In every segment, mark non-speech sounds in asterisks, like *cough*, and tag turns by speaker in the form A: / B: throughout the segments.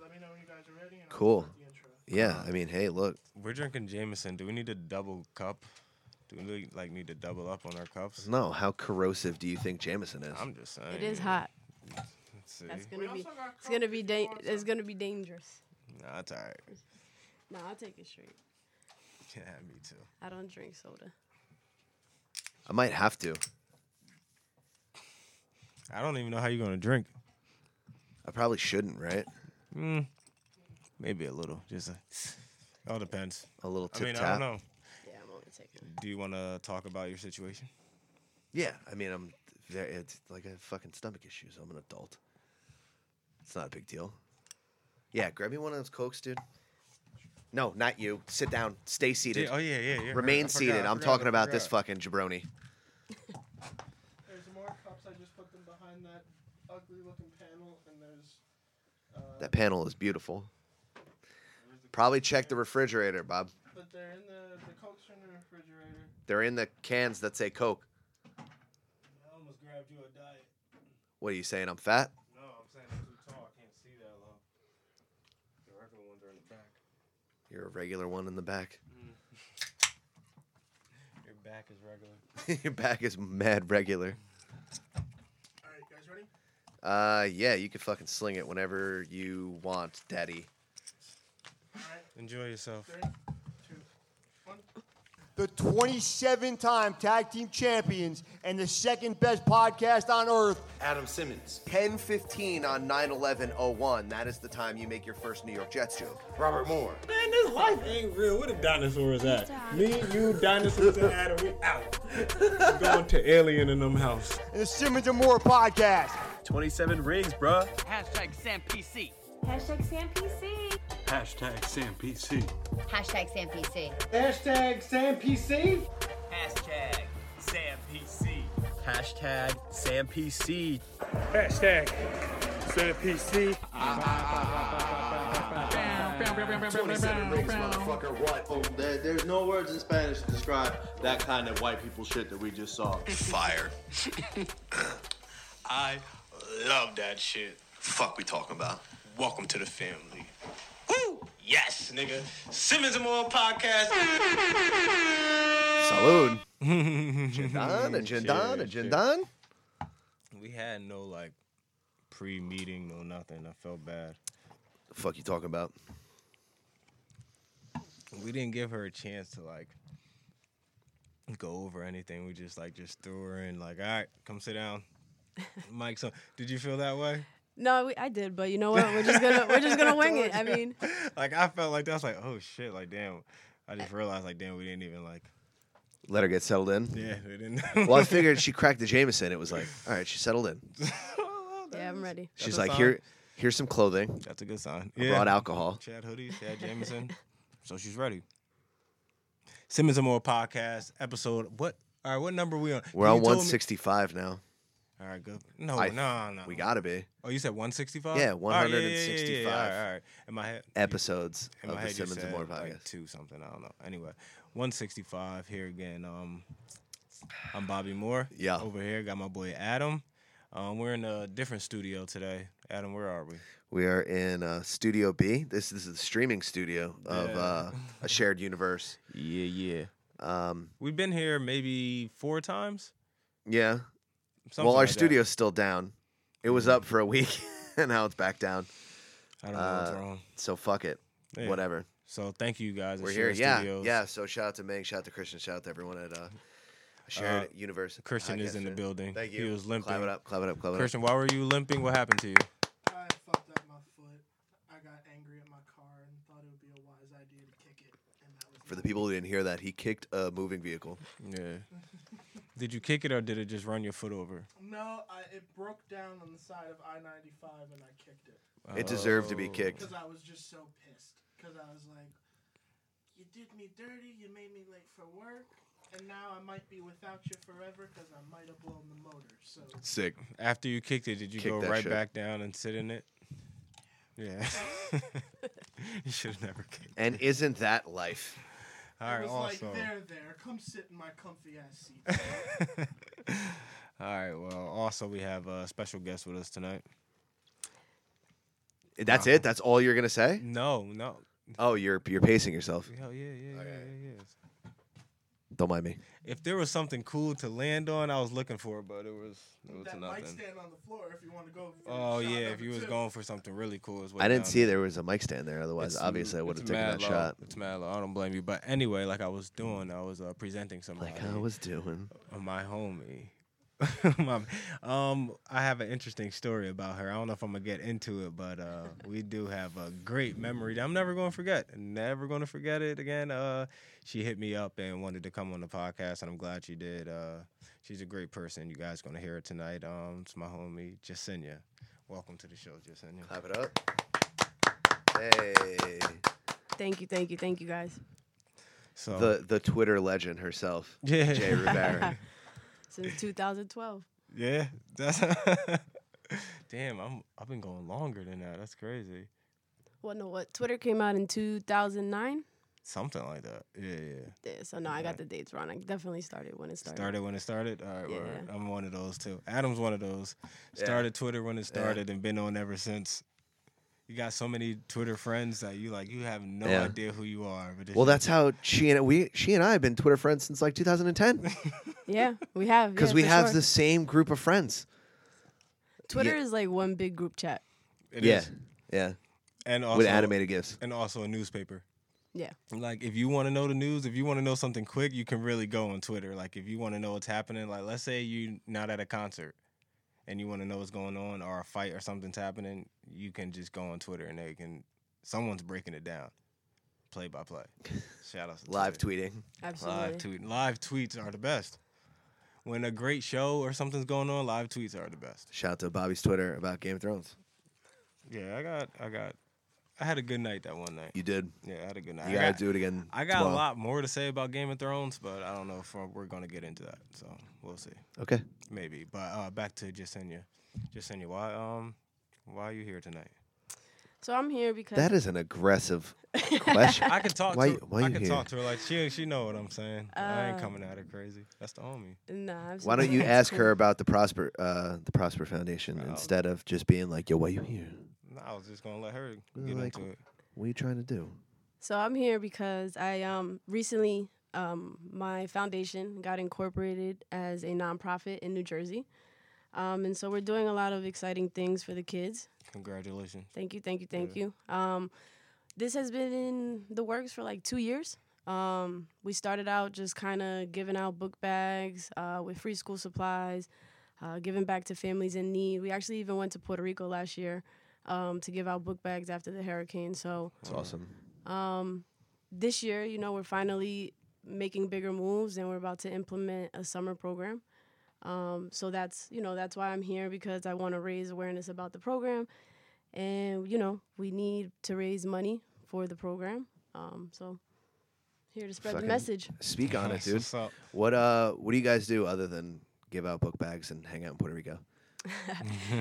A: me know when you guys are ready. And
B: Cool.
A: I'll start the intro.
C: Uh,
B: Yeah, I mean, hey, look,
C: We're drinking Jameson. Do we need a double cup? Do we really, like need to double up on our cups?
B: no, how corrosive do you think Jameson is?
C: I'm just saying.
D: It is hot.
C: Let's see.
D: That's
A: We
D: gonna
A: also
D: be.
A: got
D: It's gonna
A: Coke
D: be.
A: if
D: Da-
A: you want
D: it's
A: some.
D: gonna be dangerous.
C: Nah, that's all right.
D: Nah, I'll take it straight.
C: Yeah, me too.
D: I don't drink soda.
B: I might have to.
C: I don't even know how you're gonna drink.
B: I probably shouldn't, right?
C: Mm, maybe a little. Just a, all depends.
B: A little
C: I
B: tip
C: mean,
B: tap.
C: I don't know.
D: Yeah, I'm only taking.
C: Do you want to talk about your situation?
B: Yeah, I mean, I'm. Very, it's like I have fucking stomach issues. I'm an adult. It's not a big deal. Yeah, grab me one of those cokes, dude. No, not you. Sit down. Stay seated.
C: Yeah, oh yeah, yeah, yeah.
B: Remain
C: I forgot,
B: seated.
C: I
B: I'm
C: forgot,
B: talking
C: I
B: about this
C: forgot.
B: fucking jabroni.
A: There's more cups. I just put them behind that ugly looking panel, and there's. Uh,
B: That panel is beautiful. Probably check the refrigerator, Bob.
A: but they're in the the cokes are in the refrigerator.
B: They're in the cans that say Coke.
C: I almost grabbed you a diet.
B: What are you saying? I'm fat?
C: No, I'm saying I'm too tall. I can't see that low. The regular ones are in the back.
B: You're a regular one in the back.
C: Your back is regular.
B: *laughs* Your back is mad regular.
A: All right, guys, ready?
B: Uh, yeah, you can fucking sling it whenever you want, Daddy.
A: All right,
C: Enjoy yourself.
A: three, two, one.
E: the 27 time tag team champions and the second best podcast on earth.
B: Adam Simmons. 10:15 on 9/11/01. That is the time you make your first New York Jets joke.
F: Robert Moore.
G: Man, this life ain't real. Where the dinosaurs at? Me, you, dinosaurs, and Adam, we out. We going to Alien in them house.
E: And the Simmons and Moore podcast.
G: 27 rings, bruh.
H: Hashtag Sam PC.
I: Hashtag Sam PC.
G: Hashtag Sam PC.
I: Hashtag Sam PC.
E: Hashtag Sam PC.
H: Hashtag Sam PC.
G: Hashtag Sam PC.
J: Hashtag Sam PC.
F: Motherfucker, what? Oh, there, there's no words in Spanish to describe that kind of white people shit that we just saw.
K: Fire. I love that shit.
B: Fuck we talking about?
K: Welcome to the family. Woo! Yes, nigga. Simmons and More podcast.
B: Salud. *laughs* Jindan, Jindan,
C: Cheers, cheers.
B: Jindan.
C: We had no like pre-meeting, no nothing. I felt bad.
B: The fuck you talking about?
C: We didn't give her a chance to like go over anything. We just like just threw her in like, all right, come sit
D: *laughs*
C: down. Mike, so did you feel that way?
D: No, we, I did, but you know what? We're just gonna. We're just *laughs* gonna wing
C: *laughs*
D: it. I mean,
C: Like I felt like that's like, oh shit, like damn. I just realized like damn, we didn't even like *laughs*
B: Let her get settled in.
C: yeah, we didn't.
B: *laughs*
C: *laughs*
B: Well, I figured she cracked the Jameson. It was like, all right, she settled in.
D: yeah, I'm ready.
B: She's
C: a
B: like,
C: sign.
B: here, here's some clothing.
C: that's a good sign.
B: I Brought alcohol.
C: Chad
B: *laughs*
C: hoodies, Chad Jameson. so she's ready. Simmons and More podcast episode. What? All right, what number are we on?
B: We're
C: You
B: on
C: told me-
B: 165 now.
C: All right, good. No,
B: I-
C: no, no.
B: We gotta be
C: Oh, you said 165?
B: Yeah,
C: All right, yeah, yeah, yeah, yeah,
B: 165.
C: All right, all right. In my head,
B: episodes
C: in
B: of
C: my
B: the
C: head,
B: Simmons
C: you
B: and
C: said
B: More
C: like
B: podcast.
C: two something. I don't know. Anyway, 165 here again. Um, I'm Bobby Moore.
B: Yeah.
C: Over here, got my boy Adam. Um, we're in a different studio today. Adam, where are we?
B: We are in uh, Studio B. This, this is the streaming studio of
C: Yeah.
B: uh, a shared universe.
C: Yeah, yeah.
B: Um,
C: We've been here maybe four times.
B: yeah.
C: something
B: well, our
C: like that.
B: studio's still down. It was up for a week, *laughs* and now it's back down.
C: I don't know what's
B: uh,
C: wrong.
B: So fuck it.
C: Yeah.
B: Whatever.
C: So thank you guys. at
B: We're
C: Share
B: here. Yeah.
C: Studios.
B: Yeah. So shout out to Meg. Shout out to Christian. Shout out to everyone at uh, Shared
C: Uh,
B: Universe.
C: Christian is
B: Podcast
C: in the
B: Show.
C: building.
B: Thank
C: He
B: you.
C: was limping.
B: Clap it up. Clap it up. Clap it
C: Christian, why were you limping? What happened to you?
A: I fucked up my foot. I got angry at my car and thought it would be a wise idea to kick it, and that was
B: up. For the
A: not-
B: people who didn't hear that, he kicked a moving vehicle.
C: Yeah. did you kick it or did it just run your foot over?
A: No, I, it broke down on the side of I ninety five, and I kicked it
B: It deserved to be
C: Oh.
B: kicked.
A: because I was just so pissed. Because I was like, "You did me dirty. You made me late for work." And now I might be without you forever because I might have blown the motor. So
B: Sick.
C: After you kicked it, did you
B: Kick
C: go
B: that
C: right
B: shit.
C: back down and sit in it? Yeah. *laughs* you should have never kicked.
B: And isn't that life?
C: All right,
A: it was
C: awesome.
A: like, "There, there, come sit in my comfy ass seat."
C: All right, well, also we have a special guest with us tonight.
B: That's it. That's all you're gonna say.
C: *laughs* No, no.
B: Oh, you're you're pacing yourself.
C: Hell yeah, yeah, yeah, yeah, yeah.
B: Don't mind me.
C: If there was something cool to land on, I was looking for it, but it was it was
A: That might
C: nothing.
A: stand on the floor if you want to go. for
C: Oh
A: shot
C: yeah, if
A: number
C: you was
A: two.
C: going for something really cool, is what
B: I didn't
C: down
B: see there was a mic stand there. Otherwise,
C: It's-
B: obviously, I would have
C: it's
B: taken
C: mad
B: that
C: low.
B: shot.
C: It's mad low. I don't blame you. But anyway, like I was doing, I was uh, presenting somebody.
B: Like I was doing.
C: uh, my homie. *laughs* My- um, I have an interesting story about her. I don't know if I'm gonna get into it, but uh, we do have a great memory that I'm never gonna forget. Never gonna forget it again. Uh, she hit me up and wanted to come on the podcast, and I'm glad she did. Uh, she's a great person. You guys gonna hear it tonight. Um, it's my homie Jacinia. Welcome to the show, Jacinia.
B: Clap it up. Hey.
D: Thank you, thank you, thank you guys.
C: So
B: The the Twitter legend herself,
C: *laughs* Yeah.
B: Jay Rivera.
D: Since 2012.
C: *laughs* Yeah, that's *laughs* damn. I'm I've been going longer than that. That's crazy.
D: What no what? Twitter came out in 2009.
C: Something like that. Yeah, yeah.
D: Yeah, so no, I got the dates wrong. I definitely started when it started.
C: Started when it started. All right, word.
D: Yeah.
C: I'm one of those too. Adam's one of those. Started Twitter when it started and been on ever since. You got so many Twitter friends that you like. You have no
B: Yeah.
C: idea who you are. But
B: well, that's how *laughs* she and we she and I have been Twitter friends since like *laughs* 2010
D: Yeah, we have.
B: because
D: yeah,
B: we
D: for
B: have
D: sure.
B: the same group of friends.
D: Twitter
B: yeah.
D: is like one big group chat.
C: It
B: yeah,
C: is.
B: yeah.
C: And also
B: With animated gifs.
C: And also a newspaper.
D: Yeah.
C: Like if you want to know the news, if you want to know something quick, you can really go on Twitter. Like if you want to know what's happening, like let's say you're not at a concert and you want to know what's going on or a fight or something's happening, you can just go on Twitter and they can someone's breaking it down. Play by play. Shout out to
B: Live
C: Twitter.
B: tweeting.
C: Live tweet. Live tweets are the best. When a great show or something's going on, live tweets are the best.
B: Shout out to Bobby's Twitter about Game of Thrones.
C: Yeah, I got I got I had a good night that one night.
B: You did.
C: Yeah, I had a good night.
B: You
C: I
B: gotta
C: got-
B: do it again.
C: I got
B: tomorrow.
C: a lot more to say about Game of Thrones, but I don't know if we're going to get into that. So we'll see.
B: Okay.
C: Maybe. But uh, back to Jasenia. Jasenia, why um, why are you here tonight?
D: So I'm here because
B: That is an *laughs* aggressive question.
C: I can talk.
B: Why,
C: to,
B: why
C: I
B: you
C: can
B: here?
C: talk to her like she she know what I'm saying. I ain't
D: Uh,
C: coming at her crazy. That's the homie.
D: Nah,
B: Why don't you
D: *laughs*
B: *laughs*
D: absolutely.
B: ask her about the Prosper uh, the Prosper Foundation instead of just being like, "Yo, why you here?
C: No, I was just gonna let her
B: Uh,
C: get
B: like-
C: into it.
B: What are you trying to do?"
D: So I'm here because I um recently um my foundation got incorporated as a nonprofit in New Jersey. Um, and so we're doing a lot of exciting things for the kids.
C: Congratulations.
D: Thank you, thank you, thank you. Um, this has been in the works for like two years. Um, we started out just kind of giving out book bags uh, with free school supplies, uh, giving back to families in need. We actually even went to Puerto Rico last year um, to give out book bags after the hurricane. So
B: It's awesome.
D: um, this year, you know, we're finally making bigger moves and we're about to implement a summer program. Um, so that's, you know, that's why I'm here because I want to raise awareness about the program. And, you know, we need to raise money for the program. Um, so here to spread
B: Fucking
D: the message.
B: Speak on it, *laughs*
C: That's
B: dude.
C: what's up.
B: What uh, what do you guys do other than give out book bags and hang out in Puerto Rico?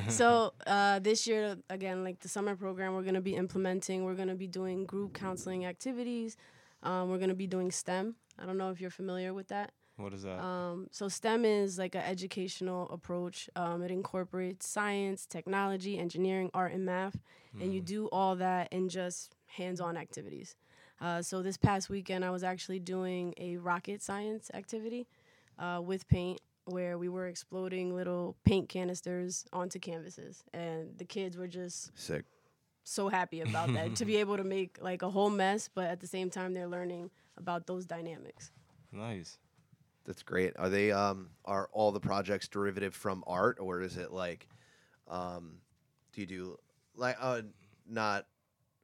D: so uh, this year again like the summer program we're going to be implementing we're going to be doing group counseling activities um, we're going to be doing stem i don't know if you're familiar with that
C: What is that?
D: um, so stem is like an educational approach um, it incorporates science technology engineering art and math and you do all that in just hands-on activities uh, so this past weekend i was actually doing a rocket science activity uh, with paint where we were exploding little paint canisters onto canvases and the kids were just
B: Sick.
D: so happy about that to be able to make like a whole mess but at the same time they're learning about those dynamics
C: nice.
B: That's great. Are they um are all the projects derivative from art or is it like um do you do like uh not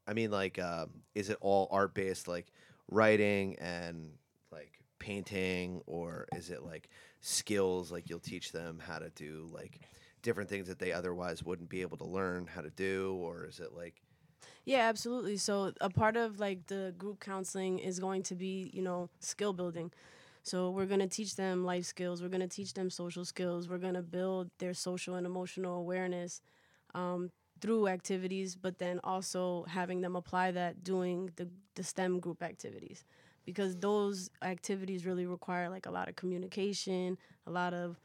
B: I mean like um is it all art based like writing and like painting or is it like skills like you'll teach them how to do like different things that they otherwise wouldn't be able to learn how to do or is it like
D: Yeah, absolutely. So a part of like the group counseling is going to be, you know, skill building. So we're going to teach them life skills, we're going to teach them social skills, we're going to build their social and emotional awareness um, through activities, but then also having them apply that doing the, the STEM group activities. Because those activities really require like a lot of communication, a lot of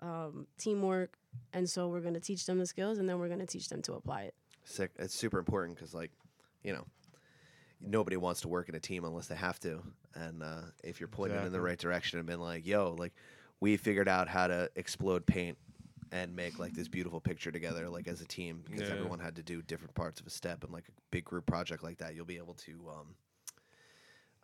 D: um, teamwork. And so we're going to teach them the skills and then we're going to teach them to apply it.
B: sick. It's super important because, like, you know, nobody wants to work in a team unless they have to. And uh, if you're pointed in the
C: Exactly.
B: right direction and been like, "Yo, like, we figured out how to explode paint and make like this beautiful picture together, like as a team, because
C: Yeah.
B: everyone had to do different parts of a step." And like a big group project like that, you'll be able to, um,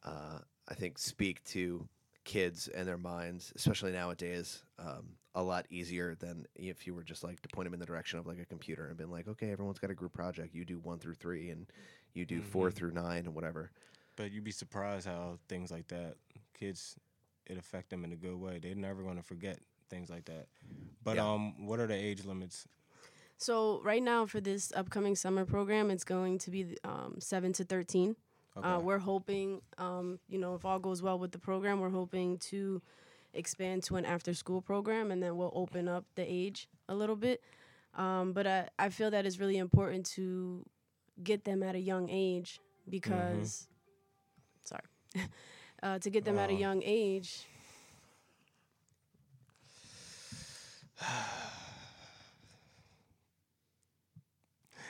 B: uh, I think, speak to kids and their minds, especially nowadays, um, a lot easier than if you were just like to point them in the direction of like a computer and been like, okay, everyone's got a group project. You do one through three and you do four
C: Mhm.
B: through nine and whatever.
C: But you'd be surprised how things like that, kids, it affect them in a good way. They're never going to forget things like that. But
B: Yeah.
C: um, what are the age limits?
D: So right now for this upcoming summer program, it's going to be um, seven to thirteen. Uh,
C: Okay.
D: we're hoping, um, you know, if all goes well with the program, we're hoping to expand to an after-school program, and then we'll open up the age a little bit. Um, but I, I feel that it's really important to get them at a young age because, sorry, *laughs* uh, to get them at a
C: Mm-hmm. Oh.
D: young age.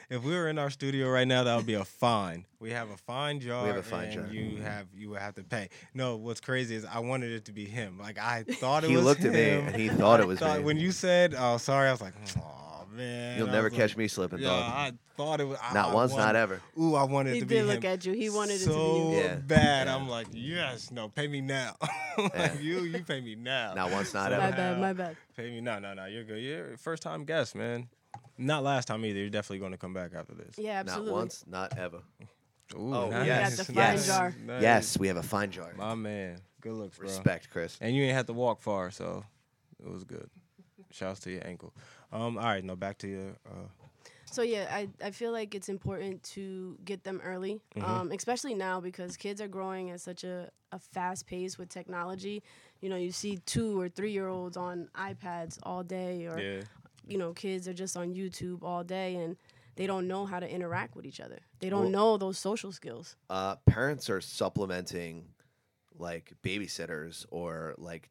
C: If we were in our studio right now, that would be a fine. We have a fine jar.
B: have a fine
C: and
B: jar. Mm-hmm.
C: You have you would have to pay. No, what's crazy is I wanted it to be him. Like
D: *laughs*
C: I thought it
B: He
C: was.
B: looked at me
C: him. *laughs*
B: and he thought
C: I
B: it was me.
C: When you said, "Oh, sorry," I was like, "Oh man."
B: You'll
C: I
B: never
C: was
B: catch
C: like,
B: me slipping,
C: yeah,
B: dog.
C: I thought it was. I-
B: Not
C: I
B: once, not
C: wanted-
B: ever.
C: Ooh, I wanted
D: He
C: it to be
D: did look
C: him
D: at you. He wanted it
C: so
D: to be you.
B: Yeah.
C: bad. I'm like, yes, no, pay me now. *laughs* like
B: Yeah.
C: you, you pay me now.
B: Not once, not
D: My
B: ever.
D: bad. My bad.
C: Pay me no, no, no. You're good. You're a first time guest, man. Not last time either. You're definitely going to come back after this.
D: Yeah, absolutely.
B: Not once, not
C: *laughs*
B: ever.
C: Ooh,
B: Oh,
C: nice,
B: yes.
D: That's a fine
B: Yes.
D: jar.
C: nice.
B: Yes, we have a fine jar.
C: my man. Good looks, bro.
B: Respect, Chris.
C: And you ain't had to walk far, so it was good. Shouts to your ankle. Um, all right, no, back to your. Uh,
D: So yeah, I, I feel like it's important to get them early,
B: Mm-hmm.
D: um, especially now because kids are growing at such a, a fast pace with technology. You know, you see two or three year olds on iPads all day, or
C: yeah.
D: you know, kids are just on YouTube all day, and they don't know how to interact with each other. They don't
B: Well-
D: know those social skills.
B: uh, parents are supplementing like babysitters or like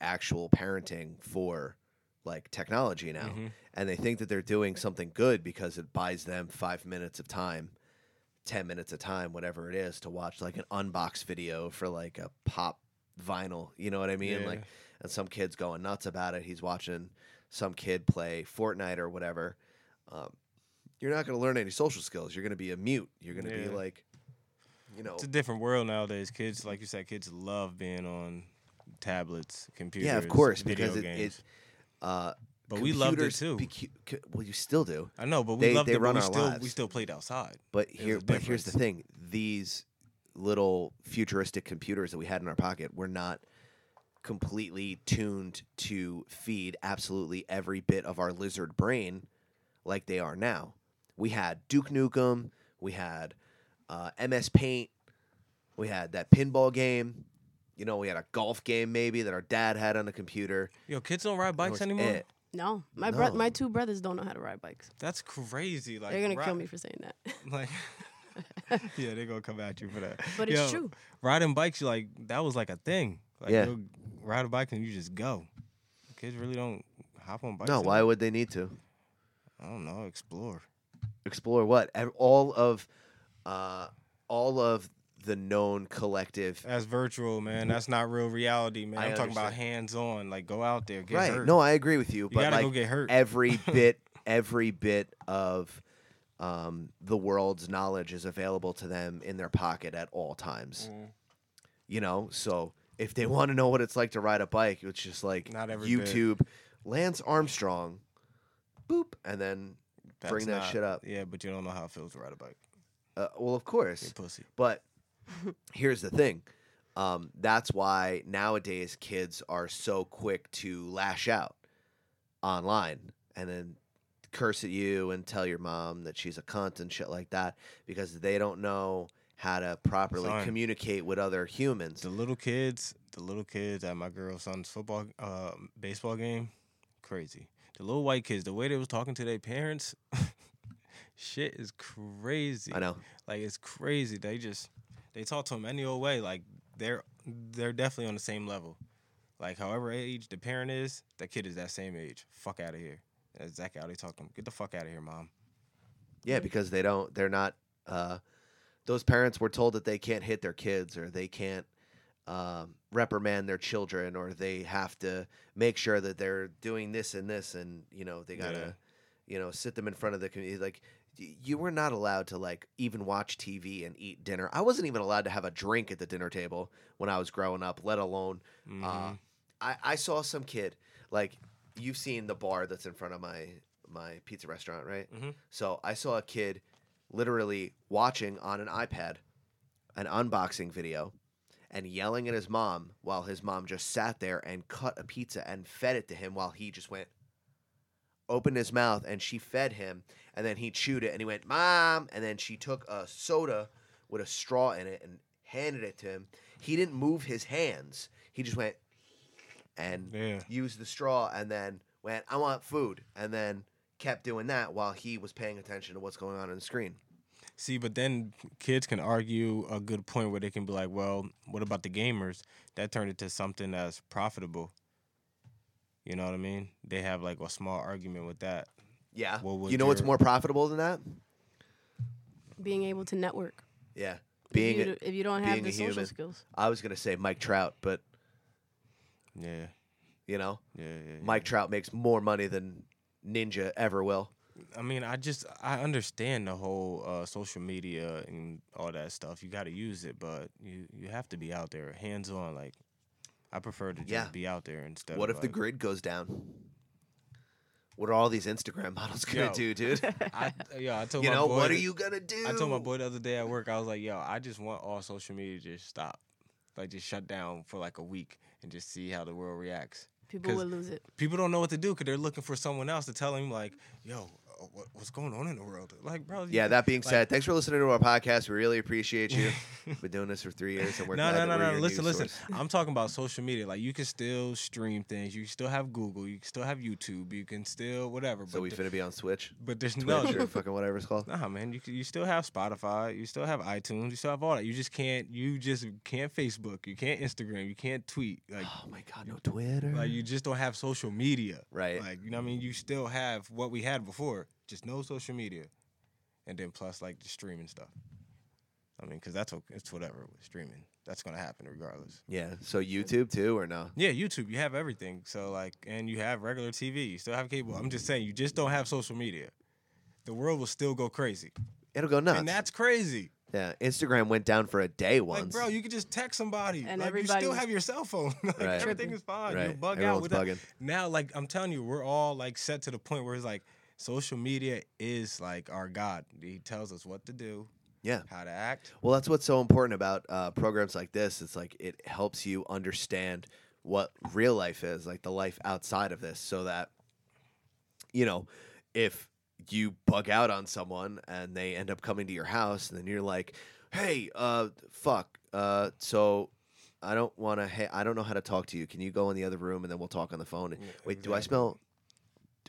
B: actual parenting for like technology now
C: Mm-hmm.
B: and they think that they're doing something good because it buys them five minutes of time 10 minutes of time whatever it is to watch like an unbox video for like a pop vinyl you know what i mean
C: Yeah.
B: like and some kid's going nuts about it he's watching some kid play fortnite or whatever um, you're not going to learn any social skills you're going to be a mute you're going to
C: Yeah.
B: be like you know
C: It's a different world nowadays. Kids, like you said, kids love being on tablets, computers.
B: yeah of course
C: video
B: because it, it
C: games.
B: uh
C: But we loved it
B: computers
C: too.
B: becu- c- well you still do
C: I know, but we
B: they-
C: loved
B: they
C: it.
B: run
C: but we
B: our
C: still we
B: lives.
C: still played outside.
B: but
C: There's
B: here
C: a
B: but here's the
C: difference.
B: thing these little futuristic computers that we had in our pocket were not completely tuned to feed absolutely every bit of our lizard brain like they are now we had duke nukem we had uh, ms paint we had that pinball game you know we had a golf game maybe that our dad had on the computer
C: Yo, kids don't ride
B: That
C: bikes
B: was
C: anymore.
B: it.
D: No, my bro-
B: No.
D: my two brothers don't know how to ride bikes.
C: That's crazy. Like
D: They're gonna
C: ri-
D: kill me for saying that. *laughs*
C: Like, *laughs* yeah, they're gonna come at you for that.
D: But it's
C: Yo,
D: true.
C: Riding bikes, you like that was like a thing. Like,
B: Yeah.
C: you'll ride a bike and you just go. Kids really don't hop on bikes.
B: no
C: anymore.
B: why would they need to
C: I don't know. Explore.
B: explore what Ev- all of uh all of the known collective
C: That's virtual, man. That's not real reality, man.
B: I
C: I am talking about
B: understand.
C: hands on. Like, go out there, get
B: right
C: hurt.
B: no i agree with you but
C: gotta
B: like
C: go get hurt. *laughs*
B: every bit every bit of um, the world's knowledge is available to them in their pocket at all times
C: Mm.
B: you know so if they want to know what it's like to ride a bike it's just like
C: Not every bit.
B: youtube lance armstrong boop and then
C: That's
B: bring that
C: not-
B: shit up
C: Yeah, but you don't know how it feels to ride a bike.
B: uh, well of course
C: You pussy.
B: But here's the thing. Um, that's why nowadays kids are so quick to lash out online and then curse at you and tell your mom that she's a cunt and shit like that because they don't know how to properly
C: Son.
B: communicate with other humans.
C: The little kids, the little kids at my girl's son's football, uh, baseball game, crazy. The little white kids, the way they was talking to their parents, *laughs* shit is crazy.
B: I know.
C: Like it's crazy. They just they talk to them any old way. Like they're they're definitely on the same level. Like however age the parent is, that kid is that same age. Fuck out of here. That's exactly how they talk to them. Get the fuck out of here, mom.
B: Yeah, because they don't. They're not. Uh, those parents were told that they can't hit their kids or they can't um, reprimand their children or they have to make sure that they're doing this and this and you know they gotta you know sit them in front of the community like y- you were not allowed to like even watch TV and eat dinner. I wasn't even allowed to have a drink at the dinner table when I was growing up, let alone. Uh,
C: Mhm.
B: I, I saw some kid like you've seen the bar that's in front of my my pizza restaurant, right?
C: Mhm.
B: So I saw a kid literally watching on an iPad an unboxing video and yelling at his mom while his mom just sat there and cut a pizza and fed it to him while he just went opened his mouth and she fed him and then he chewed it and he went mom and then she took a soda with a straw in it and handed it to him he didn't move his hands he just went and used the straw and then went i want food and then kept doing that while he was paying attention to what's going on on the screen
C: See, but then kids can argue a good point where they can be like, well, what about the gamers? That turned into something that's profitable. You know what I mean? They have like a small argument with that.
B: yeah
C: What would
B: you know what's
C: your-
B: more profitable than that
D: Being able to network.
B: Yeah,
D: If
B: being
D: you
B: a-
D: d- if you don't have
B: being
D: the
B: a
D: social
B: human.
D: skills.
B: I was gonna say Mike Trout, but
C: yeah,
B: you know,
C: yeah, yeah,
B: Mike Trout makes more money than Ninja ever will.
C: I mean, I just I understand the whole uh, social media and all that stuff. You got to use it, but you you have to be out there, hands on. Like, I prefer to just
B: Yeah.
C: be out there instead.
B: what
C: of
B: if the
C: like-
B: grid goes down? What are all these Instagram *laughs* models gonna
C: *laughs* Yo,
B: do, dude?
C: I, yo,
B: *laughs*
C: I told
B: you
C: my
B: know
C: boy
B: what are
C: that-
B: you gonna do?
C: I told my boy the other day at work, I was like, yo, I just want all social media to just stop, like just shut down for like a week and just see how the world reacts.
D: People
C: 'Cause
D: would lose it.
C: People don't know what to do because they're looking for someone else to tell them like, yo, uh, what, what's going on in the world? Like, bro. you-
B: Yeah. That being
C: like-
B: said, thanks for listening to our podcast. We really appreciate
C: *laughs*
B: you. Been doing this for three years, and we're
C: no,
B: glad
C: no,
B: that
C: no,
B: we're
C: no.
B: your
C: Listen,
B: news
C: listen.
B: source.
C: I'm talking about social media. Like, you can still stream things. You can still have Google. You can still have YouTube. You can still whatever.
B: So we
C: the-
B: finna be on Switch,
C: but there's
B: Twitch,
C: no *laughs*
B: or fucking whatever it's called.
C: Nah, man, you c- you still have Spotify, you still have iTunes, you still have all that. You just can't, you just can't Facebook, you can't Instagram, you can't tweet.
B: *sighs*
C: Like,
B: oh my god, no Twitter.
C: Like, you just don't have social media,
B: Right.
C: Like, you know, what I mean, you still have what we had before, just no social media, and then plus like the streaming stuff. I mean, because that's okay, it's whatever with streaming. That's gonna happen regardless.
B: Yeah. So YouTube too, or no?
C: Yeah, YouTube, you have everything. So like, and you have regular TV, you still have cable. I'm just saying, you just don't have social media. The world will still go crazy,
B: It'll go nuts.
C: and that's crazy.
B: yeah. Instagram went down for a day once.
C: Like, bro, you could just text somebody.
D: And
C: like,
D: everybody
C: you still
D: was-
C: have your cell phone. *laughs* like,
B: Right.
C: Everything is fine. You'll
B: Right.
C: bug
B: Everyone's
C: out with that.
B: bugging.
C: Now, like, I'm telling you, we're all like set to the point where it's like social media is like our God. He tells us what to do,
B: yeah.
C: how to act.
B: Well, that's what's so important about uh, programs like this. It's like it helps you understand what real life is, like the life outside of this, so that, you know, if you bug out on someone and they end up coming to your house, and then you're like, hey, uh, fuck, uh, so. I don't want to. Hey, I don't know how to talk to you. Can you go in the other room and then we'll talk on the phone? Wait, do I smell?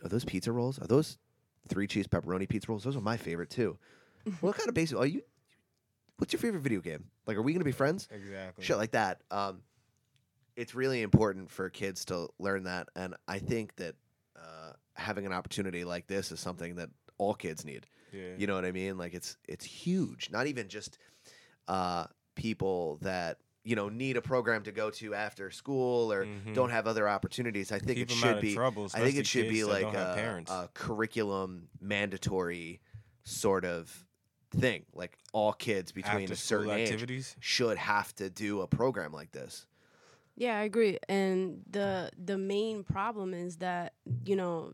B: Are those pizza rolls? Are those three cheese pepperoni pizza rolls? Those are my favorite too. what kind of basic? Are you what's your favorite video game? Like, are we gonna be friends?
C: Exactly.
B: Shit like that. Um, it's really important for kids to learn that, and I think that uh, having an opportunity like this is something that all kids need.
C: Yeah.
B: You know what I mean? Like, it's it's huge. Not even just uh, people that you know need a program to go to after school or
C: Mhm.
B: don't have other opportunities. I think
C: Keep
B: it
C: 'em
B: should
C: out of
B: be.
C: trouble,
B: I think
C: especially
B: it should be
C: kids that
B: like
C: don't have
B: a,
C: parents.
B: a curriculum mandatory sort of thing. Like all kids between
C: After
B: a
C: school
B: certain age
C: activities.
B: should have to do a program like this.
D: Yeah, I agree. And the the main problem is that you know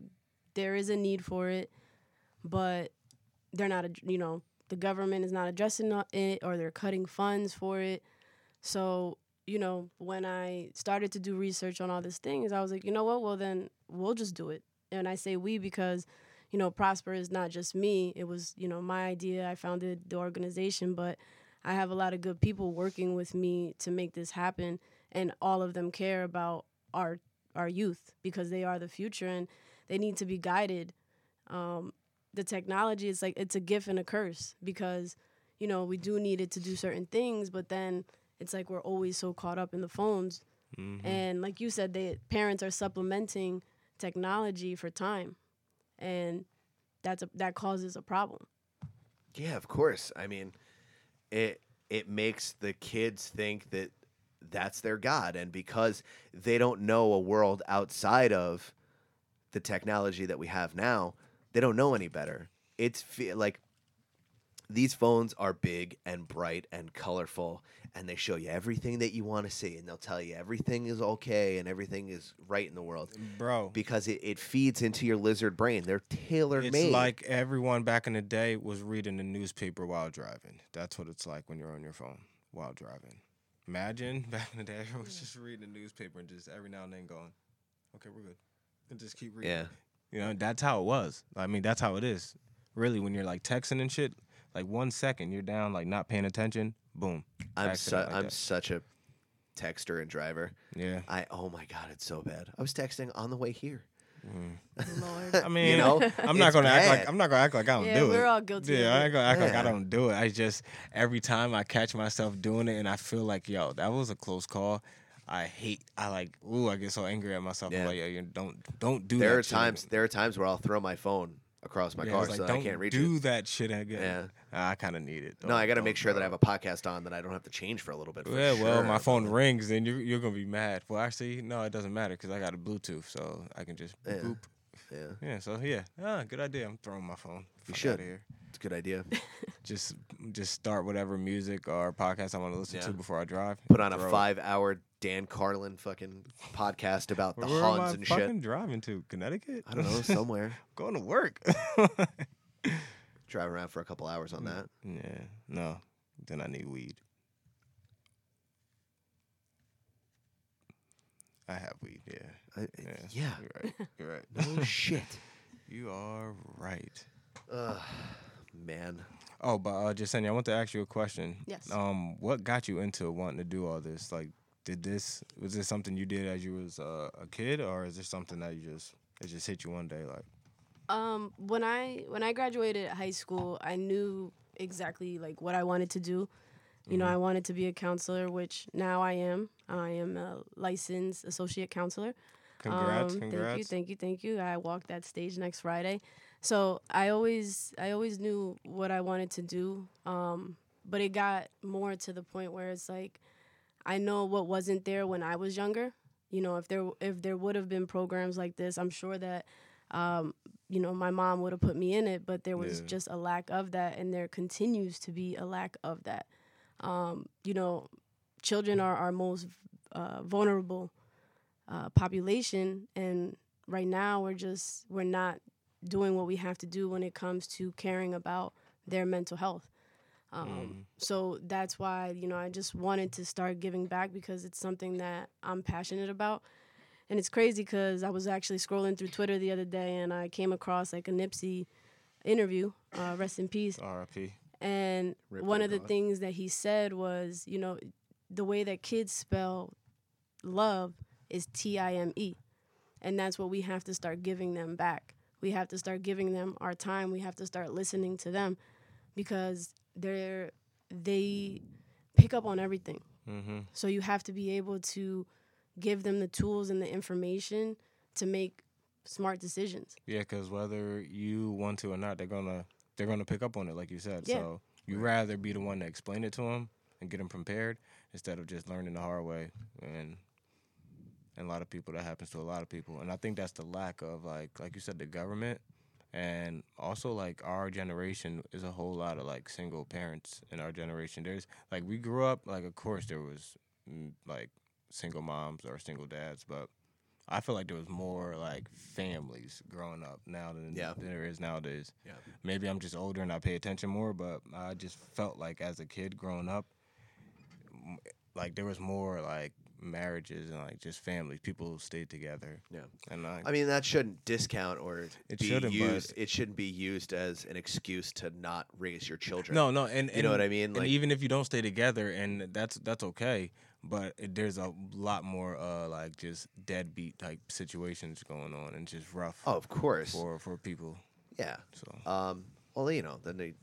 D: there is a need for it, but they're not. ad- You know, the government is not addressing o- it, or they're cutting funds for it. So you know, when I started to do research on all these things, I was like, you know what? Well, then we'll just do it. And I say we because you know, Prosper is not just me. It was you know my idea. I founded the organization, but I have a lot of good people working with me to make this happen and all of them care about our our youth because they are the future and they need to be guided. Um, the technology is like it's a gift and a curse because you know we do need it to do certain things, but then it's like we're always so caught up in the phones and like you said, they parents are supplementing technology for time, and that's a, that causes a problem.
B: yeah, of course. I mean, it it makes the kids think that that's their god, and because they don't know a world outside of the technology that we have now, they don't know any better. It's fe- like these phones are big and bright and colorful and they show you everything that you want to see and they'll tell you everything is okay and everything is right in the world
C: bro
B: because it, it feeds into your lizard brain they're tailor
C: Mm. It's
B: made
C: like everyone back in the day was reading the newspaper while driving. That's what it's like when you're on your phone while driving. Imagine *laughs* back in the day, everyone was just reading the newspaper and just every now and then going, "Okay, we're good," and just keep reading.
B: yeah
C: You know, that's how it was. I mean, that's how it is. Really, when you're like texting and shit, like one second you're down, like not paying attention, boom.
B: i'm, su-
C: accident like
B: I'm
C: that.
B: such a texter and driver
C: Yeah.
B: i oh my god it's so bad i was texting on the way here
D: Lord.
C: I
B: *laughs*
C: mean,
B: you know
C: I'm not
B: It's
C: gonna act
B: bad.
C: like I'm not gonna act like I don't
D: Yeah,
C: do it.
D: we're all guilty of
C: Yeah, I
D: it.
C: ain't gonna act like I
B: Yeah.
C: don't do it. I just every time I catch myself doing it, and I feel like, yo, that was a close call. I hate. I like. Ooh, I get so angry at myself. I'm
B: Yeah.
C: like, yo, you don't don't do that.
B: there are
C: shit.
B: times there are times where i'll throw my phone across my
C: Yeah,
B: car
C: it's like,
B: so that
C: don't
B: i can't reach
C: do
B: it
C: that shit again. I kind of need it.
B: no i
C: Don't-
B: gotta
C: don't
B: make sure that
C: do
B: i
C: it.
B: have a podcast on that i don't have to change for a little bit for
C: Yeah, well,
B: sure.
C: my phone rings, then you're, you're gonna be mad. Well, actually, no, it doesn't matter because I got a Bluetooth, so I can just
B: Yeah.
C: boop.
B: yeah
C: Yeah, so yeah, ah, good idea. I'm throwing my phone.
B: you
C: Fuck outta
B: should
C: here.
B: it's a good
C: *laughs*
B: idea
C: just just start whatever music or podcast I want to listen
B: Yeah.
C: to before I drive.
B: put on a
C: Throw it.
B: five hour Dan Carlin fucking podcast about the
C: Where am I
B: Huns and
C: fucking
B: shit.
C: driving to Connecticut.
B: I don't know, somewhere.
C: *laughs* Going to work. *laughs*
B: Drive around for a couple hours on
C: Mm.
B: that.
C: yeah, no. Then I need weed. I have weed. Yeah.
B: I,
C: Yeah.
B: yeah.
C: You're right. You're right.
B: *laughs* No shit.
C: You are right.
B: Ugh, man.
C: Oh, but uh, Jasenia, I want to ask you a question.
D: Yes.
C: Um, what got you into wanting to do all this? Like, did this was this something you did as you was uh, a kid, or is this something that you just it just hit you one day? Like,
D: Um, when I when I graduated high school, I knew exactly like what I wanted to do. You know, I wanted to be a counselor, which now I am. I am a licensed associate counselor.
C: congrats,
D: Um,
C: congrats.
D: Thank you, thank you, thank you. I walk that stage next Friday. So I always I always knew what I wanted to do. Um, but it got more to the point where it's like I know what wasn't there when I was younger. You know, if there if there would have been programs like this, I'm sure that um, you know, my mom would have put me in it, but there was
C: Yeah.
D: just a lack of that and there continues to be a lack of that. Um, you know, children are our most uh, vulnerable uh, population and right now we're just we're not doing what we have to do when it comes to caring about their mental health um,
C: Mm.
D: so that's why you know i just wanted to start giving back because it's something that i'm passionate about and it's crazy because i was actually scrolling through twitter the other day and i came across like a nipsey interview uh, rest in peace
C: R.I.P.
D: and
B: Rip
D: one
B: their
D: of the
B: God.
D: things that he said was, you know, the way that kids spell love is T I M E. And that's what we have to start giving them back. We have to start giving them our time. We have to start listening to them because they're they pick up on everything.
C: Mm-hmm.
D: So you have to be able to give them the tools and the information to make smart decisions.
C: Yeah, because whether you want to or not, they're gonna they're gonna pick up on it, like you said.
D: Yeah.
C: So you rather be the one to explain it to them and get them prepared instead of just learning the hard way. And and a lot of people that happens to a lot of people, and I think that's the lack of like like you said, the government. And also, like our generation is a whole lot of like single parents in our generation. There's like we grew up like, of course, there was mm, like single moms or single dads, but I feel like there was more like families growing up now than,
B: Yeah.
C: than there is nowadays.
B: Yeah.
C: Maybe I'm just older and I pay attention more, but I just felt like as a kid growing up, m- like there was more like marriages and like just families. People stayed together.
B: Yeah.
C: And like,
B: I mean, that shouldn't discount or
C: It
B: be
C: shouldn't, but-
B: used. It shouldn't be used as an excuse to not raise your children.
C: no, no, and,
B: You know
C: and-
B: what I mean?
C: And
B: Like-
C: even if you don't stay together, and that's that's okay. But it- there's a lot more uh like just deadbeat type situations going on and just rough
B: Oh, of course.
C: for for people.
B: Yeah.
C: So
B: Um, well, you know, then they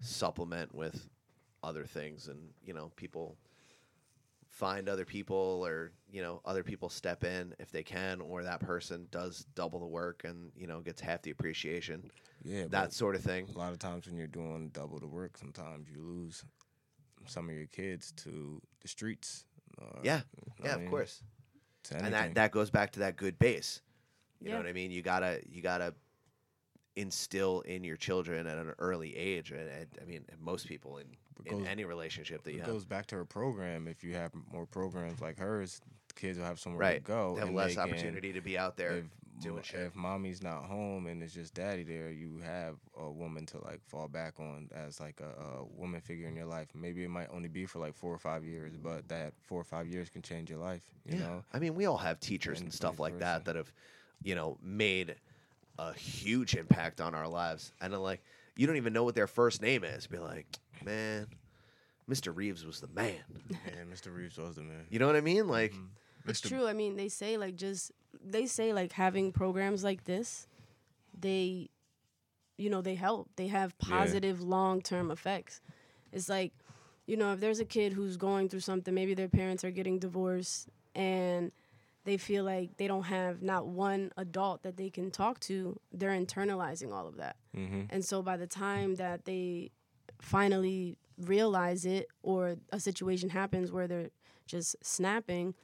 B: supplement with other things, and you know, people find other people or you know other people step in if they can or that person does double the work and you know gets half the appreciation
C: Yeah,
B: that
C: but
B: sort of thing
C: A lot of times when you're doing double the work, sometimes you lose some of your kids to the streets. or-
B: yeah
C: I
B: yeah
C: mean,
B: of course
C: to
B: and
C: anything.
B: that that goes back to that good base you
C: Yeah.
B: know what i mean you gotta you gotta instill in your children at an early age and, and i mean and most people in in
C: goes-
B: any relationship that you
C: It
B: have
C: goes back to her program. If you have more programs like hers, kids will have somewhere to
B: Right.
C: go.
B: They have
C: and
B: less
C: can-
B: opportunity to be out there doing
C: mo-
B: shit.
C: If mommy's not home and it's just daddy there, you have a woman to like fall back on as like a, a woman figure in your life. Maybe it might only be for like four or five years, but that four or five years can change your life. You know,
B: I mean, we all have teachers and, stuff like that that have, you know, made a huge impact on our lives. And then, like, you don't even know what their first name is. Be like, man, Mr. Reeves was the man.
C: *laughs* Yeah, Mr. Reeves was the man.
B: You know what I mean? Like,
C: Mm-hmm.
D: It's true. I mean, they say like just they say like having programs like this, they, you know, they help. They have
L: Yeah.
D: positive long term effects. It's like, you know, if there's a kid who's going through something, maybe their parents are getting divorced and they feel like they don't have not one adult that they can talk to. They're internalizing all of that.
L: Mhm.
D: And so by the time that they finally realize it or a situation happens where they're just snapping,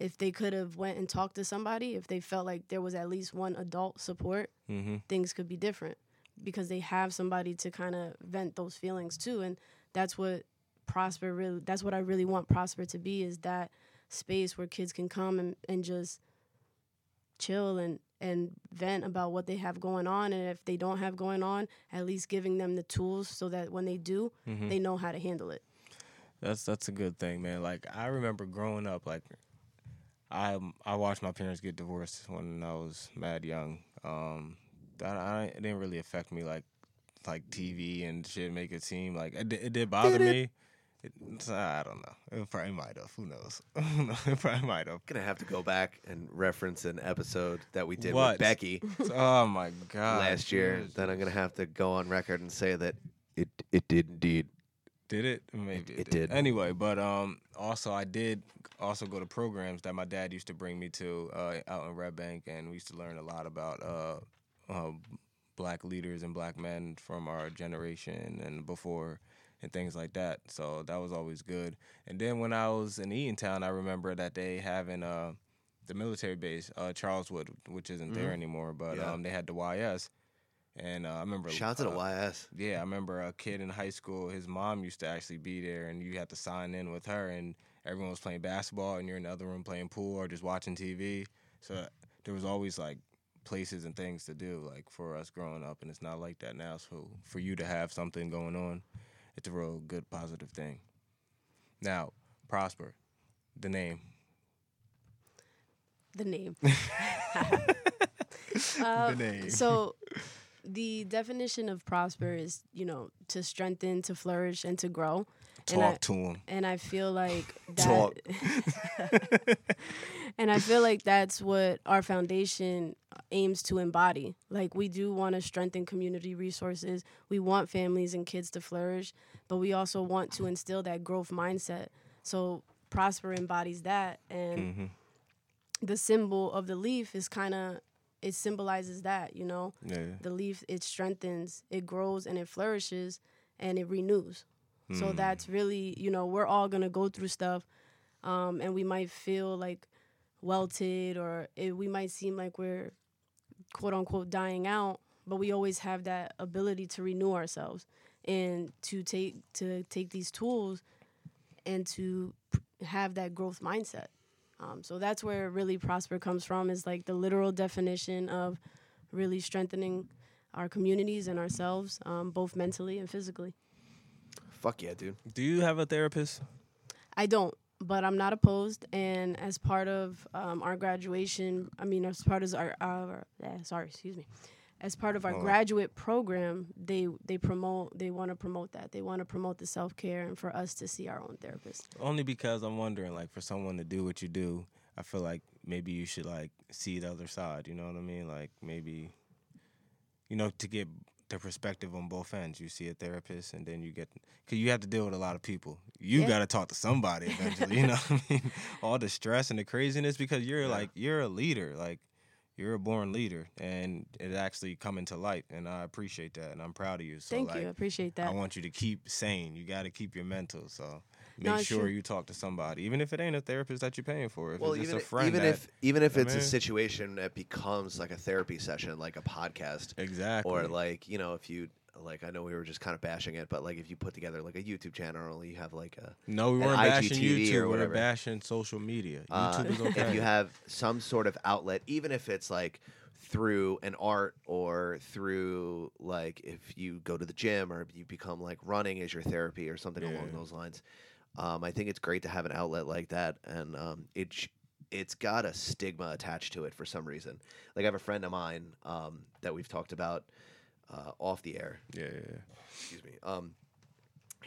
D: if they could have went and talked to somebody, if they felt like there was at least one adult support,
L: Mm-hmm.
D: things could be different because they have somebody to kind of vent those feelings to and that's what prosper really that's what i really want prosper to be is that space where kids can come and, and just chill and and vent about what they have going on and if they don't have going on at least giving them the tools so that when they do
C: Mhm.
D: they know how to handle it
C: That's that's a good thing, man. Like I remember growing up, like I I watched my parents get divorced when I was mad young. Um, that I it didn't really affect me like like TV and shit make it seem like it, di- it did bother
B: Did it?
C: me. It, it's- I don't know. It probably might have. Who knows? *laughs* it probably
B: *laughs*
C: might have.
B: Gonna have to go back and reference an episode that we did
C: What?
B: with Becky.
C: Oh my god!
B: Last year, then I'm gonna have to go on record and say that it it did indeed.
C: Did it? Maybe it,
B: it did.
C: Anyway, but um, also I did also go to programs that my dad used to bring me to uh, out in Red Bank, and we used to learn a lot about uh, uh, black leaders and black men from our generation and before and things like that. So that was always good. And then when I was in Eatontown, I remember that they having uh, the military base, uh, Charleswood, which isn't there
B: Mhm.
C: anymore, but
B: Yeah.
C: um, they had the YS. And uh, I remember
B: Shout out to the YS.
C: Yeah, I remember a kid in high school. His mom used to actually be there, and you had to sign in with her, and everyone was playing basketball, and you're in the other room playing pool or just watching TV. So there was always like places and things to do, like for us growing up, and it's not like that now. So for you to have something going on, it's a real good positive thing. Now, Prosper, the name.
D: the name. Uh,
C: The name.
D: So, the definition of prosper is, you know, to strengthen, to flourish, and to grow. and I,
C: Talk to 'em.
D: And I feel like that. *laughs*
C: Talk.
D: and I feel like that's what our foundation aims to embody. Like we do want to strengthen community resources. We want families and kids to flourish, but we also want to instill that growth mindset. So prosper embodies that, and
L: Mhm.
D: the symbol of the leaf is kind of it symbolizes that you know
L: Yeah.
D: the leaf it strengthens it grows and it flourishes and it renews so
L: Mm.
D: that's really you know we're all gonna go through stuff um, and we might feel like welted or it, we might seem like we're quote unquote dying out but we always have that ability to renew ourselves and to take to take these tools and to p- have that growth mindset um, so that's where really prosper comes from is like the literal definition of really strengthening our communities and ourselves um, both mentally and physically
B: Fuck yeah, dude.
C: Do you have a therapist?
D: I don't, but I'm not opposed. And as part of um, our graduation, I mean, as part of our, our eh, sorry, excuse me, as part of our
L: Oh.
D: graduate program, they they promote they want to promote that they want to promote the self care and for us to see our own therapist.
C: Only because I'm wondering, like, for someone to do what you do, I feel like maybe you should like see the other side. You know what I mean? Like maybe, you know, to get the perspective on both ends. You see a therapist, and then you get because you have to deal with a lot of people. You
L: Yeah.
C: got to talk to somebody eventually. you know, what
D: *laughs*
C: I mean, all the stress and the craziness because you're like you're a leader, like you're a born leader, and it actually coming to light. And I appreciate that, and I'm proud of you. So,
D: Thank
C: like,
D: you. I appreciate that.
C: I want *laughs* you to keep sane. You got to keep your mental. So. Make
D: No, it's
C: sure
D: true.
C: you talk to somebody, even if it ain't a therapist that you're paying for. If
B: well,
C: it's just
B: even,
C: a friend,
B: even
C: that-
B: if even if
C: I
B: it's a
C: mean-
B: situation that becomes like a therapy session, like a podcast,
C: exactly,
B: or like you know, if you like, I know we were just kind of bashing it, but like if you put together like a YouTube channel, or you have like a
C: No, we
B: an
C: weren't bashing
B: IGTV
C: YouTube.
B: or
C: We were
B: whatever.
C: bashing social media.
B: Uh,
C: YouTube is
B: *laughs*
C: okay.
B: If you have some sort of outlet, even if it's like through an art or through like if you go to the gym or you become like running as your therapy or something along
C: Yeah.
B: those lines, um, I think it's great to have an outlet like that, and um, it sh- it's got a stigma attached to it for some reason. Like I have a friend of mine um, that we've talked about uh, off the air.
C: Yeah, yeah, yeah.
B: Excuse me. Um,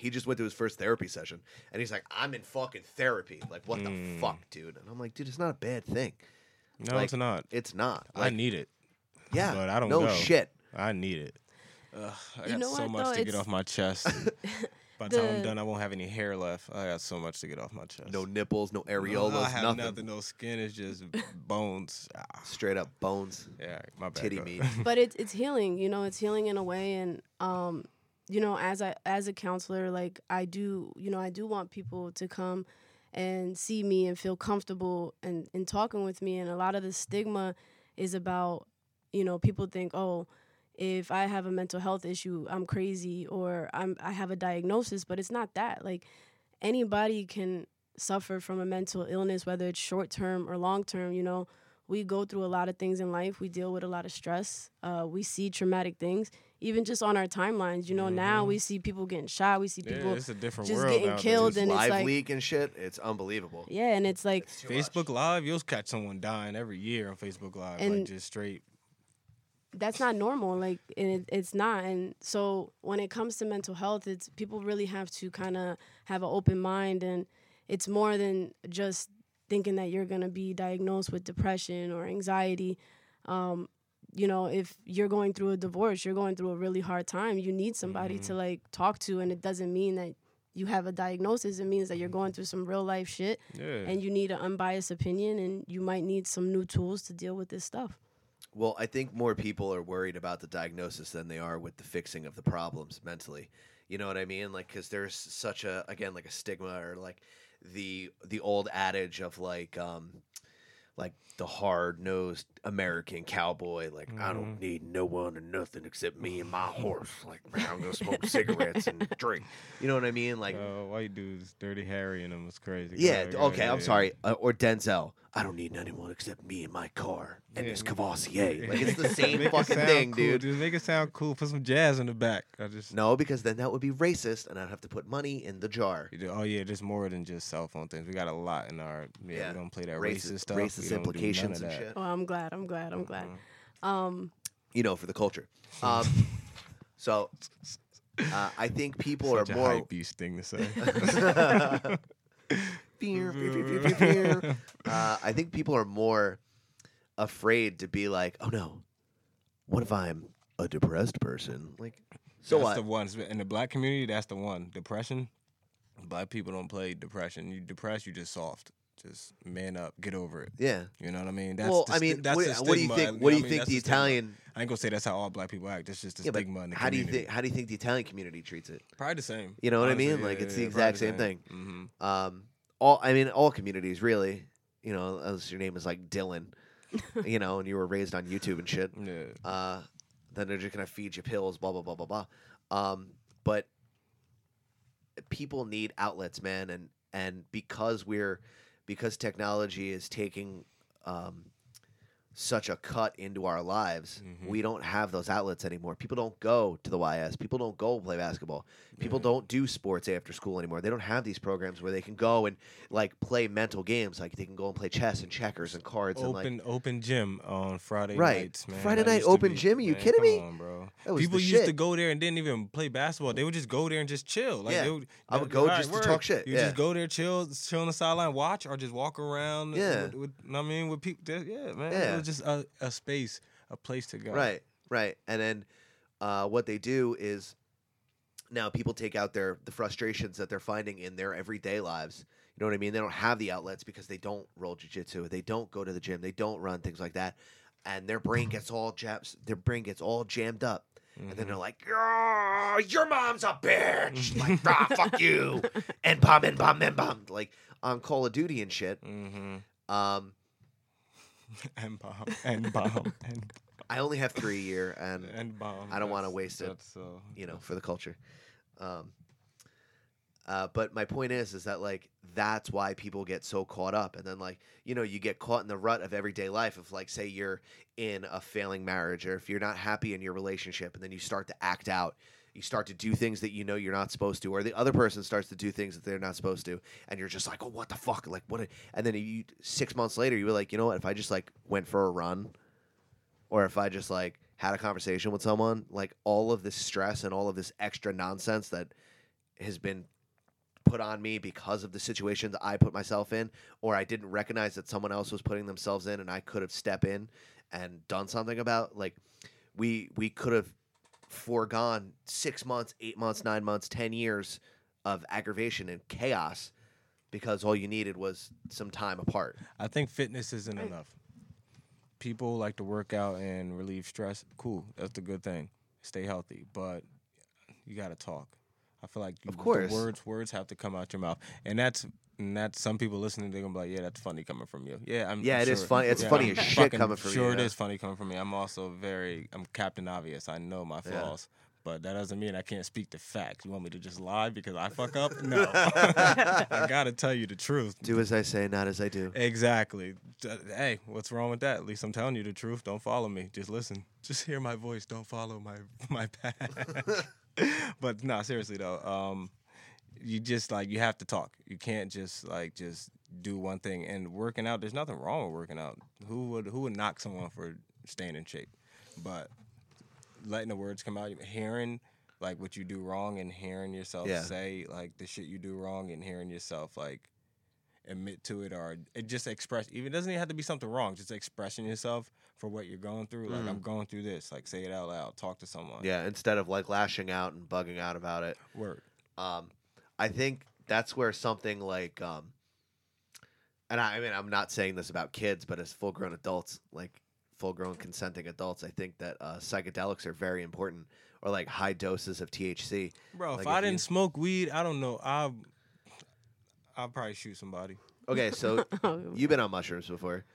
B: he just went to his first therapy session and he's like, I'm in fucking therapy. Like, what
C: Hmm.
B: the fuck, dude? And I'm like, dude, it's not a bad thing.
C: No, it's not.
B: It's not.
C: I need it.
B: Yeah.
C: but I don't.
B: no
C: go.
B: shit.
C: I need it. Ugh, I
D: You
C: got
D: know
C: so
D: what,
C: much
D: though?
C: to get
D: It's-
C: off my chest.
D: *laughs*
C: By the time I'm
D: The-
C: done, I won't have any hair left. I got so much to get off my chest.
B: No nipples, no
C: Areola.
B: areolas,
C: I have
B: nothing.
C: nothing. No skin. It's
B: *laughs*
C: just bones. Ah,
B: Straight up bones.
C: Yeah, my bad.
B: Titty
C: go. *laughs*
B: meat.
D: but it's it's healing you know it's healing in a way and um you know as i as a counselor like i do you know i do want people to come and see me and feel comfortable and and talking with me and a lot of the stigma is about you know people think oh if i have a mental health issue i'm crazy or i'm i have a diagnosis but it's not that like anybody can suffer from a mental illness whether it's short term or long term you know we go through a lot of things in life we deal with a lot of stress uh, we see traumatic things even just on our timelines you know now we see people getting shot we see
B: Mm-hmm. Yeah,
D: people
B: it's a different
D: just
B: world
D: getting
B: nowadays.
D: killed and it's
B: Live
D: like
B: leak and shit. It's unbelievable.
D: yeah and it's like
C: Facebook Live, you'll catch someone dying every year on Facebook Live, like
D: And-
C: just straight.
D: that's not normal like and it, it's not and so when it comes to mental health it's people really have to kind of have an open mind and it's more than just thinking that you're going to be diagnosed with depression or anxiety um, you know if you're going through a divorce you're going through a really hard time you need somebody to like talk to and it doesn't mean that you have a diagnosis it means that you're going through some real life shit
B: Yeah.
D: and you need an unbiased opinion and you might need some new tools to deal with this stuff
B: Well, I think more people are worried about the diagnosis than they are with the fixing of the problems mentally. You know what I mean? Like, because there's such a again like a stigma or like the the old adage of like um like the hard nosed American cowboy. Like, I
C: Mm-hmm.
B: don't need no one or nothing except me and
C: *laughs*
B: my horse. Like, man, I'm gonna smoke cigarettes and drink. You know what I mean? Like,
C: uh, white dudes, Dirty Harry, and them was crazy. Go
B: Yeah.
C: ahead,
B: d-
C: go ahead,
B: Okay.
C: yeah,
B: I'm
C: yeah.
B: sorry. Uh, or Denzel. I don't need anyone except me and my car and this Cavassier. Like
C: *laughs*
B: it's the same
C: Make it
B: fucking
C: sound
B: thing,
C: cool,
B: dude.
C: Just make it sound cool. Put some jazz in the back. I just
B: no, because then that would be racist, and I'd have to put money in the jar.
C: Oh yeah, there's more than just cell phone things. We got a lot in our yeah.
B: Yeah.
C: We don't play that
B: Racist-
C: racist, stuff.
B: racist
C: We don't do none of
B: implications and
C: that.
B: shit.
D: Oh, I'm glad. I'm glad. I'm glad. Um, *laughs*
B: You know, for the
C: *laughs*
B: culture. Um, so uh, I think people
C: Such
B: are
C: a
B: more
C: hype beast thing to say.
B: *laughs*
C: *laughs*
B: Beer, beer, beer, beer, beer, beer. Uh, I think people are more afraid to be like, oh no, what if I'm a depressed person? Like, so
C: that's
B: what?
C: the one in the black community. That's the one. Depression. Black people don't play depression. You depressed, you just soft. Just man up, get over it.
B: Yeah.
C: you know what I mean. That's
B: Well,
C: the
B: I
C: sti-
B: mean,
C: that's
B: what-
C: the
B: what do you
C: stigma.
B: think-
C: I-
B: what do
C: I
B: you
C: mean,
B: think
C: that's
B: the
C: stigma.
B: Italian-
C: I ain't gonna say that's how all black people act. That's just the
B: Yeah, but
C: stigma in the
B: how do you
C: community.
B: think? How do you think the Italian community treats it?
C: Probably the same.
B: You know what
C: Honestly,
B: I mean?
C: yeah,
B: Like
C: yeah,
B: it's
C: yeah,
B: the exact
C: probably
B: same
C: the
B: thing.
C: same.
B: Um, all I mean, all communities really. You know, unless your name is like Dylan, you know, and you were raised on YouTube and shit.
C: Mm-hmm.
B: Uh, then they're just gonna feed you pills, blah blah blah blah blah. Um, but people need outlets, man, and and because we're because technology is taking um, such a cut into our lives, we don't have those outlets anymore. People don't go to the YS. People don't go play basketball. People don't do sports after school anymore. They don't have these programs where they can go and like play mental games. Like they can go and play chess and checkers and cards and like
C: open open gym on Friday
B: Right.
C: nights, man.
B: Friday
C: That
B: night
C: used to
B: open
C: be-
B: gym, are you
C: man,
B: kidding
C: come
B: me?
C: on, bro.
B: That was
C: People
B: the
C: used to
B: shit.
C: go there and didn't even play basketball. They would just go there and just chill. Like
B: Yeah.
C: they would,
B: I would
C: that-
B: go
C: all right,
B: just to
C: word.
B: talk shit,
C: You
B: yeah.
C: just go there, chill, chill on the sideline, watch, or just walk around.
B: Yeah.
C: with, with, know what I mean, with people. Yeah, man.
B: Yeah.
C: It was just a, a space, a place to go.
B: Right, right. And then uh, what they do is now people take out their the frustrations that they're finding in their everyday lives. You know what I mean? They don't have the outlets because they don't roll jujitsu, they don't go to the gym, they don't run things like that, and their brain gets all jabs, their brain gets all jammed up, and then they're like, "Ah, "Your mom's a bitch!" like, "Ah, fuck you!" and bomb and bomb and bomb, like on Call of Duty and shit. Um,
C: Mm-hmm. *laughs* and bomb and bomb and
B: I only have three a year, and,
C: And bomb,
B: I don't want to
C: that's-
B: waste it.
C: that's, uh,
B: you know, for the culture. Um, uh, but my point is, is that like that's why people get so caught up, and then like you know you get caught in the rut of everyday life. If like say you're in a failing marriage, or if you're not happy in your relationship, and then you start to act out, you start to do things that you know you're not supposed to, or the other person starts to do things that they're not supposed to, and you're just like, oh, what the fuck, like what? a-" And then you six months later, you were like, you know what? If I just like went for a run, or if I just like had a conversation with someone, like all of this stress and all of this extra nonsense that has been put on me because of the situations I put myself in, or I didn't recognize that someone else was putting themselves in and I could have stepped in and done something about like we we could have foregone six months, eight months, nine months, ten years of aggravation and chaos because all you needed was some time apart.
C: I think fitness isn't enough. People like to work out and relieve stress. Cool, that's the good thing. Stay healthy, but you got to talk. I feel like you,
B: Of course.
C: the words words have to come out your mouth, and that's and that's some people listening. They're gonna be like, "Yeah, that's funny coming from you." Yeah, I'm.
B: Yeah,
C: I'm
B: it is
C: sure-
B: funny- it's
C: yeah,
B: funny
C: I'm
B: as shit
C: fucking
B: coming from you,
C: Sure, it
B: yeah.
C: is funny coming from me. I'm also very. I'm Captain Obvious. I know my
B: Yeah.
C: flaws. But that doesn't mean I can't speak the facts. You want me to just lie because I fuck up?
B: *laughs*
C: No, *laughs* I gotta tell you the truth.
B: Do as I say, not as I do.
C: Exactly. D- Hey, what's wrong with that? At least I'm telling you the truth. Don't follow me. Just listen. Just hear my voice. Don't follow my *laughs* my path. *laughs* but no, seriously though, um, you just like you have to talk. You can't just like just do one thing. And working out, there's nothing wrong with working out. Who would who would knock someone for staying in shape? But letting the words come out, hearing like what you do wrong, and hearing yourself
B: Yeah.
C: say like the shit you do wrong, and hearing yourself like admit to it or it just express even it doesn't even have to be something wrong just expressing yourself for what you're going through like
B: Mm.
C: i'm going through this like say it out loud talk to someone
B: Yeah, instead of like lashing out and bugging out about it.
C: Word.
B: Um, I think that's where something like, um, and I, I mean, I'm not saying this about kids, but as full grown adults, like full grown consenting adults, I think that uh, psychedelics are very important or like high doses of THC.
C: bro
B: Like,
C: if i
B: you-
C: didn't smoke weed i don't know i i'll probably shoot somebody
B: Okay, so
D: um,
B: you've been on mushrooms before.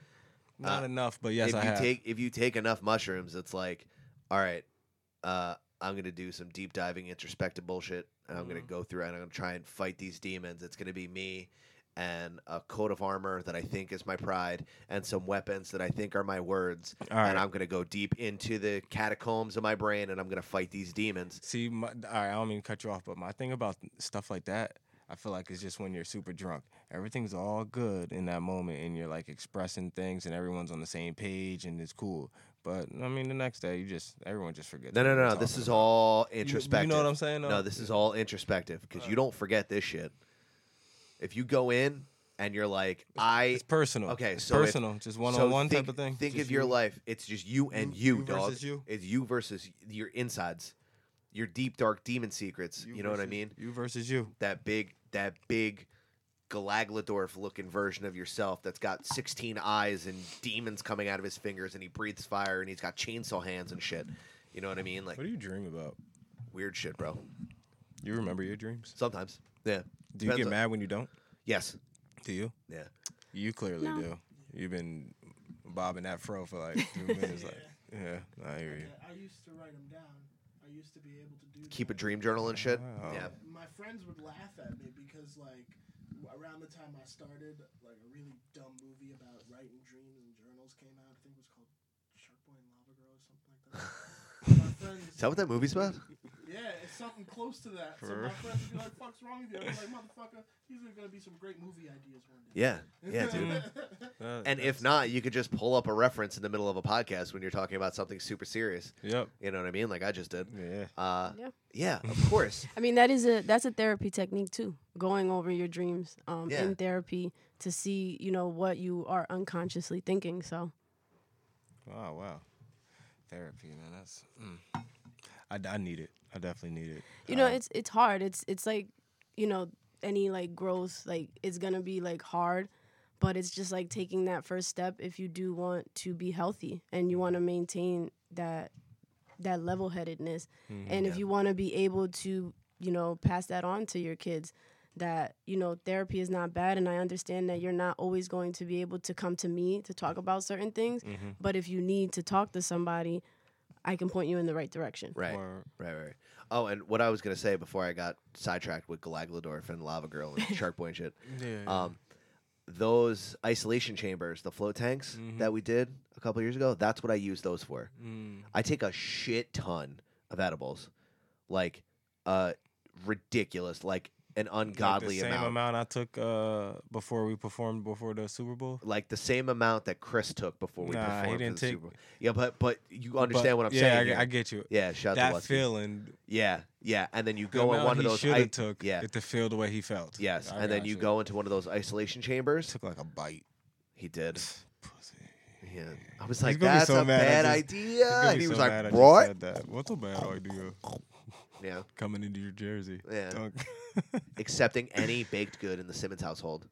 C: Not enough, but yes,
B: Uh, if
C: I
B: you
C: have.
B: take if you take enough mushrooms, it's like, all right, uh, I'm gonna do some deep diving, introspective bullshit, and I'm
C: Mm-hmm.
B: gonna go through and I'm gonna try and fight these demons. It's gonna be me and a coat of armor that I think is my pride, and some weapons that I think are my words,
C: All right.
B: and I'm gonna go deep into the catacombs of my brain, and I'm gonna fight these demons.
C: see my, all right i don't mean to cut you off but my thing about stuff like that i feel like it's just when you're super drunk everything's all good in that moment and you're like expressing things and everyone's on the same page and it's cool but i mean the next day you just everyone just forgets
B: No,
C: what
B: no,
C: you're
B: no. This
C: talking
B: is
C: about.
B: all
C: you know
B: introspective.
C: what I'm saying,
B: No,
C: though?
B: this is all introspective because you don't forget this shit. If you go in and you're like, I, it's
C: personal.
B: Okay,
C: It's
B: so if-
C: personal. Just one-on-one type
B: think-
C: of thing.
B: Think
C: Just
B: of your
C: you-
B: life. It's just you and
C: You-
B: you,
C: you
B: dog.
C: versus you.
B: It's you versus your insides, your deep dark demon secrets. You, know what I
C: versus-
B: mean?
C: You versus you.
B: That big, that big. Galagladorf looking version of yourself that's got 16 eyes and demons coming out of his fingers and he breathes fire and he's got chainsaw hands and shit. You know what I mean? Like
C: What do you dream about?
B: weird shit, bro.
C: You remember your dreams?
B: Sometimes. Yeah.
C: Do you
B: Depends
C: get
B: on-
C: mad when you don't?
B: Yes.
C: Do you?
B: Yeah.
C: You clearly
A: No.
C: do. You've been bobbing that fro for like *laughs* two minutes. Like, yeah, I hear you.
A: I used to write them down. I used to be able to do.
B: Keep a dream journal and shit.
C: Wow.
B: Yeah.
A: My friends would laugh at me because like around the time I started, like a really dumb movie about writing dreams and journals came out. I think it was called Sharkboy and Lava Girl or something like
B: *laughs*
A: that. My friends-
B: Is that what that movie's
C: *laughs*
B: about?
A: Yeah, it's something close to that. So
B: For-
A: my friends would be like, "Fuck's wrong with you?" I'd be like, "Motherfucker, these are gonna be some great movie ideas one day."
B: Yeah. Yeah,
C: *laughs*
B: dude. and if not, you could just pull up a reference in the middle of a podcast when you're talking about something super serious.
C: Yep.
B: You know what I mean? Like I just did.
C: Yeah.
B: Uh,
D: Yeah.
B: yeah, of course.
D: I mean, that is a that's a therapy technique too. Going over your dreams um,
B: Yeah.
D: in therapy to see you know what you are unconsciously thinking. So
B: Oh,
C: Wow, wow. Therapy, man. That's. Mm. I, I need it. I definitely need it.
B: Uh-huh.
D: you know it's it's hard it's it's like you know any like growth like it's gonna be like hard but it's just like taking that first step if you do want to be healthy and you want to maintain that that level-headedness
L: Mhm.
B: Mm-hmm.
D: and
L: Yeah.
D: if you want to be able to you know pass that on to your kids that you know therapy is not bad and i understand that you're not always going to be able to come to me to talk about certain things
B: Mhm.
D: but if you need to talk to somebody i can point you in the right direction
B: Right. Right, right. Oh, and what I was gonna say before I got sidetracked with Galagladorf and Lava Girl and Shark Boy and shit.
C: Yeah, yeah.
B: Um, those isolation chambers, the float tanks
C: Mm-hmm.
B: that we did a couple years ago, that's what I use those for.
C: Mm.
B: I take a shit ton of edibles, like uh, ridiculous, like an
C: Like
B: ungodly
C: the same
B: amount.
C: amount I took uh, before we performed before the Super Bowl.
B: like the same amount that Chris took before we
C: Nah, he
B: performed for
C: didn't
B: the
C: take-
B: Super Bowl. Yeah, but but you understand
C: But-
B: what I'm
C: yeah,
B: saying?
C: I g-
B: here.
C: I get you.
B: Yeah, shout
C: That
B: out to Wesky.
C: feeling-
B: Yeah, yeah, and then you
C: The
B: go in
C: amount
B: one of
C: he
B: those.
C: shoulda
B: I-
C: took
B: Yeah,
C: it to feel the way he felt.
B: Yes,
C: I
B: and then
C: got
B: you
C: you.
B: go into one of those isolation chambers. Took
C: like a bite.
B: He did. Yeah, I was
C: He's
B: like,
C: gonna be
B: "That's
C: so
B: a
C: mad I
B: bad
C: just- he's
B: idea,"
C: gonna
B: and
C: be
B: he was
C: so
B: like,
C: mad I just
B: "What?"
C: said that. What's a bad idea?
B: Yeah,
C: coming into your jersey.
B: Yeah,
C: *laughs* Dunk.
B: accepting any baked good in the Simmons household.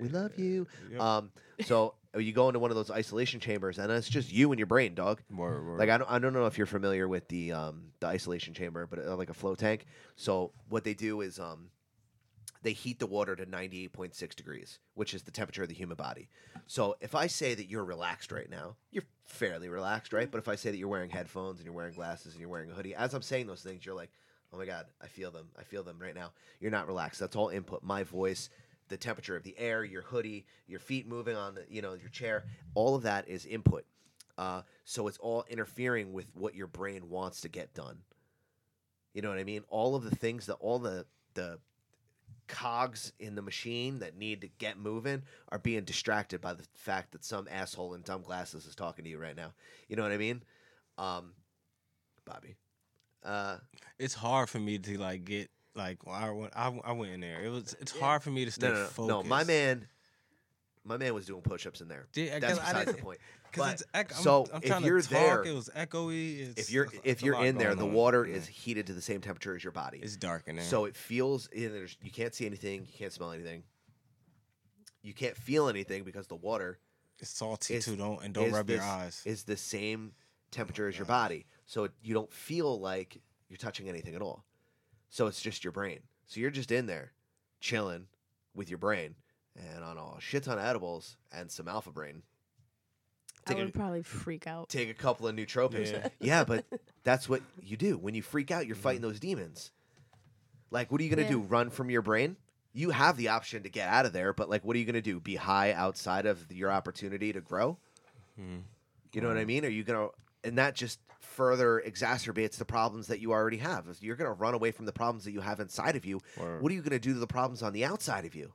B: We love you.
C: Yep.
B: Um, so uh, you go into one of those isolation chambers, and it's just you and your brain, dog.
C: Word, word.
B: Like I don't, I don't know if you're familiar with the um, the isolation chamber, but uh, like a flow tank. So what they do is um, they heat the water to 98.6 degrees, which is the temperature of the human body. So if I say that you're relaxed right now, you're fairly relaxed, right? But if I say that you're wearing headphones and you're wearing glasses and you're wearing a hoodie, as I'm saying those things, you're like, oh my God, I feel them. I feel them right now. You're not relaxed. That's all input. My voice, the temperature of the air, your hoodie, your feet moving on, the, you know, your chair, all of that is input. Uh, so it's all interfering with what your brain wants to get done. You know what I mean? All of the things that all the the cogs in the machine that need to get moving are being distracted by the fact that some asshole in dumb glasses is talking to you right now. You know what I mean? Um, Bobby. Uh,
C: it's hard for me to like get like when I went. I, I went in there. It was. It's hard for me to stay
B: no, no, no,
C: focused.
B: no, my man, my man was doing push-ups in there.
C: Yeah, I
B: That's
C: guess I
B: besides the
C: didn't-
B: point.
C: *laughs* 'cause
B: But
C: it's ec- I'm-
B: so
C: I'm
B: if
C: trying to
B: you're
C: talk,
B: there,
C: it was echoey, it's-
B: if you're
C: it's-
B: if
C: it's a
B: you're
C: lot
B: in there,
C: going
B: the
C: on.
B: water is heated to the same temperature as your body.
C: It's dark in there.
B: So it feels in there's you can't see anything, you can't smell anything, you can't feel anything because the water
C: It's salty
B: is-
C: too. Don't and don't
B: is
C: rub your
B: this-
C: eyes.
B: Is the same temperature as your body, so it, you don't feel like you're touching anything at all. So it's just your brain. So you're just in there, chilling with your brain, and on a shit ton of edibles and some alpha brain.
D: i
B: Take a-
D: would probably freak out
B: Take a couple of nootropics.
D: *laughs* Yeah.
B: Yeah. but that's what you do when you freak out. You're fighting those demons. Like, what are you gonna
D: Yeah.
B: do? Run from your brain? You have the option to get out of there, but like, what are you gonna do? Be high outside of your opportunity to grow? You know what I mean? Are you gonna and that just further exacerbates the problems that you already have. If You're gonna run away from the problems that you have inside of you. What are you gonna do to the problems on the outside of you?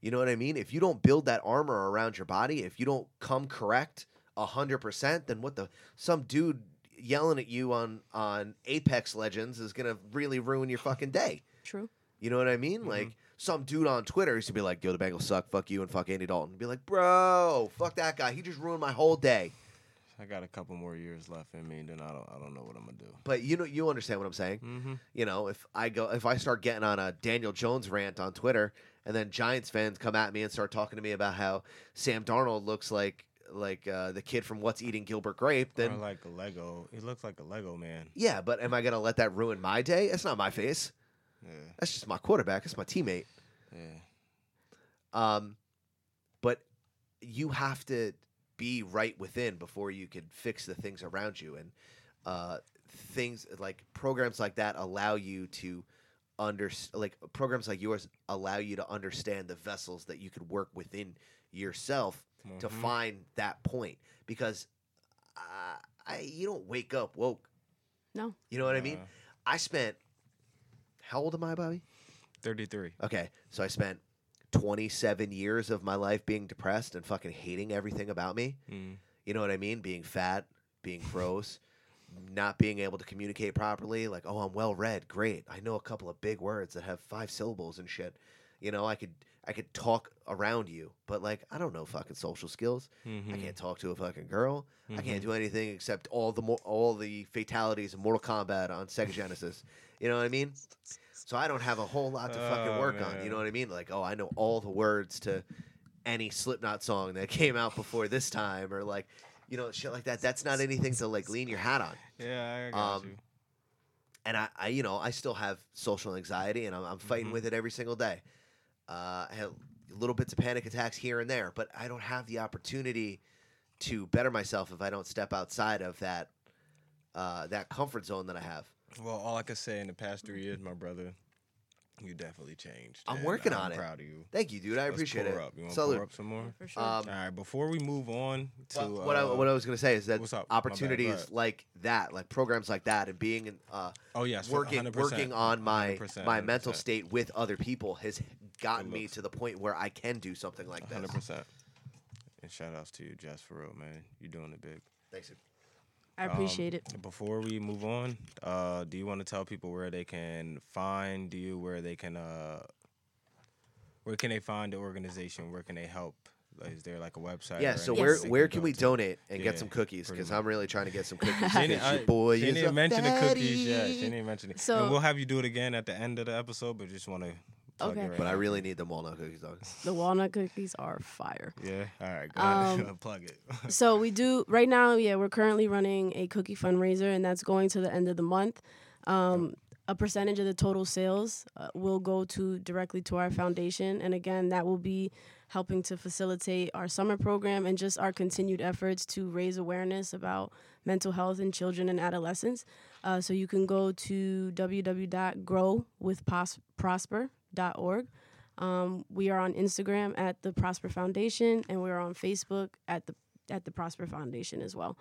B: You know what I mean? If you don't build that armor around your body, if you don't come correct hundred percent, then what the some dude yelling at you on on Apex Legends is gonna really ruin your fucking day.
D: True.
B: You know what I mean? Like some dude on Twitter used to be like, "Yo, the Bengals suck. Fuck you and fuck Andy Dalton." be like, "Bro, fuck that guy. He just ruined my whole day."
C: I got a couple more years left in me, then I don't I don't know what I'm gonna do.
B: But you know, you understand what I'm saying.
C: Mhm.
B: You know, if I go, if I start getting on a Daniel Jones rant on Twitter, and then Giants fans come at me and start talking to me about how Sam Darnold looks like like uh, the kid from What's Eating Gilbert Grape, then
C: or like a Lego. It looks like a Lego man.
B: yeah. But am I gonna let that ruin my day? That's not my face.
C: Yeah.
B: That's just my quarterback. That's my teammate.
C: Yeah.
B: Um, but you have to be right within before you can fix the things around you, and uh, things like programs like that allow you to under like programs like yours allow you to understand the vessels that you could work within yourself to
C: Mhm.
B: find that point because uh, I, you don't wake up woke.
D: No.
B: You know what I mean?
C: Nah.
B: I spent how old am I, Bobby?
C: 33.
B: Okay, so I spent 27 years of my life being depressed and fucking hating everything about me.
C: Mm.
B: You know what I mean? Being fat, being gross, not being able to communicate properly. Like, oh, I'm well read. Great. I know a couple of big words that have five syllables and shit. You know, I could I could talk around you, but like I don't know fucking social skills. I
C: Mhm.
B: can't talk to a fucking girl. I
C: Mhm.
B: can't do anything except all the mo- all the fatalities of Mortal Kombat on Sega Genesis. you know what I mean? So I don't have a whole lot to fucking
C: Oh,
B: work on. You
C: man.
B: know what I mean? Like, oh, I know all the words to any Slipknot song that *laughs* came out before this time, or like, you know, shit like that. That's not anything to like lean your hat on
C: Yeah, I got
B: Um,
C: you.
B: and I, I, you know, I still have social anxiety, and I'm, I'm
C: Mm-hmm.
B: fighting with it every single day. Uh, I have little bits of panic attacks here and there, but I don't have the opportunity to better myself if I don't step outside of that uh, that comfort zone that I have.
C: Well, all I could say in the past three years, my brother, you definitely changed.
B: I'm
C: and
B: working
C: I'm
B: on it.
C: Proud of you.
B: Thank you, dude. I
C: Let's
B: appreciate
C: pour
B: it.
C: Up. You want to
B: Salute.
C: pour up some more?
B: For sure. Um,
C: all right. Before we move on to
B: Well, what I
C: uh,
B: what I was gonna say is that
C: what's up? My bad, go
B: opportunities
C: ahead.
B: like that, like programs like that, and being in, uh,
C: Oh, yes, for-
B: working
C: 100%,
B: working on my
C: 100%,
B: my mental
C: 100%.
B: state with other people has gotten me to the point where I can do something like this.
C: Hundred percent. And shout outs to you, Jess, for real, man. You're doing it big.
B: Thanks. dude.
D: I appreciate
C: Um, Before we move on, uh, do you want to tell people where they can find you, where they can, uh, where can they find the organization? Where can they help? Like, is there like a website?
B: Yeah.
C: or
B: So
C: anything
B: where
C: they
B: where can
C: go
B: we
C: to?
B: donate and
C: Yeah,
B: get some cookies?
C: pretty
B: Because
C: much.
B: I'm really trying to get some cookies.
C: *laughs* She didn't-
B: since your
C: I-
B: boy
C: she
B: is
C: didn't
B: a
C: mention the cookies. Yeah,
B: daddy.
C: she didn't mention it.
D: So-
C: and we'll have you do it again at the end of the episode, but just want to.
D: Okay.
B: But I really need the walnut cookies
C: *laughs*
B: though.
D: The walnut cookies are fire.
C: Yeah. All right. Go
D: Um,
C: ahead. *laughs* Plug it.
D: so we do right now yeah we're currently running a cookie fundraiser and that's going to the end of the month um, a percentage of the total sales uh, will go to directly to our foundation and again that will be helping to facilitate our summer program and just our continued efforts to raise awareness about mental health in children and adolescents uh, so you can go to www.growwithprosper.org um, we are on Instagram at the Prosper Foundation, and we're on Facebook at the at the Prosper Foundation as well.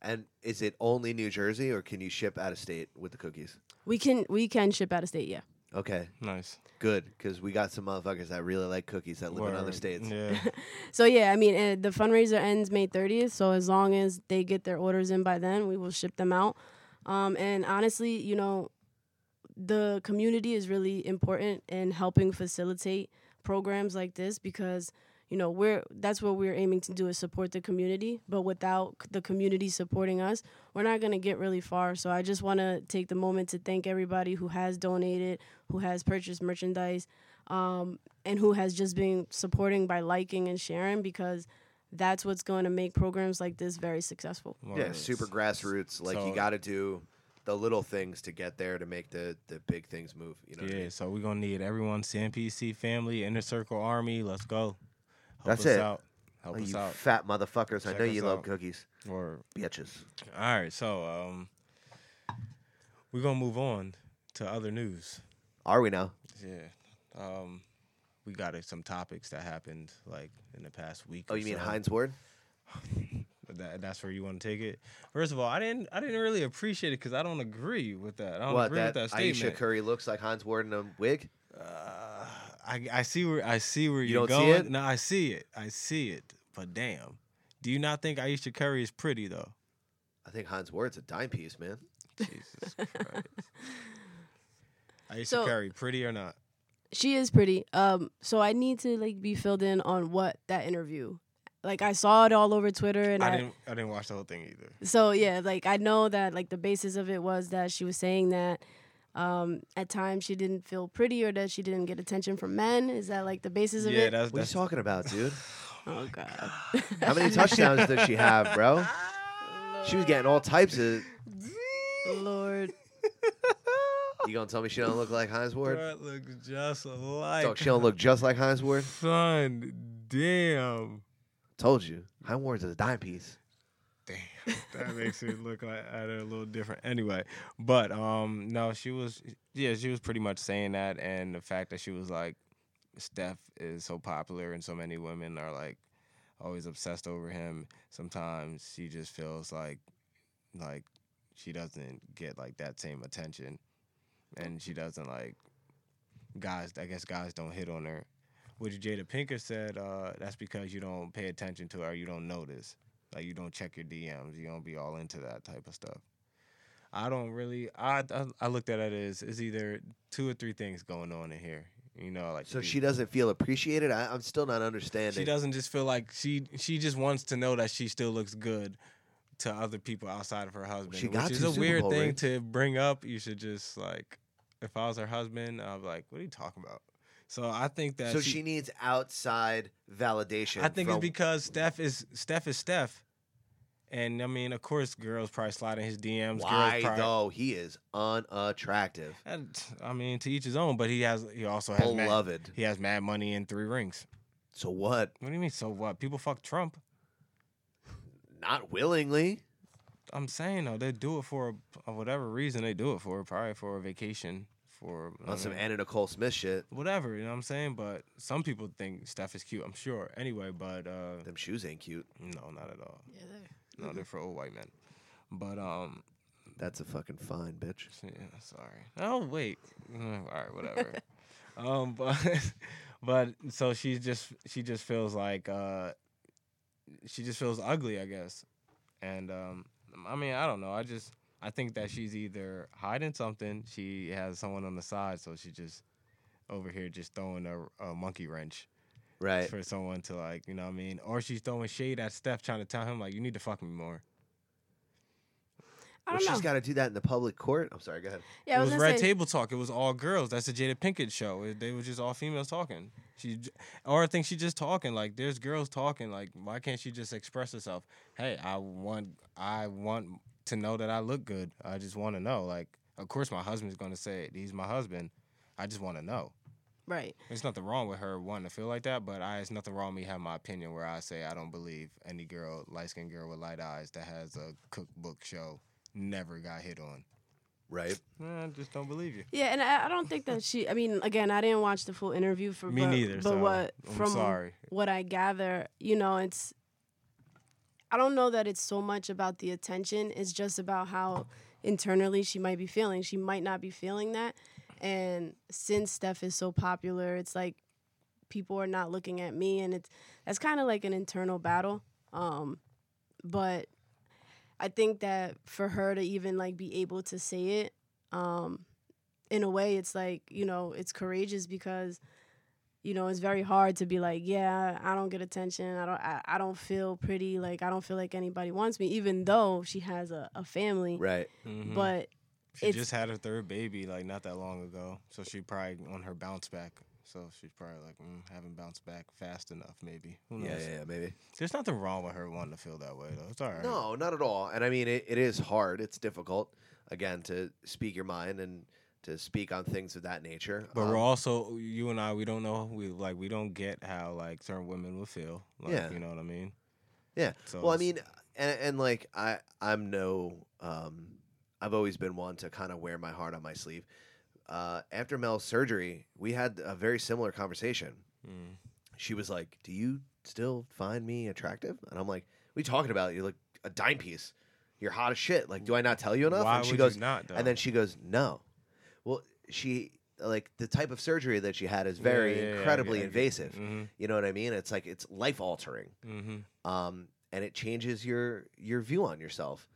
B: And is it only New Jersey, or can you ship out of state with the cookies?
D: We can we can ship out of state, yeah.
B: Okay.
C: Nice.
B: Good, because we got some motherfuckers that really like cookies that live in other
C: Word.
B: states.
C: Yeah.
D: So yeah, I mean uh, the fundraiser ends May thirtieth, so as long as they get their orders in by then, we will ship them out. Um, and honestly, you know, the community is really important in helping facilitate programs like this because you know we're that's what we're aiming to do is support the community but without c- the community supporting us we're not going to get really far so i just want to take the moment to thank everybody who has donated who has purchased merchandise um, and who has just been supporting by liking and sharing because that's what's going to make programs like this very successful
B: *laughs* Yeah, super grassroots. Like you
C: So-
B: got to do the little things to get there to make the the big things move. You know. what I
C: Yeah,
B: mean?
C: so we're gonna need everyone, CNPC family, Inner Circle Army. Let's go. Help
B: That's
C: us
B: it.
C: out. Help
B: Oh,
C: us
B: you
C: out.
B: fat motherfuckers! I
C: Check
B: know you
C: us
B: love
C: out.
B: cookies,
C: Or
B: bitches.
C: all right, so um we're gonna move on to other news.
B: Are we now?
C: Yeah. Um we got uh, some topics that happened like in the past week.
B: Oh,
C: or
B: you mean
C: so.
B: Heinz Ward?
C: That, that's where you want to take it. First of all, I didn't I didn't really appreciate it because I don't agree with that. I don't
B: What
C: agree
B: that,
C: with that
B: Aisha
C: statement.
B: Curry looks like Heinz Ward in a wig?
C: I, I see where I see where
B: You
C: are
B: don't
C: going.
B: see it?
C: No, I see it. I see it. But damn, do you not think Aisha Curry is pretty
B: *laughs*
C: though?
B: I think Heinz Ward's a dime piece, man.
C: Jesus Christ. Aisha
D: So-
C: Curry, pretty or not?
D: She is pretty. Um, so I need to like be filled in on what that interview. Like I saw it all over Twitter, and
C: I,
D: I,
C: didn't. I didn't watch the whole thing either.
D: so yeah, like I know that like the basis of it was that she was saying that um, at times she didn't feel pretty or that she didn't get attention from men. Is that like the basis of
C: Yeah,
D: it?
C: that's,
B: What are you
C: that's
B: talking about, dude?
D: oh god.
B: How many touchdowns does she have, bro? She was getting all types of.
D: Lord.
B: You gonna tell me she don't look like Heinz Ward?
C: that looks just like
B: Dog, she don't look just like Heinz Ward.
C: son. Damn,
B: Told you, Heinz Ward's a dime piece.
C: damn. That makes it look like at her a little different. Anyway, but um, no, she was yeah, she was pretty much saying that, and the fact that she was like, Steph is so popular, and so many women are like always obsessed over him. Sometimes she just feels like like she doesn't get like that same attention and she doesn't like guys I guess guys don't hit on her. Which Jada Pinker said, uh, that's because you don't pay attention to her, you don't notice. Like you don't check your DMs, you don't be all into that type of stuff. I don't really I I, I looked at it as it's either two or three things going on in here. You know, like
B: So she doesn't feel appreciated. I, I'm still not understanding.
C: she doesn't just feel like she she just wants to know that she still looks good to other people outside of her husband,
B: She
C: which
B: got
C: is
B: two
C: a
B: Super
C: weird
B: Bowl
C: thing
B: rings.
C: to bring up. You should just like, if I was her husband, I'd be like, what are you talking about? So I think that
B: so
C: she-
B: she, needs outside validation.
C: I think
B: from-
C: it's because Steph is Steph is Steph, and I mean, of course, girls probably slide in his DMs.
B: why
C: girls probably,
B: though he is unattractive.
C: And, I mean, to each his own. But he has he also has mad-
B: Beloved.
C: he has mad money and three rings.
B: So what?
C: What do you mean? So what? People fuck Trump.
B: Not willingly.
C: I'm saying though, they do it for a, whatever reason they do it for, probably for a vacation, for I
B: On Oh, some
C: dunno,
B: Anna Nicole Smith shit.
C: whatever. You know what I'm saying? But some people think Steph is cute. I'm sure. Anyway, but uh,
B: them shoes ain't cute.
C: No, not at all.
D: Yeah, they're-
C: no, they're for old white men. But um,
B: That's a fucking fine bitch.
C: Yeah, sorry. Oh wait. *laughs* Mm, All right, whatever. um, *laughs* but but so she's just she just feels like uh, she just feels ugly, I guess. And um, I mean, I don't know. I just I think that she's either hiding something. She has someone on the side, so she just over here just throwing a, a monkey wrench.
B: Right.
C: For someone to like, you know what I mean? Or she's throwing shade at Steph trying to tell him like you need to fuck me more.
D: I
B: well,
D: don't
B: she's
D: know.
B: got to do that in the public court. I'm sorry. Go ahead.
D: Yeah, I
C: it
D: was
C: was,
D: gonna
C: Red
D: say-
C: Table Talk. It was all girls. That's the Jada Pinkett show. It- They were just all females talking. She, j- or I think she just talking. Like there's girls talking. Like why can't she just express herself? Hey, I want, I want to know that I look good. I just want to know. Like of course my husband's gonna say it. He's my husband. I just want to know.
D: Right.
C: There's nothing wrong with her wanting to feel like that, but I, it's nothing wrong with me having my opinion where I say I don't believe any girl, light skinned girl with light eyes that has a cookbook show never got hit on.
B: Right.
C: I just don't believe you.
D: Yeah, and I, I don't think that she. I mean, again, I didn't watch the full interview for
C: Me
D: but,
C: neither,
D: But
C: so
D: what
C: I'm
D: from
C: sorry.
D: what I gather, you know, it's. I don't know that it's so much about the attention. It's just about how internally she might be feeling. She might not be feeling that, and since Steph is so popular, it's like people are not looking at me, and it's that's kind of like an internal battle. Um, but I think that for her to even like be able to say it, um, in a way, it's like you know, it's courageous because, you know, it's very hard to be like, yeah, I don't get attention, I don't, I, I don't feel pretty, like I don't feel like anybody wants me, even though she has a, a family,
B: Right. Mm-hmm.
C: Mhm.
D: But
C: She
D: it's
C: just had her third baby like not that long ago, so she probably on her bounce back. So she's probably like mm, haven't bounced back fast enough, maybe. Who knows?
B: Yeah, yeah, yeah, maybe.
C: There's nothing wrong with her wanting to feel that way though. It's all right.
B: No, not at all. And I mean, it, it is hard. It's difficult, again, to speak your mind and to speak on things of that nature.
C: But
B: Um,
C: we're also you and I. We don't know. We like we don't get how like certain women will feel. Like,
B: Yeah.
C: you know what I mean.
B: Yeah.
C: So
B: well, I
C: it's-
B: mean, and, and like I, I'm no, um, I've always been one to kind of wear my heart on my sleeve. Uh, after Mel's surgery, we had a very similar conversation.
C: Mm.
B: She was like, "Do you still find me attractive?" And I'm like, "What are you talking about? You're like a dime piece. You're hot as shit. Like, do I not tell you enough?"
C: Why
B: and she
C: would you
B: goes,
C: not, though?
B: And then she goes, "No." Well, she like the type of surgery that she had is very
C: yeah, yeah, I get-
B: incredibly
C: I get-
B: invasive.
C: mhm.
B: You know what I mean? It's like it's life altering
C: Mm-hmm.
B: um, and it changes your your view on yourself.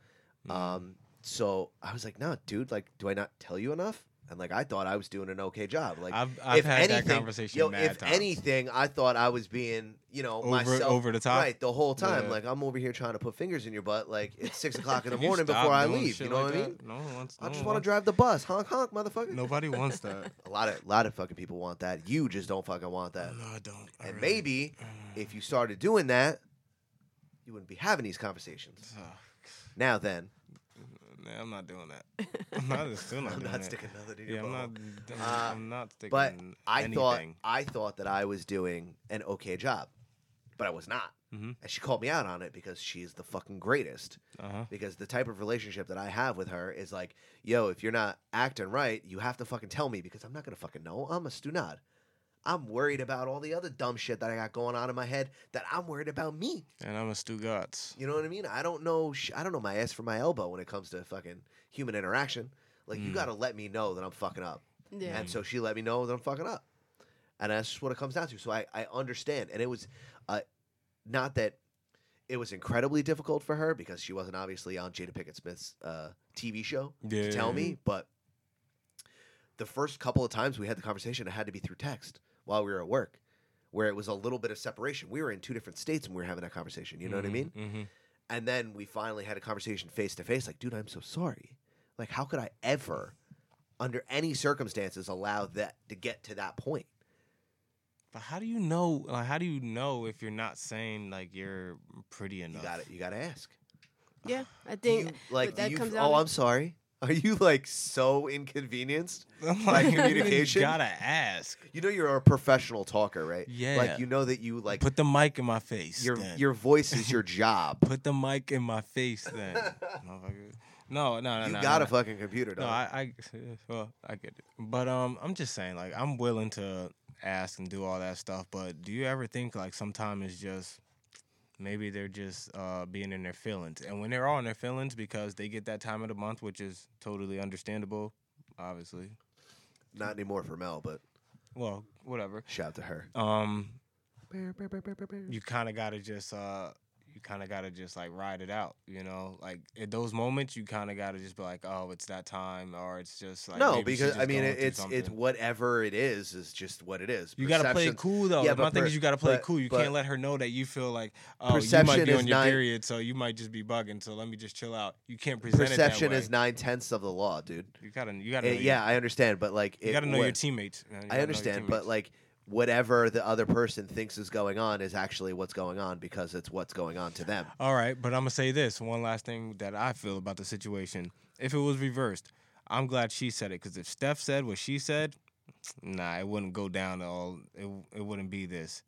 C: Mm-hmm.
B: Um, so I was like, no, dude, like, do I not tell you enough? And like, I thought I was doing an okay job. Like,
C: I've- I've
B: if
C: had that
B: anything,
C: conversation
B: yo,
C: mad
B: if
C: times.
B: anything, I thought I was being, you know,
C: Over-
B: myself
C: over the top?
B: right the whole time.
C: Yeah.
B: Like, I'm over here trying to put fingers in your butt. Like, it's
C: *laughs*
B: six o'clock in the
C: If you
B: morning
C: stop
B: before I
C: doing
B: leave.
C: shit
B: You know what
C: like
B: I
C: that, Oh,
B: mean?
C: No one wants.
B: I
C: no
B: just
C: one
B: want to
C: wants-
B: drive the bus, honk honk, motherfucker.
C: Nobody wants
B: *laughs*
C: that.
B: A lot of lot of fucking people want that. You just don't fucking want that.
C: No, I don't. I
B: And
C: really-
B: maybe if you started doing that, you wouldn't be having these
C: *sighs*
B: conversations.
C: Ugh.
B: Now then,
C: Nah, I'm not doing that. I'm not I'm still
B: *laughs*
C: not
B: I'm
C: doing
B: not
C: that.
B: sticking another to
C: Yeah,
B: your
C: I'm not.
B: butthole. Uh,
C: I'm not sticking.
B: but I
C: anything.
B: thought I thought that I was doing an okay job, but I was not.
C: Mm-hmm.
B: And she called me out on it because she's the fucking greatest.
C: Uh-huh.
B: Because the type of relationship that I have with her is like, yo, if you're not acting right, you have to fucking tell me because I'm not gonna fucking know. I'm a stunad. I'm worried about all the other dumb shit that I got going on in my head that I'm worried about me.
C: And I'm a Stugatz.
B: You know what I mean? I don't know. Sh- I don't know my ass from my elbow when it comes to fucking human interaction. Like you
C: Mm.
B: got to let me know that I'm fucking up.
D: Yeah.
B: And so she let me know that I'm fucking up, and that's just what it comes down to. So I I understand, and it was, uh, not that it was incredibly difficult for her because she wasn't obviously on Jada Pickett Smith's uh, TV show
C: Yeah.
B: to tell me, but the first couple of times we had the conversation, it had to be through text while we were at work, where it was a little bit of separation. We were in two different states and we were having that conversation. You know
C: Mm-hmm.
B: what I mean? And then we finally had a conversation face to face. Like, dude, I'm so sorry. Like, how could I ever, under any circumstances, allow that to get to that point?
C: But how do you know? Like, how do you know if you're not saying like you're pretty enough? *laughs* You got
B: it. You got to ask.
D: Yeah, I think
B: Like,
D: but that
B: do you-
D: comes out.
B: oh, I'm sorry. Are you like so inconvenienced by
C: like,
B: *laughs*
C: you
B: communication?
C: gotta *laughs* ask.
B: You know you're a professional talker, right?
C: Yeah.
B: Like you know that you like
C: put the mic in my face.
B: your
C: then.
B: your voice is
C: *laughs*
B: your job.
C: put the mic in my face
B: *laughs*
C: then. Motherfucker. no, no, no,
B: You
C: no.
B: got
C: no,
B: a
C: no.
B: fucking computer,
C: uh, No,
B: dog.
C: I, I, *laughs* well, I get it, but um, I'm just saying, like, I'm willing to ask and do all that stuff, but do you ever think like sometimes it's just maybe they're just uh being in their feelings, and when they're all in their feelings because they get that time of the month, which is totally understandable, obviously.
B: Not anymore for Mel, but
C: well, whatever.
B: Shout out to her.
C: Um, you kind of gotta just uh you kind of gotta just like ride it out you know like at those moments you kind of gotta just be like oh it's that time or it's just like
B: no,
C: maybe she's
B: because
C: just
B: I mean
C: going
B: it,
C: through
B: it's it's
C: something.
B: whatever it is is just what it is.
C: you gotta play it
B: Perception-
C: cool though
B: Yeah,
C: my
B: but
C: thing
B: per-
C: is you gotta play it
B: but-
C: cool you
B: but
C: can't let her know that you feel like oh you might
B: Perception
C: be on
B: is
C: your
B: not-
C: period so you might just be bugging so let me just chill out you can't present it
B: perception
C: that way.
B: is nine tenths of the law, dude.
C: You gotta- you gotta
B: Uh,
C: know your-
B: yeah, I understand, but like
C: You
B: it
C: gotta know your
B: would-
C: teammates, man. You gotta know
B: I
C: your
B: understand,
C: teammates.
B: but like whatever the other person thinks is going on is actually what's going on because it's what's going on to them.
C: All right, but I'm gonna say this one last thing that I feel about the situation. If it was reversed, I'm glad she said it because if Steph said what she said, nah, it wouldn't go down at all. It it wouldn't be this.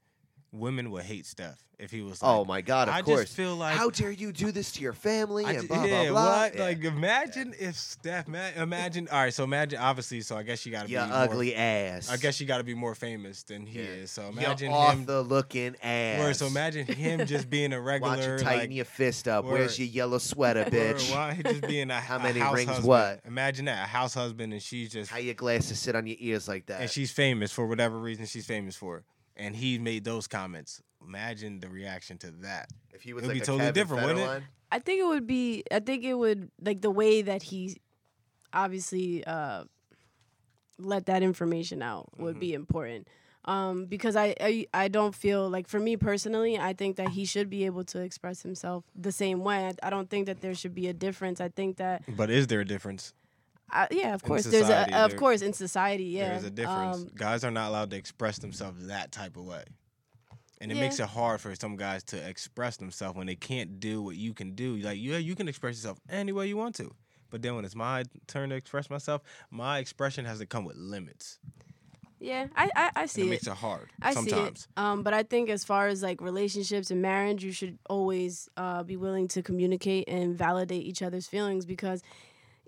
C: Women would hate Steph if he was. Like,
B: oh my god! Of
C: I
B: course.
C: Just feel like
B: how dare you do this to your family
C: I
B: and
C: ju-
B: blah
C: yeah,
B: blah blah. Eh,
C: What? Like imagine if Steph. Ma- imagine. all right, so imagine. Obviously, so I guess you gotta
B: Your
C: be
B: ugly
C: more,
B: ass.
C: I guess you gotta be more famous than he is. So
B: Your
C: imagine him
B: author looking ass.
C: Word, so imagine him just
B: *laughs*
C: being a regular.
B: Why don't you tighten
C: like,
B: your fist up? Where's
C: word.
B: your yellow
C: *laughs*
B: sweater, bitch?
C: Word, why he just being a
B: *laughs* How
C: a
B: many
C: house
B: rings?
C: husband.
B: What?
C: Imagine that a house husband, and she's just
B: How your glasses sit on your ears like that?
C: and she's famous for whatever reason she's famous for, and he made those comments. Imagine the reaction to that.
B: If he was
C: It'd
B: like
C: be
B: a
C: totally
B: Kevin
C: different, wouldn't
B: Federline.
C: it?
D: I think it would be. I think it would like the way that he, obviously, uh, let that information out would
C: Mm-hmm.
D: be important. Um, because I, I I don't feel like for me personally, I think that he should be able to express himself the same way. I, I don't think that there should be a difference. I think that
C: But is there a difference?
D: I, yeah, of
C: In
D: course, there's
C: society,
D: a of
C: there-
D: course in society, yeah,
C: There is a difference.
D: Um,
C: guys are not allowed to express themselves that type of way. And it
D: Yeah.
C: makes it hard for some guys to express themselves when they can't do what you can do. Like, yeah, you can express yourself any way you want to. But then when it's my turn to express myself, my expression has to come with limits.
D: yeah, I I, I see
C: and
D: it.
C: it, makes it hard
D: I
C: sometimes.
D: see it. Um, but I think as far as like relationships and marriage, you should always uh, be willing to communicate and validate each other's feelings because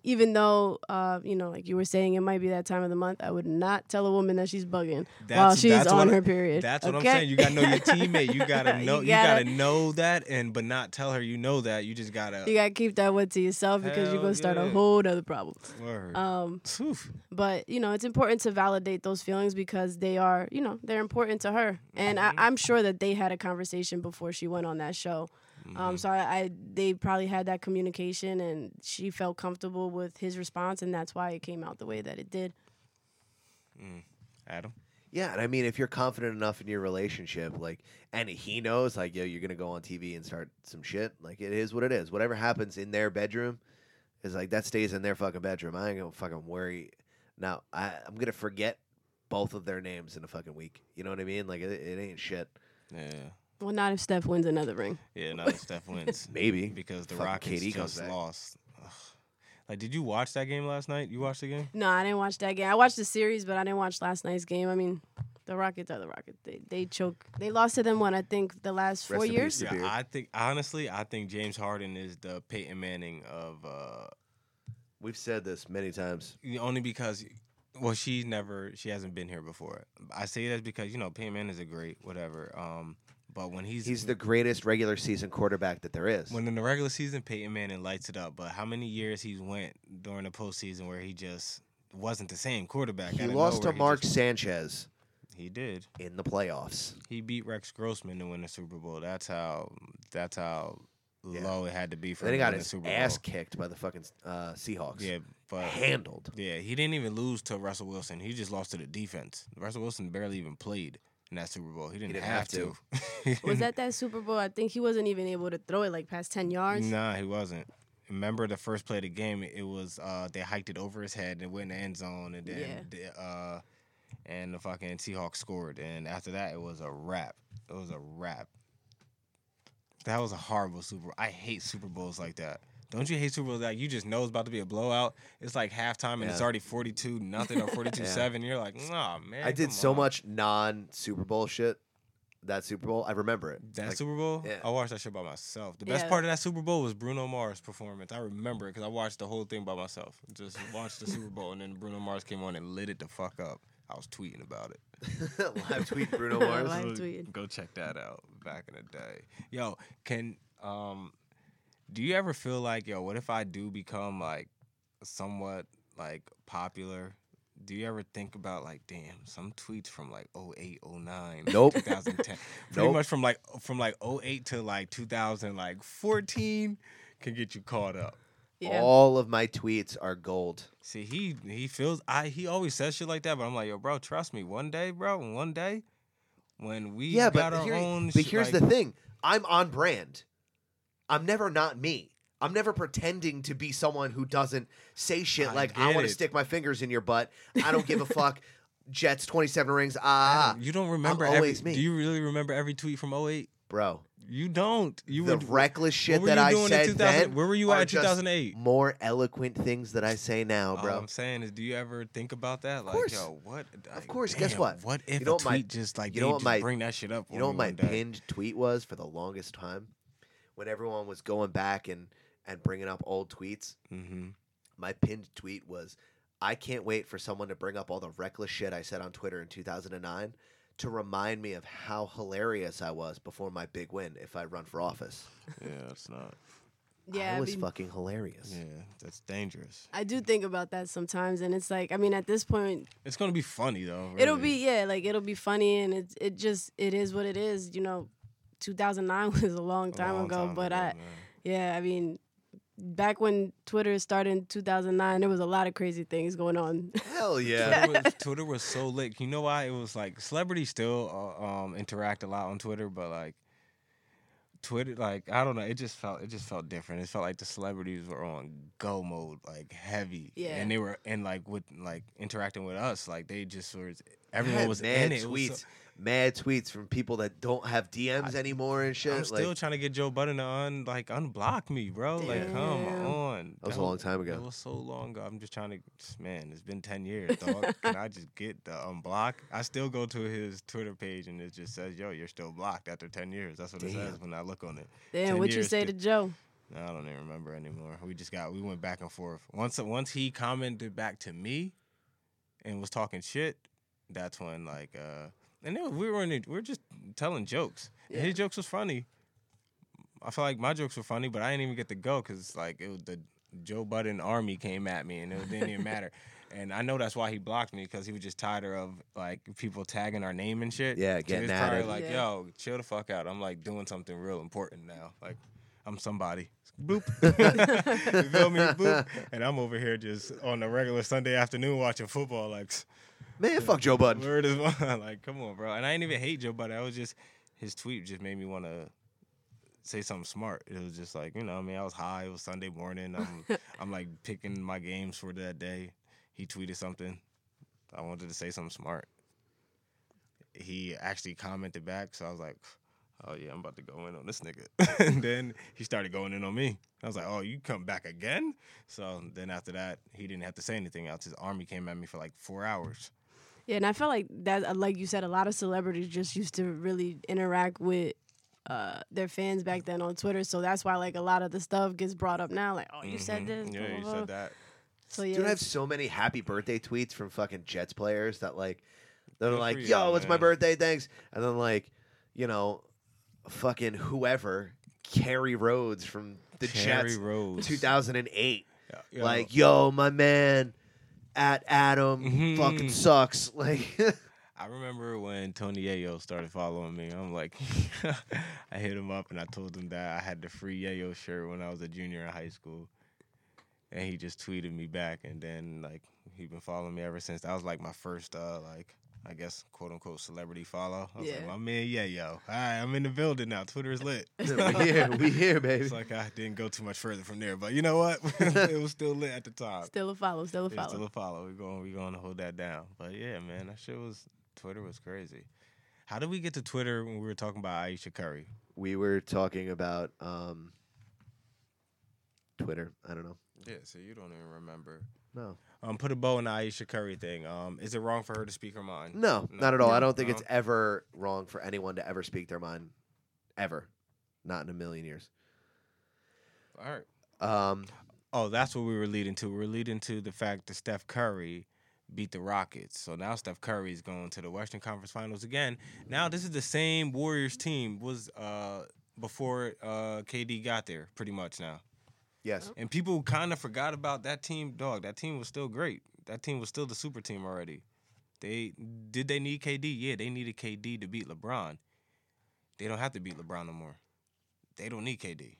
D: even though uh, you know, like you were saying, it might be that time of the month, I would not tell a woman that she's bugging while she's
C: that's
D: on
C: what I-
D: her period.
C: That's what
D: okay?
C: I'm saying. You gotta know your teammate.
D: *laughs*
C: You gotta know. you, gotta,
D: gotta-
C: know that, and but not tell her you know that. You just gotta.
D: You gotta keep that one to yourself because you're
C: Hell
D: gonna start a
C: yeah.
D: whole other problem.
C: Word.
D: Um,
C: Oof.
D: but you know, it's important to validate those feelings because they are, you know, they're important to her, and
C: Mm-hmm.
D: I, I'm sure that they had a conversation before she went on that show.
B: Mm-hmm.
D: Um,
C: Mm-hmm.
D: so I, I, they probably had that communication, and she felt comfortable with his response, and that's why it came out the way that it did.
C: Mm-hmm. Adam.
B: Yeah, and I mean, if you're confident enough in your relationship, like, and he knows, like, yo, you're gonna go on TV and start some shit. Like, it is what it is. Whatever happens in their bedroom, is like that stays in their fucking bedroom. I ain't gonna fucking worry. Now, I I'm gonna forget both of their names in a fucking week. You know what I mean? Like, it, it ain't shit.
C: Yeah.
D: Well, not if Steph wins another ring.
C: Yeah, not if Steph *laughs* wins.
B: Maybe.
C: because the
B: Fucking
C: Rockets
B: KD comes
C: just
B: back.
C: lost. Ugh. Like, did you watch that game last night? You watched the game?
D: No, I didn't watch that game. I watched the series, but I didn't watch last night's game. I mean, the Rockets are the Rockets. They they choke. They lost to them when I think the last four years.
B: *laughs*
C: Yeah, I think honestly, I think James Harden is the Peyton Manning of. uh
B: We've said this many times.
C: Only because, well, she never, she hasn't been here before. I say that because you know Peyton Manning is a great whatever. Um, but when he's
B: He's the greatest regular season quarterback that there is.
C: When in the regular season, Peyton Manning lights it up. But how many years he's went during the postseason where he just wasn't the same quarterback?
B: He
C: out of
B: lost to
C: nowhere, he
B: Mark
C: just-
B: Sanchez
C: He did
B: in the playoffs.
C: He beat Rex Grossman to win the Super Bowl. That's how. That's how low it had to be for
B: Then he
C: him to
B: got
C: win the
B: his
C: Super
B: ass
C: Bowl.
B: kicked by the fucking uh, Seahawks.
C: Yeah, But
B: handled.
C: Yeah, he didn't even lose to Russell Wilson. He just lost to the defense. Russell Wilson barely even played in that Super Bowl. He didn't,
B: didn't
C: have,
B: have to.
C: to. *laughs*
D: Was that that Super Bowl? I think he wasn't even able to throw it like past ten yards. *laughs*
C: Nah, he wasn't. Remember the first play of the game? It was uh, they hiked it over his head and went in the end zone, and then
D: Yeah.
C: the, uh, and the fucking Seahawks scored. And after that, it was a wrap. It was a wrap. That was a horrible Super. Bowl. I hate Super Bowls like that. Don't you hate Super Bowls like you just know it's about to be a blowout? It's like halftime and it's
B: Yeah.
C: already forty two nothing or
B: *laughs*
C: forty two seven. You're like, nah, man.
B: I did
C: come
B: so
C: on."
B: much non Super Bowl shit. That Super Bowl, I remember it.
C: That
B: Like,
C: Super Bowl,
B: yeah.
C: I watched that shit by myself. The best
D: Yeah.
C: part of that Super Bowl was Bruno Mars' performance. I remember it because I watched the whole thing by myself. Just watched the Super Bowl, and then Bruno Mars came on and lit it the fuck up. I was tweeting about it.
B: *laughs*
C: *laughs*
B: live tweet Bruno Mars.
D: Live tweet.
C: Go check that out. Back in the day, yo, can um, do you ever feel like yo? What if I do become like somewhat like popular? Do you ever think about like, damn, some tweets from like 08, 09,
B: Nope. *laughs*
C: 2010, pretty
B: Nope.
C: much from like from like 08 to like 2000, like 14 can get you caught up.
D: Yeah.
B: All of my tweets are gold.
C: See, he he feels I he always says shit like that, but I'm like, yo, bro, trust me, one day, bro, one day when we
B: yeah,
C: got
B: but,
C: our
B: here-
C: own.
B: but
C: sh-
B: here's
C: like-
B: the thing: I'm on brand. I'm never not me. I'm never pretending to be someone who doesn't say shit
C: I
B: like I
C: get
B: want
C: it.
B: to stick my fingers in your butt. I don't
C: *laughs*
B: give a fuck. Jets 27 rings. Ah,
C: You don't remember
B: I'm
C: every,
B: always me,
C: Do you really remember every tweet from 08?
B: bro.
C: You don't. You
B: the
C: would-
B: reckless shit
C: were
B: that
C: you
B: I
C: doing in
B: said
C: 2000
B: then.
C: where were you
B: are
C: at
B: just
C: 2008?
B: More eloquent things that I say now,
C: All
B: bro.
C: Oh, I'm saying is, do you ever think about that? Like,
B: course.
C: yo, what?
B: Of course, guess what?
C: What
B: You
C: if
B: know
C: a
B: what
C: tweet
B: my-
C: just like
B: you
C: you
B: know
C: know
B: what
C: just
B: my-
C: bring that shit up?
B: You know what
C: on
B: my
C: one day?
B: pinned tweet was for the longest time? When everyone was going back and, and bringing up old tweets,
C: Mhm.
B: my pinned tweet was I can't wait for someone to bring up all the reckless shit I said on Twitter in 2009 to remind me of how hilarious I was before my big win if I run for office.
C: Yeah, it's not.
D: Yeah,
B: I
D: I
B: was
D: mean-
B: fucking hilarious.
C: Yeah, that's dangerous.
D: I do think about that sometimes, and it's like I mean, at this point,
C: It's gonna be funny though.
D: it'll
C: really.
D: be yeah, like it'll be funny, and it it just it is what it is. You know, 2009 *laughs* was a long time
C: long
D: ago,
C: time
D: but
C: ago,
D: I,
C: man.
D: yeah, I mean, back when Twitter started in 2009, there was a lot of crazy things going on. *laughs*
B: Hell yeah.
C: Twitter was, Twitter was so lit. You know why? It was like celebrities still uh, um, interact a lot on Twitter, but like Twitter, like I don't know, it just felt it just felt different. It felt like the celebrities were on go mode, like heavy,
D: Yeah.
C: And they were and like with like interacting with us, like they just were. Everyone
B: *laughs* had
C: was
B: mad
C: in it. It was
B: tweets.
C: so-
B: Mad tweets from people that don't have DMs anymore and shit.
C: I'm still
B: like,
C: trying to get Joe Budden to un, like unblock me, bro. Like, come
D: Damn.
C: on.
B: That was a long time ago.
C: It was so long ago. I'm just trying to, man. It's been ten years,
D: *laughs*
C: dog. Can I just get the unblock? I still go to his Twitter page and it just says, "Yo, you're still blocked after ten years." That's what it
B: Damn.
C: says when I look on it.
D: Damn,
C: 10
D: what you
C: years
D: say
C: to-
D: to Joe?
C: I don't even remember anymore. We just got we went back and forth. Once once he commented back to me and was talking shit, that's when like uh and then we were in it, we were just telling jokes. And his jokes was funny. I felt like my jokes were funny, but I didn't even get to go because like it was the Joe Budden army came at me and it didn't
B: *laughs*
C: even matter. And I know that's why he blocked me because he was just tired of like people tagging our name and shit.
B: Yeah,
C: So he
B: getting
C: was
B: at
C: probably
B: it.
C: Like,
D: Yeah.
C: yo, chill the fuck out. I'm like doing something real important now. Like, I'm somebody.
B: *laughs*
C: Boop. *laughs* you feel me? Boop. And I'm over here just on a regular Sunday afternoon watching football. Like,
B: man, fuck Joe Budden.
C: where *laughs* does like? Come on, bro. And I didn't even hate Joe Budden. I was just his tweet just made me want to say something smart. It was just like you know, I mean, I was high. It was Sunday morning. I'm I'm like picking my games for that day. He tweeted something. I wanted to say something smart. He actually commented back, so I was like, "Oh yeah, I'm about to go in on this nigga." *laughs* and then he started going in on me. I was like, "Oh, you come back again?" So then after that, he didn't have to say anything else. His army came at me for like four hours.
D: Yeah, and I felt like that, uh, like you said, a lot of celebrities just used to really interact with uh, their fans back then on Twitter. So that's why, like, a lot of the stuff gets brought up now. Like, oh, you said
C: Mhm.
D: this. blah,
C: Yeah, you
D: blah,
C: said
D: blah.
C: that.
D: So yeah,
B: Dude, I have so many happy birthday tweets from fucking Jets players that like they're
C: Good for
B: like,
C: you,
B: "Yo, it's my
C: man.
B: birthday, thanks," and then like, you know, fucking whoever Kerry Rhodes from the
C: Kerry
B: Jets,
C: Rhodes.
B: 2008,
C: yo.
B: like, "Yo, my man." At Adam
C: Mhm.
B: fucking sucks. *laughs* Like,
C: I remember when Tony Yayo started following me. I'm like, *laughs* I hit him up and I told him that I had the free Yayo shirt when I was a junior in high school. and he just tweeted me back, and then like he been following me ever since. That was like my first uh like I guess quote unquote celebrity follow. I was
L: Yeah.
C: like, my man, yeah, yo, all right, I'm in the building now. Twitter is lit.
B: *laughs* Yeah, we here. We here, baby.
C: It's like I didn't go too much further from there, but you know what? *laughs* it was still lit at the time.
D: Still a follow, still a
C: Yeah,
D: follow.
C: Still a follow. We're going. We're going to hold that down. But yeah, man, that shit was Twitter was crazy. How did we get to Twitter when we were talking about Aisha Curry?
B: We were talking about um, Twitter. I don't know.
C: Yeah, so you don't even remember.
B: No.
C: Um, put a bow on the Aisha Curry thing. Um, is it wrong for her to speak her mind?
B: No, not at all. I don't think
C: No?
B: it's ever wrong for anyone to ever speak their mind, ever. Not in a million years.
C: All right.
B: Um,
C: oh, that's what we were leading to. We were leading to the fact that Steph Curry beat the Rockets. So now Steph Curry is going to the Western Conference Finals again. Now this is the same Warriors team was uh before uh KD got there pretty much now.
B: Yes.
C: And people kind of forgot about that team, dog. That team was still great. That team was still the super team already. They did they need KD? Yeah, they needed KD to beat LeBron. They don't have to beat LeBron no more. They don't need KD.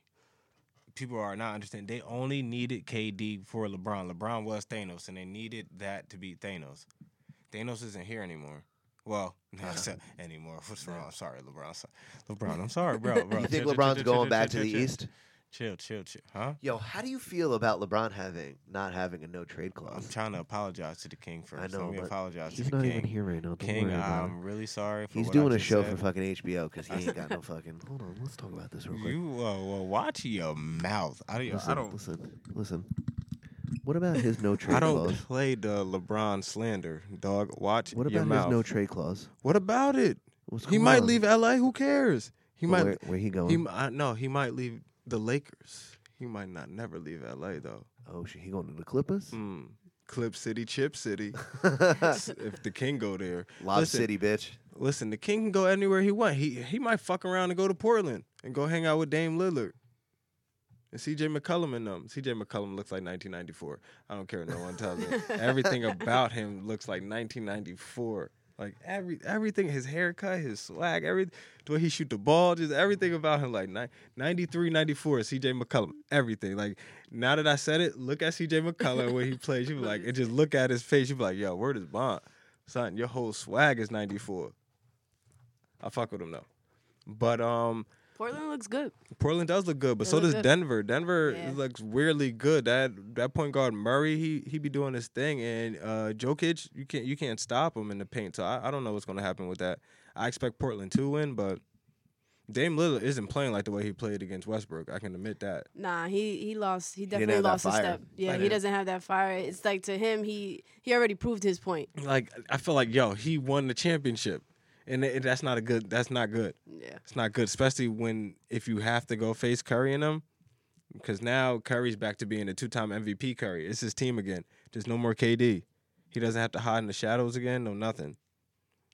C: People are not understanding. They only needed KD for LeBron. LeBron was Thanos, and they needed that to beat Thanos. Thanos isn't here anymore. Well, *laughs*
B: *laughs*
C: not so- anymore. *laughs* What's wrong? I'm sorry, LeBron. I'm sorry. LeBron, I'm sorry, bro.
B: *laughs*
C: bro.
B: You think
C: Chill, chill,
B: LeBron's
C: *laughs* chill,
B: going
C: chill,
B: back
C: chill,
B: to the
C: chill, chill.
B: East?
C: Chill, chill, chill. Huh?
B: Yo, how do you feel about LeBron having not having a no trade
C: I'm
B: clause?
C: trying to apologize to the king first.
B: I know,
C: Let me
B: but
C: apologize
B: he's
C: to the
B: not
C: king.
B: even here right now. Don't
C: king,
B: worry about
C: I'm
B: it.
C: really sorry for
B: He's
C: what I
B: doing a
C: just
B: show
C: said.
B: for fucking HBO because he
C: I
B: ain't
C: said-
B: got
C: *laughs*
B: no fucking. Hold on, let's talk about this real quick.
C: You well, well, watch your mouth. I don't.
B: listen,
C: I don't.
B: listen, listen. What about his no trade
C: I don't
B: clause?
C: *laughs* play the LeBron slander, dog. Watch
B: What
C: your
B: about
C: mouth.
B: his no trade clause?
C: What about it?
B: What's
C: he
B: going
C: might
B: on?
C: leave LA. Who cares? He
B: Well,
C: might.
B: where- where he going?
C: He, mi- I, no, he might leave the Lakers. He might not never leave LA though.
B: Oh shit, he going to the Clippers?
C: Mm. Clip City,
B: *laughs*
C: Chip City. Mm. if the King go there,
B: Lob City, bitch.
C: Listen, the King can go anywhere he want. He he might fuck around and go to Portland and go hang out with Dame Lillard and C.J. McCollum and them. C.J. McCollum looks like 1994. I don't care. what No one tells me. Everything about him looks like 1994. Like every everything, his haircut, his swag, every the way he shoot the ball, just everything about him, like ni- 93, 94, CJ McCollum, everything. Like now that I said it, look at CJ McCollum when he plays. You be like, and just look at his face. You be like, yo, word is bond, son. Your whole swag is 94. I fuck with him though, but um,
D: Portland looks good.
C: Portland does look good, but
D: They
C: so
D: look
C: does
D: good.
C: Denver. Denver
D: Yeah.
C: looks weirdly good. That that point guard Murray, he he be doing his thing, and uh, Jokic, you can't you can't stop him in the paint. So I, I don't know what's gonna happen with that. I expect Portland to win, but Dame Lillard isn't playing like the way he played against Westbrook. I can admit that.
D: Nah, he he lost. He
C: didn't
D: definitely
C: have that
D: lost a
C: fire.
D: step. Yeah,
C: Like-
D: he doesn't have that fire. It's like to him, he he already proved his point.
C: Like I feel like yo, he won the championship, and it- that's not a good. That's not good.
D: Yeah.
C: It's not good, especially when if you have to go face Curry and them, because now Curry's back to being a two-time MVP Curry. It's his team again. There's no more KD. He doesn't have to hide in the shadows again. No nothing.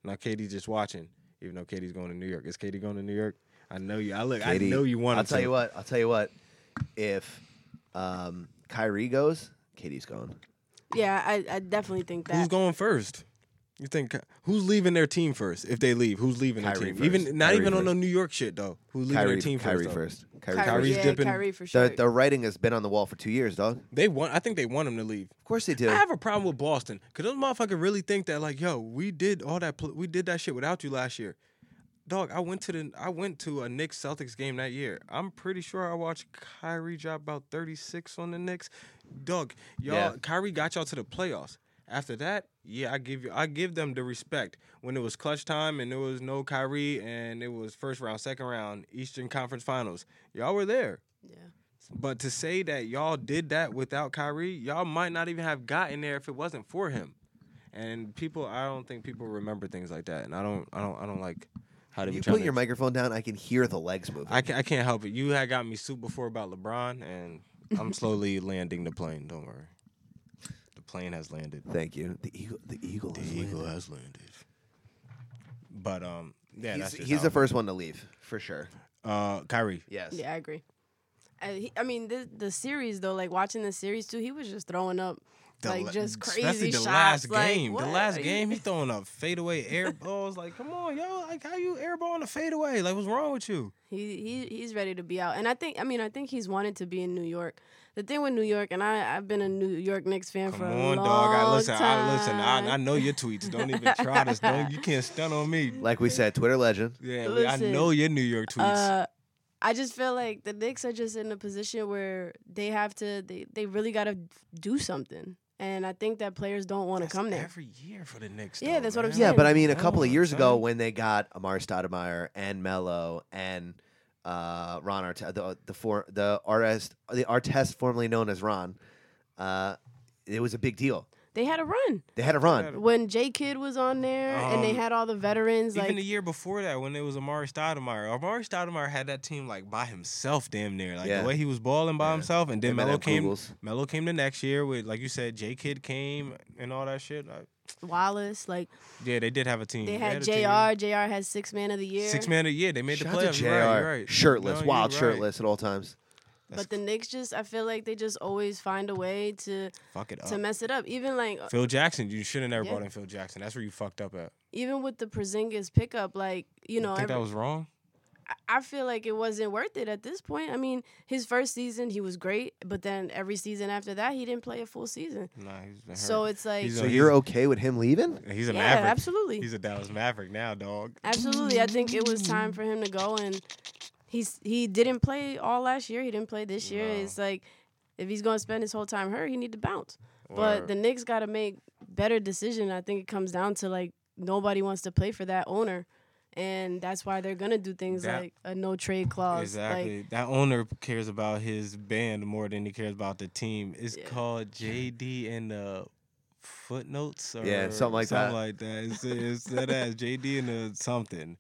C: Now KD's just watching, even though KD's going to New York. Is KD going to New York? I know you. I look.
B: Katie,
C: I know you want.
B: I'll tell
C: to.
B: you what. I'll tell you what. If um, Kyrie goes, Katie's gone.
D: Yeah, I, I definitely think that.
C: Who's going first? You think who's leaving their team first if they leave? Who's leaving
B: Kyrie
C: their team?
B: first.
C: Even not
B: Kyrie
C: even on the
B: first.
C: New York shit though. Who's leaving their
B: Kyrie,
C: team
B: Kyrie
C: first?
B: first.
C: though?
B: Kyrie,
C: Kyrie's
B: first.
D: yeah,
C: dipping.
D: Kyrie for
B: The,
D: sure.
B: the writing has been on the wall for two years, dog.
C: They want. I think they want him to leave.
B: Of course they do.
C: I have a problem with Boston because those motherfuckers really think that like, yo, we did all that, pl- we did that shit without you last year. Dog, I went to the, I went to a Knicks Celtics game that year. I'm pretty sure I watched Kyrie drop about 36 on the Knicks. Dog, y'all,
B: Yeah.
C: Kyrie got y'all to the playoffs. After that, yeah, I give you, I give them the respect when it was clutch time and there was no Kyrie and it was first round, second round, Eastern Conference Finals. Y'all were there. But to say that y'all did that without Kyrie, y'all might not even have gotten there if it wasn't for him. And people, I don't think people remember things like that. And I don't, I don't, I don't like how they
B: you
C: be trying
B: put
C: to-
B: your microphone down. I can hear the legs moving.
C: I, can, I can't help it. You had got me sued before about LeBron, and
B: *laughs*
C: I'm slowly landing the plane. Don't worry, the plane has landed.
B: Thank you. The eagle. The eagle.
C: The
B: has
C: eagle
B: landed.
C: has landed. But um, yeah,
B: he's
C: that's just
B: he's
C: how
B: the
C: I'm-
B: first one to leave for sure.
C: Uh, Kyrie.
B: Yes.
D: Yeah, I Uh, agree. I, he, I mean, the, the series though, like watching the series too, he was just throwing up
C: The
D: like
C: la-
D: just crazy
C: Especially the
D: shots.
C: last
D: like,
C: game.
D: what?
C: The last
D: Like,
C: game,
D: *laughs*
C: he's throwing up fadeaway air balls. Like, come on, yo. Like, how you airballing a fadeaway? Like, what's wrong with you?
D: He he he's ready to be out, and I think I mean I think he's wanted to be in New York. The thing with New York, and I I've been a New York Knicks fan for
C: Come
D: a
C: on,
D: long
C: dog. I listen.
D: time.
C: I listen. I, I know your
D: *laughs*
C: tweets. Don't even try this. Don't you can't stun on me.
B: Like we said, Twitter legend.
C: Yeah, we- I
D: Listen,
C: know your New York tweets.
D: Uh, I just feel like the Knicks are just in a position where they have to they they really got to do something, and I think that players don't want to come there.
C: Every year for the Knicks.
D: Yeah, that's what I'm saying.
B: Yeah, but I mean, a
D: Come
B: couple
C: Oh,
B: of
D: on,
B: years ago
D: son.
B: when they got Amari Stoudemire and Mello and uh, Ron Artest, the the for, the artist, the artist formerly known as Ron, uh, it was a big deal.
D: They had a run
B: They had a run.
D: when J Kidd was on there, and they
C: Um,
D: had all the veterans.
C: Even
D: Like
C: the year before that, when it was Amari Stoudemire, Amari Stoudemire had that team like by himself, damn near. Like
B: Yeah.
C: the way he was balling by himself, and then
B: Him and
C: Melo
B: them
C: came.
B: Kugels.
C: Melo came the next year with, like you said, J Kid came and all that shit. Like,
D: Wallace, like
C: yeah, they did have a team.
D: they had
C: a
D: Jr.
C: team.
D: Jr. had six man of the year.
C: Six man a year. They made
B: Shout
C: the
B: out to
C: playoffs.
B: Jr.
C: You're right, you're right.
B: Shirtless,
C: No, you're
B: wild
C: right.
B: shirtless at all times.
D: But the Knicks just, I feel like they just always find a way to
C: Fuck it
D: to
C: up.
D: mess it up. Even like
C: Phil Jackson, you should have never
D: Yeah.
C: brought in Phil Jackson. That's where you fucked up at.
D: even with the Porzingis pickup, like you know,
C: think that
D: every-
C: was wrong?
D: I feel like it wasn't worth it at this point. I mean, his first season he was great, but then every season after that he didn't play a full season.
C: Nah, he's been hurt.
D: So it's like-
C: He's a-
B: So
C: he's-
B: you're okay with him leaving?
C: He's a
D: Yeah,
C: maverick.
D: absolutely.
C: He's a Dallas Maverick now, dog.
D: Absolutely, I think it was time for him to go, and he's he didn't play all last year. He didn't play this year. It's like if he's gonna spend his whole time hurt, he need to bounce. But
C: Word.
D: the Knicks got to make better decision. I think it comes down to like nobody wants to play for that owner, and that's why they're gonna do things
C: That-
D: like a no trade clause.
C: Exactly.
D: Like,
C: that owner cares about his band more than he cares about the team. It's called JD and the footnotes. Or
B: Yeah, something like that.
C: like that. It's, it's that ass JD and the something.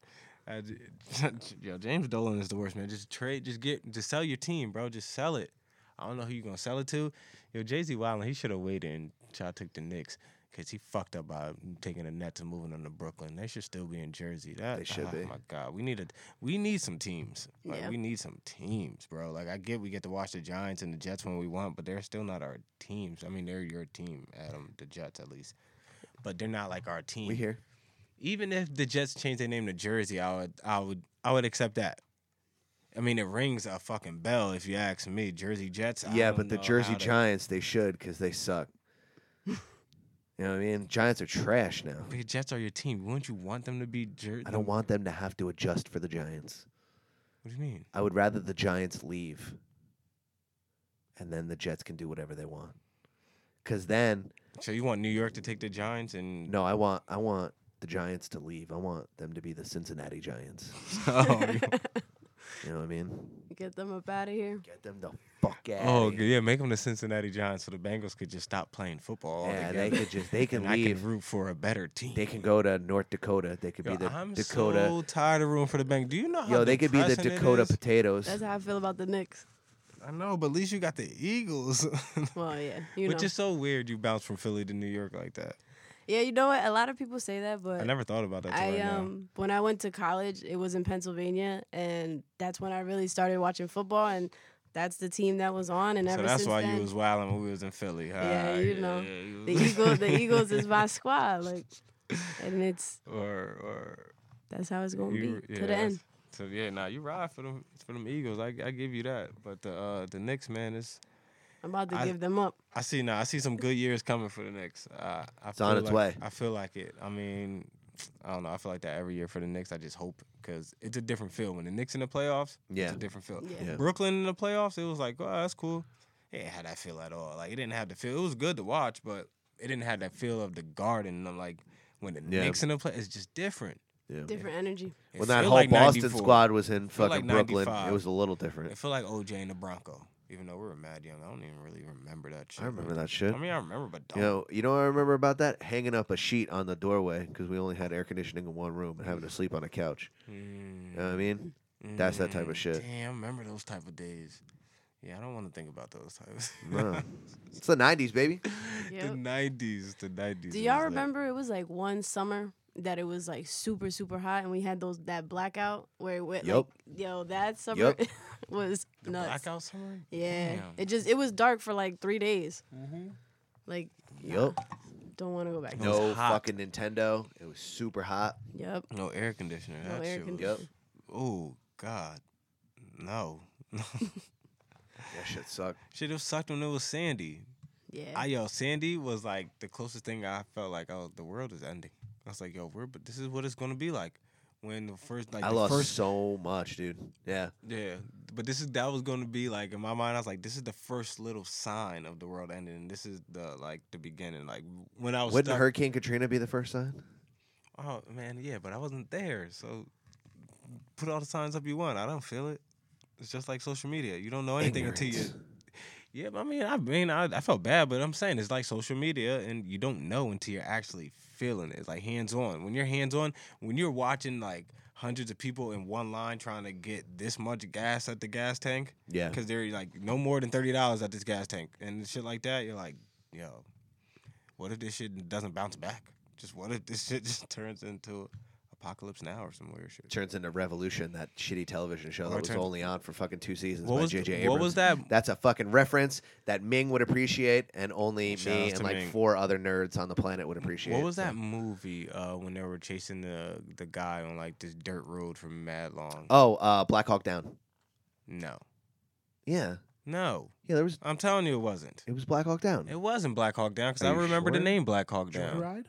C: I j- *laughs* Yo, James Dolan is the worst man. Just trade, just get, just sell your team, bro. Just sell it. I don't know who you gonna sell it to. Yo, Jay Z Wildin, he should have waited and y'all took the Knicks because he fucked up by taking the Nets and moving them to Brooklyn. They should still be in Jersey. That
B: They should
C: oh
B: be.
C: My God, we need a we need some teams. Like
D: Yeah.
C: we need some teams, bro. Like I get we get to watch the Giants and the Jets when we want, but they're still not our teams. I mean, they're your team, Adam. The Jets, at least. But they're not like our team.
B: We here.
C: Even if the Jets change their name to Jersey, I would, I would, I would accept that. I mean, it rings a fucking bell if you ask me. Jersey Jets. I
B: Yeah,
C: don't
B: but the
C: know
B: Jersey
C: how to-
B: Giants, they should because they
C: *laughs*
B: suck. you know what I mean? Giants are trash now.
C: But the Jets are your team. Wouldn't you want them to be Jersey?
B: I don't want them to have to adjust for the Giants.
C: What do you mean?
B: I would rather the Giants leave, and then the Jets can do whatever they want. Because then,
C: So you want New York to take the Giants and *laughs*
B: no, I want I want the Giants to leave. I want them to be the Cincinnati Giants.
D: *laughs*
C: oh,
B: You know what I mean?
D: get them up out of here.
B: Get them the fuck out.
C: oh, okay, yeah, make them the Cincinnati Giants so the Bengals could just stop playing football.
B: yeah,
C: altogether.
B: they could just they can
C: *laughs* and I
B: leave.
C: could root for a better team.
B: They can go to North Dakota. They could
C: Yo,
B: be the
C: I'm
B: Dakota.
C: so tired of rooting for the Bengals. Do you know how
B: yo, they could be the
C: depressing it
B: Dakota
C: is?
B: potatoes.
D: That's how I feel about the Knicks.
C: I know, but at least you got the Eagles. *laughs*
D: Well, yeah, you know,
C: Which is so weird. You bounce from Philly to New York like that.
D: yeah, you know what? A lot of people say that, but
C: I never thought about that. till
D: I
C: right now.
D: um when I went to college, it was in Pennsylvania, and that's when I really started watching football, and that's the team that was on, and
C: So
D: ever
C: that's
D: since
C: why
D: then,
C: you was wilding when we was in Philly. huh?
D: yeah, you know,
C: yeah, you
D: the
C: was- *laughs*
D: Eagles, the Eagles is my squad, like, and it's
C: or or
D: that's how it's *laughs* gonna
C: you-
D: be
C: yeah,
D: to the end.
C: that's- So yeah, now nah, you ride for them for them Eagles. I I give you that. But the uh, the Knicks, man, is
D: I'm about to
C: I-
D: give them up.
C: I see now. I see some good years coming for the Knicks. Uh, I
B: It's on
C: feel
B: its way.
C: like- I feel like it. I mean, I don't know. I feel like that every year for the Knicks. I just hope because it's a different feel when the Knicks in the playoffs.
B: Yeah.
C: it's a different feel.
D: Yeah. Yeah.
C: Brooklyn in the playoffs, it was like, oh, that's cool. It didn't have that feel at all. Like it didn't have the feel. It was good to watch, but it didn't have that feel of the Garden. I'm like, when the
B: Yeah.
C: Knicks in the play, it's just different.
B: Yeah.
D: Different energy.
C: It
B: When that
C: feel
B: whole
C: like
B: Boston
C: 94.
B: squad was in
C: It feel
B: fucking
C: like
B: Brooklyn,
C: 95.
B: it was a little different.
C: It felt like OJ and the Bronco, even though we were mad young. I don't even really remember that shit.
B: I remember that shit.
C: I mean, I remember, but don't.
B: You know, you know what I remember about that? Hanging up a sheet on the doorway because we only had air conditioning in one room and having to sleep on a couch.
C: Hmm.
B: You know what I mean? That's that type of
C: Mm,
B: shit.
C: Damn, I remember those type of days. Yeah, I don't want to think about those types.
B: No. It's the 90s, baby.
C: *laughs* the
D: Yep.
C: nineties, the nineties.
D: Do y'all remember it was like one summer that it was like super super hot and we had those that blackout where it went
B: Yup.
D: like yo that summer
B: Yup.
D: *laughs* was
C: the
D: nuts.
C: blackout summer?
D: Yeah,
C: Damn. Mm-hmm.
D: it just it was dark for like three days. Like,
B: Yup.
D: don't want to go back.
B: No fucking Nintendo. It was super hot.
D: Yep.
B: No air conditioner.
D: No that air shit was- conditioning.
B: Oh God.
C: No.
B: that shit sucked.
C: Should have sucked when it was Sandy.
D: Yeah.
C: I yo, Sandy was like the closest thing I felt like oh the world is ending. I was like yo, we're but this is what it's gonna be like when the first like
B: I
C: the
B: lost
C: first
B: so much, dude. Yeah.
C: Yeah, but this is that was going to be like in my mind. I was like, this is the first little sign of the world ending. And this is the like the beginning. Like when I was
B: Wouldn't
C: stuck-
B: Hurricane Katrina be the first sign?
C: Oh man, yeah, but I wasn't there. So put all the signs up you want. I don't feel it. It's just like social media. You don't know anything until you.
B: Ignorance.
C: Yeah, but I mean, I mean, I, I felt bad, but I'm saying it's like social media, and you don't know until you're actually feeling it. It's like hands on. When you're hands on, when you're watching like hundreds of people in one line trying to get this much gas at the gas tank,
B: Yeah.
C: because they're like no more than thirty dollars at this gas tank and shit like that. You're like, yo, what if this shit doesn't bounce back? Just what if this *laughs* shit just turns into apocalypse now or some weird shit?
B: Turns into Revolution, that shitty television show
C: Or
B: that was
C: turns-
B: only on for fucking two seasons
C: What
B: by
C: was
B: J.J.
C: th- what
B: Abrams.
C: was that-
B: That's a fucking reference that Ming would appreciate, and only
C: Shout outs
B: me
C: to
B: and like
C: Ming.
B: four other nerds on the planet would appreciate.
C: What was that
B: So-
C: movie uh, when they were chasing the the guy on like this dirt road for mad long?
B: Oh, uh, Black Hawk Down.
C: No,
B: Yeah.
C: no.
B: Yeah, there was.
C: I'm telling you, it wasn't.
B: It was Black Hawk Down.
C: It wasn't Black Hawk Down because
B: Are
C: I
B: you
C: remember the
B: sure?
C: name Black Hawk Down.
A: Joyride?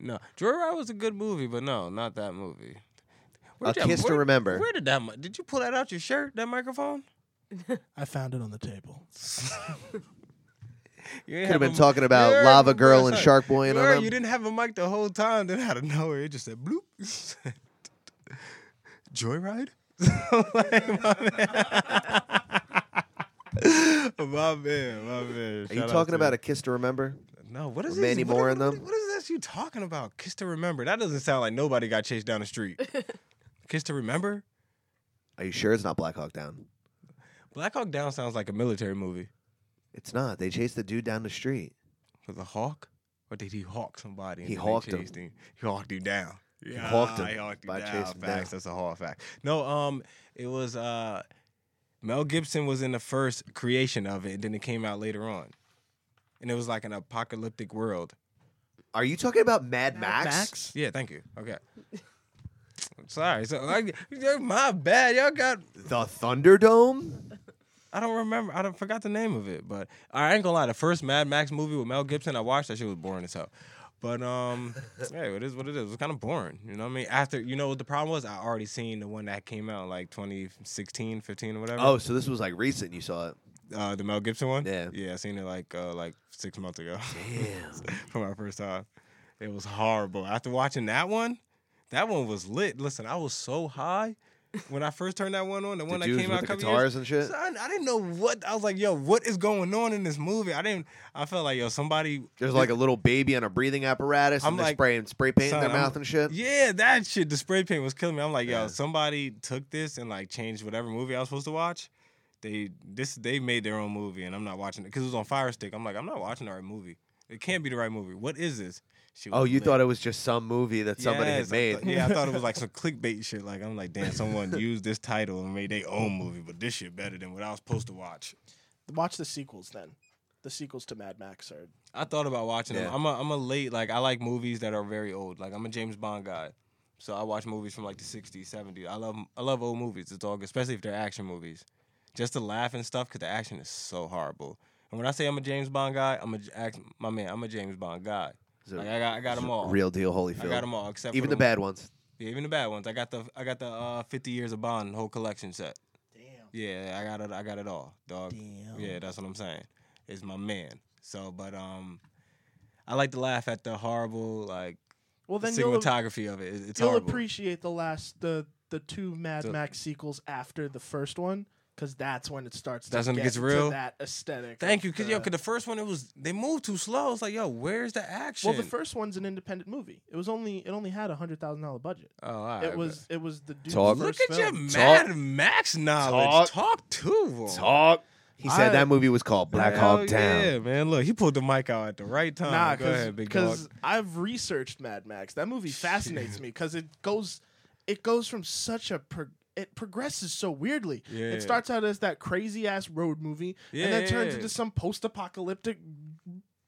C: No, Joyride was a good movie, but no, not that movie.
B: A Kiss to Remember.
C: Where did that? mi- Did you pull that out your shirt? That microphone?
A: I found it on the table.
C: You
B: Could have been talking about Lava Girl and Shark Boy and all
C: Girl,
B: them.
C: you didn't have a mic the whole time. Then out of nowhere, it just said bloop. *laughs* Joyride. *laughs* my man, *laughs* my man. my man.
B: Are
C: Shout
B: you
C: out
B: talking
C: to-
B: about a kiss to remember?
C: No, what is
B: With Mandy
C: this? what-
B: Moore in
C: what-
B: them?
C: What is this you talking about? Kiss to remember. That doesn't sound like nobody got chased down the street. Kiss to remember.
B: Are you sure it's not Black Hawk Down?
C: Black Hawk Down sounds like a military movie
B: It's not. They chased the dude down the street.
C: with a hawk, or did he hawk somebody? and
B: He
C: then they
B: hawked him.
C: chased He hawked him down.
B: He hawked him
C: he hawked him
B: by
C: down.
B: chasing him
C: Facts.
B: down.
C: That's a hard fact. No, um, it was uh, Mel Gibson was in the first creation of it, and then it came out later on, and it was like an apocalyptic world.
B: Are you talking about Mad, Max?
C: Yeah, thank you. Okay. *laughs* I'm sorry. So like, *laughs* my bad. Y'all got.
B: The Thunderdome?
C: I don't remember. I don't, forgot the name of it. But I ain't gonna lie. The first Mad Max movie with Mel Gibson I watched, that shit was boring as hell.
B: *laughs*
C: But um, hey, it is what it is. It was kind of boring. You know what I mean? After you know what the problem was, I already seen the one that came out like 2016, 15, or whatever.
B: Oh, so this was like recent. You saw it.
C: uh, the Mel Gibson one.
B: Yeah.
C: yeah, I seen it like uh, like six months ago.
B: Damn.
C: *laughs* for my first time. It was horrible. After watching that one, that one was lit. Listen, I was so high when I first turned that one on. The, one that
B: dudes
C: came
B: with
C: out
B: the
C: a couple
B: guitars
C: years,
B: and shit?
C: Son, I didn't know what I was like. Yo, what is going on in this movie? I didn't. I felt like yo, somebody.
B: There's like a little baby on a breathing apparatus, and
C: I'm
B: they're
C: like,
B: spraying spray paint
C: son,
B: in their
C: I'm-
B: mouth and shit.
C: Yeah, that shit. The spray paint was killing me. I'm like, yo,
B: Yeah.
C: somebody took this and like changed whatever movie I was supposed to watch. They this they made their own movie, and I'm not watching it because it was on Fire Stick. I'm like, I'm not watching the right movie. It can't be the right movie. What is this? She
B: Oh,
C: was
B: you
C: lit.
B: thought it was just some movie that somebody
C: Yes,
B: had
C: I
B: made.
C: thought- yeah, I thought it was like some clickbait shit. Like I'm like,
B: *laughs*
C: damn, someone used this title and made their own movie, but this shit better than what I was supposed to watch.
A: Watch the sequels then. The sequels to Mad Max are
C: I thought about watching
B: Yeah.
C: them. I'm a I'm a late like I like movies that are very old. Like I'm a James Bond guy, so I watch movies from like the 60s, 70s. I love I love old movies. It's all good, especially if they're action movies, just to laugh and stuff because the action is so horrible. And when I say I'm a James Bond guy, I'm a J- act- my man. I'm a James Bond guy.
B: So-
C: like I got I got them all.
B: Real deal, Holyfield.
C: I got them all except
B: Even
C: for
B: the bad ones.
C: Yeah, even the bad ones. I got the I got the uh, fifty years of Bond whole collection set.
A: damn.
C: Yeah, I got it. I got it all, dog.
A: Damn.
C: Yeah, that's what I'm saying. It's my man. So, but um, I like to laugh at the horrible like
A: Well then you'll,
C: cinematography of it. It- It's
A: you'll
C: horrible.
A: appreciate the last the the two Mad
C: So-
A: Max sequels after the first one because that's when it starts.
C: That's
A: to
C: when it
A: get
C: gets real?
A: To that aesthetic.
C: Thank
A: of
C: you, cause yo, cause the first one it was they moved too slow. It's like yo, where's the action?
A: well, the first one's an independent movie. It was only it only had a hundred thousand dollar budget.
C: oh, all right,
A: it was it was the dude's
B: Talk.
A: first
C: Look at your
A: film.
C: Mad Max knowledge. Talk, to him.
B: Talk. He said
A: I-
B: that movie was called Black
C: Hell
B: Hawk Down.
C: Yeah, man. Look, he pulled the mic out at the right time.
A: Nah,
C: Oh, Go ahead, big dog.
A: because I've
C: *laughs*
A: researched Mad Max. That movie fascinates me because it goes, it goes from such a pro- it progresses so weirdly.
G: Yeah.
A: It starts out as that crazy ass road movie,
G: Yeah,
A: and then
G: yeah,
A: turns
G: yeah.
A: into some post apocalyptic,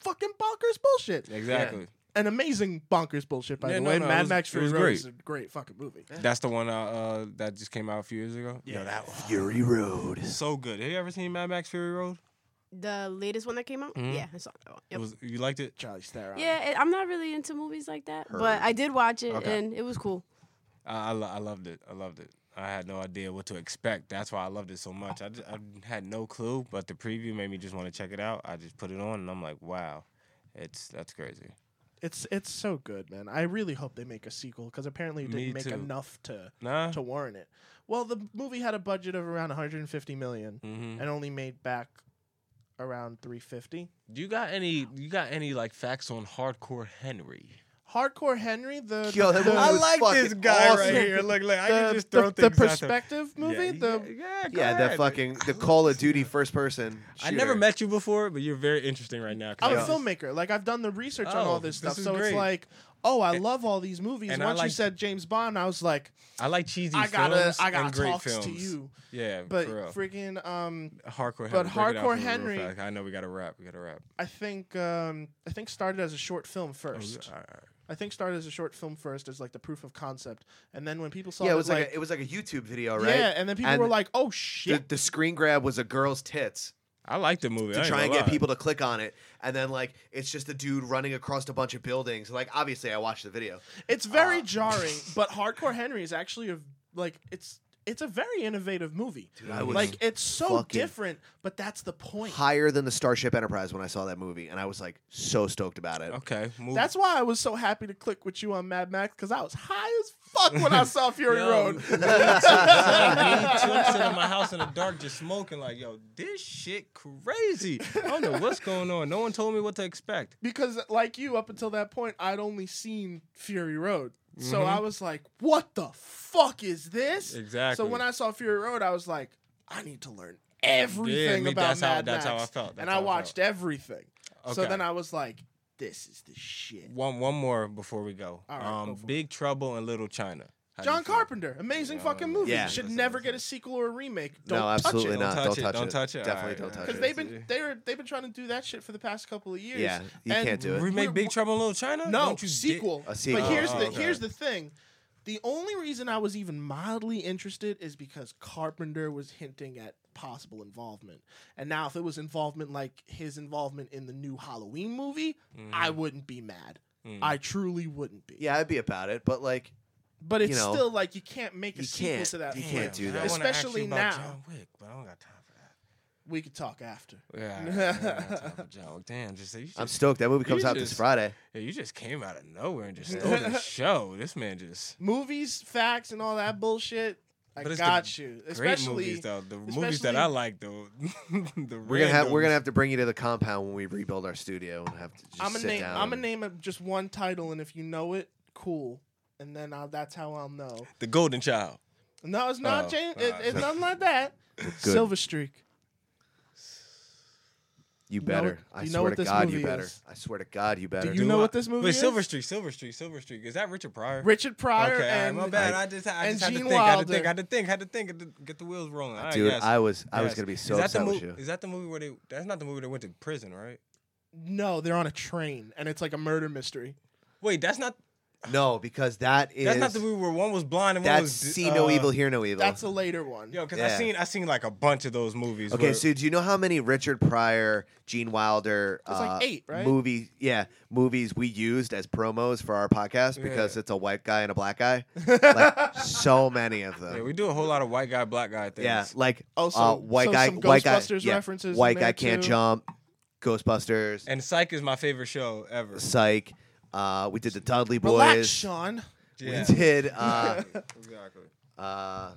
A: fucking bonkers bullshit.
C: Exactly.
A: An amazing bonkers bullshit, by
C: Yeah,
A: the
C: no,
A: way.
C: no, it
A: Mad
C: was-
A: Max
C: it
A: Fury
C: was
A: Road
C: great.
A: is a great fucking movie.
C: That's the one uh, uh, that just came out a few years ago.
A: Yeah, that
C: one.
B: Fury Road.
C: So good. Have you ever seen Mad Max Fury Road?
D: The latest one that came out?
C: Mhm.
D: Yeah, I saw that one. Yep.
C: It was- you liked it?
A: Charlie Theron.
D: yeah, it, I'm not really into movies like that,
C: Heard.
D: but I did watch it
C: Okay.
D: and it was cool.
C: I, I, lo- I loved it. I loved it. I had no idea what to expect. That's why I loved it so much. I, just, I had no clue, but the preview made me just want to check it out. I just put it on, and I'm like, wow, it's that's crazy.
A: It's it's so good, man. I really hope they make a sequel because apparently it didn't
C: Me
A: make
C: too.
A: enough to
C: Nah.
A: to warrant it. Well, the movie had a budget of around 150 million
C: Mhm.
A: Mm-hmm. and only made back around 350.
C: Do you got any? You got any like facts on Hardcore Henry?
A: Hardcore Henry, the
C: Yo, that
A: the-
C: movie I was like this fucking guy right awesome. here. Look, look, I can just throw
A: the, the
C: things at them.
A: perspective movie. the
C: go
B: Yeah, that
C: ahead.
B: fucking
A: *laughs*
B: the Call of Duty first person.
C: I never
B: shooter.
C: met you before, but you're very interesting right now. 'cause
A: I'm
C: I
A: a
C: was-
A: filmmaker. Like I've done the research on
C: Oh,
A: all this
C: this
A: stuff,
C: is
A: so
C: great.
A: it's like, oh, I love all these movies.
C: And I
A: Once you
C: like-
A: said James Bond, I was like,
C: I like cheesy.
A: I gotta-
C: films
A: I gotta
C: and great
A: talks to
C: films.
A: you.
C: Yeah,
A: but
C: for real.
A: freaking um,
C: hardcore.
A: But
C: Henry, break it out
A: hardcore
C: for me real
A: Henry,
C: fast. I know we gotta rap. We gotta rap.
A: I think um, I think started as a short film
C: Oh,
A: first.
C: alright,
A: I think started as a short film first as like the proof of concept, and then when people saw
B: Yeah,
A: that,
B: it was like,
A: like
B: a, it was like a YouTube video, right?
A: Yeah, and then people were like, "Oh shit!"
B: The, the screen grab was a girl's tits.
C: I like the movie
B: to
C: I ain't
B: try and
C: gonna
B: get
C: lie.
B: people to click on it, and then like it's just a dude running across a bunch of buildings. Like obviously, I watched the video.
A: It's very jarring, but Hardcore Henry is actually a like it's it's a very innovative movie.
B: Dude, I was
A: like it's so
B: fucking-
A: different, but that's the point.
B: Higher than the Starship Enterprise when I saw that movie, and I was like so stoked about it. *laughs*
C: Okay, move.
A: That's why I was so happy to click with you on Mad Max because I was high as fuck when I
B: *laughs*
A: saw Fury
C: Yo, *laughs*
A: Road.
C: me too, son. Me too. I'm sitting in my house in the dark just smoking. Like, yo, this shit crazy. I don't know what's going on. No one told me what to expect.
A: because like you, up until that point, I'd only seen Fury Road. So
C: Mhm.
A: I was like, what the fuck is this?
C: Exactly.
A: So when I saw Fury Road, I was like, I need to learn everything
C: me-
A: about
C: that's how-
A: Mad
C: that's how
A: Max.
C: I felt. That's
A: and I
C: how I felt.
A: watched everything. So
C: Okay.
A: then I was like, this is the shit.
C: One, one more before we go.
A: All right,
C: um, Big Trouble in Little China. How do you
A: John
C: feel?
A: Carpenter, amazing
C: Yeah,
A: fucking movie.
B: yeah.
A: Should never get a sequel or a remake. Don't
B: no,
A: touch
B: absolutely
A: it.
B: not.
C: Don't touch it,
B: Don't
C: don't touch it.
B: Definitely
C: Alright,
B: don't touch
A: Because
B: it.
A: they've been they were they've been trying to do that shit for the past couple of years.
B: Yeah, you
A: And
B: can't do it.
C: Remake Big Trouble in Little China?
A: No
C: Don't you di-
A: sequel.
B: A sequel.
A: But here's
C: Oh,
A: the
C: okay.
A: here's the thing. The only reason I was even mildly interested is because Carpenter was hinting at possible involvement. And now if it was involvement like his involvement in the new Halloween movie,
C: Mm.
A: I wouldn't be mad. I truly wouldn't be.
B: Yeah, I'd be about it, but like
A: But it's
B: you know,
A: still like you can't make a
B: you
A: sequel
B: can't-
A: to that.
B: you
A: film.
B: can't do
C: I
B: that.
C: wanna ask you
A: Especially now.
C: about John Wick, but I don't got time for that.
A: We could talk after.
B: *laughs*
C: Yeah, I don't got time for John Wick. Damn, just you
B: I'm
C: just-
B: stoked. That movie
C: you
B: comes out this
C: just-
B: Friday.
C: Yeah, you just came out of nowhere
B: *laughs*
C: and just stole the show. This man just.
A: Movies, facts, and all that bullshit. I
C: But it's the
A: got you.
C: Great
A: Especially
C: movies though. The movies that
A: especially-
C: I like though. *laughs* the
B: We're gonna have we're
C: randoms.
B: gonna have to bring you to the compound when we rebuild our studio and have to just
A: I'm gonna
B: sit
A: name.
B: down.
A: I'm gonna
B: and-
A: name a, just one title, and if you know it, cool. And then I'll, that's how I'll know.
C: the Golden Child.
A: No, it's not
C: Oh,
A: James.
C: all
A: It,
C: right.
A: it's nothing like
C: *laughs*
A: that. Silver Streak.
B: You
A: know
B: better.
A: what-
B: I
A: you know
B: swear
A: what
B: to
A: this
B: God,
A: movie
B: you better.
A: is.
B: I swear to God, you better.
A: you know what this movie
C: Wait,
A: is?
C: Silver Streak, Silver Streak, Silver Streak. Is that Richard Pryor?
A: Richard Pryor
C: Okay, all right,
A: and
C: my bad. I just, I
A: and
C: just had to
A: Gene
C: think. I had to
A: Wilder.
C: think. I had to think. Had to think. Had to get the wheels rolling. All right,
B: Dude,
C: yes.
B: I was- I was
C: Yes.
B: gonna be so
C: is that the
B: upset with
C: mo-
B: you.
C: Is that the movie where they? That's not the movie that went to prison, right?
A: No, they're on a train, and it's like a murder mystery.
C: Wait, that's not.
B: No, because that is
C: That's not the movie where one was blind and one
B: That's
C: was. d-
B: see no
C: uh,
B: evil, hear no evil.
A: That's a later one.
C: Yo, because I
B: Yeah.
C: seen I seen like a bunch of those movies.
B: okay,
C: where-
B: so do you know how many Richard Pryor, Gene Wilder,
A: It's like
B: uh,
A: eight, right?
B: movie, yeah, movies we used as promos for our podcast because it's a white guy and a black guy?
A: *laughs*
B: like so many of them.
C: yeah, we do a whole lot of white guy, black guy things.
B: Yeah, like
A: Oh,
B: uh,
A: so-
B: white
A: so
B: guy,
A: some
B: white guy,
A: Ghostbusters
B: yeah,
A: references in
B: white guy
A: there,
B: can't
A: too.
B: jump, Ghostbusters,
C: and Psych is my favorite show ever.
B: Psych. Uh, we did the Dudley Boys.
A: Relax, Sean.
C: Yeah.
A: *laughs*
B: We did uh,
C: exactly.
B: *laughs* uh,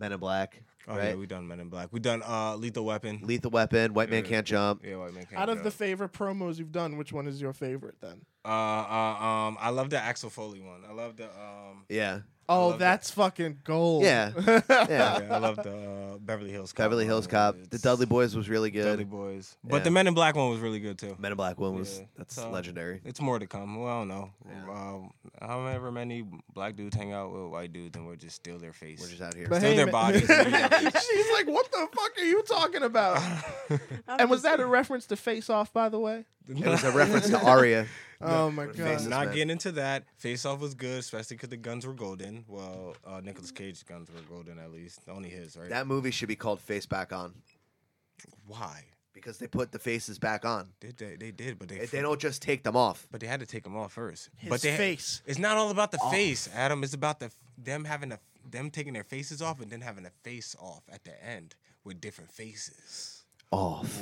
B: Men in Black,
C: Oh yeah,
B: right?
C: we done Men in Black. We done uh, Lethal Weapon.
B: Lethal Weapon, White Man
C: Yeah.
B: Can't Jump.
C: yeah, White Man Can't
A: Out of
C: Jump.
A: the favorite promos you've done, which one is your favorite then?
C: Uh, uh, um, I love the Axel Foley one. I love the um.
B: Yeah.
C: I
L: Oh,
C: love
L: that's fucking gold.
A: *laughs*
B: Yeah. Yeah.
C: I love the uh, Beverly Hills. Cop.
B: Beverly Hills Cop. The Dudley Boys was really good. Dudley
C: Boys. But the Men in Black one was really good too.
B: Men in Black one was
C: Yeah.
B: that's
C: So,
B: legendary.
C: It's more to come. Well, I don't know. Um, however many black dudes hang out with white dudes, and we're just steal their face. We're
B: just out here.
L: But
C: steal
L: hey,
C: their
L: man-
C: bodies.
L: *laughs* She's like, what the fuck are you talking
C: *laughs*
L: about? and was that a reference to Face Off, by the way?
B: *laughs* It was a reference to Aria.
L: Oh my god!
C: Face- not getting into that. Face Off was good, especially because the guns were golden. Well, uh, Nicolas Cage's guns were golden at least. Only his, right?
B: That movie should be called Face Back On
C: Why?
B: because they put the faces back on.
C: Did they? They did, but they.
B: They don't just take them off.
C: But they had to take them off first.
L: His
C: but they,
L: face.
C: It's not all about the face, Adam. It's about the them having a them taking their faces off and then having a face off at the end with different faces.
B: Off.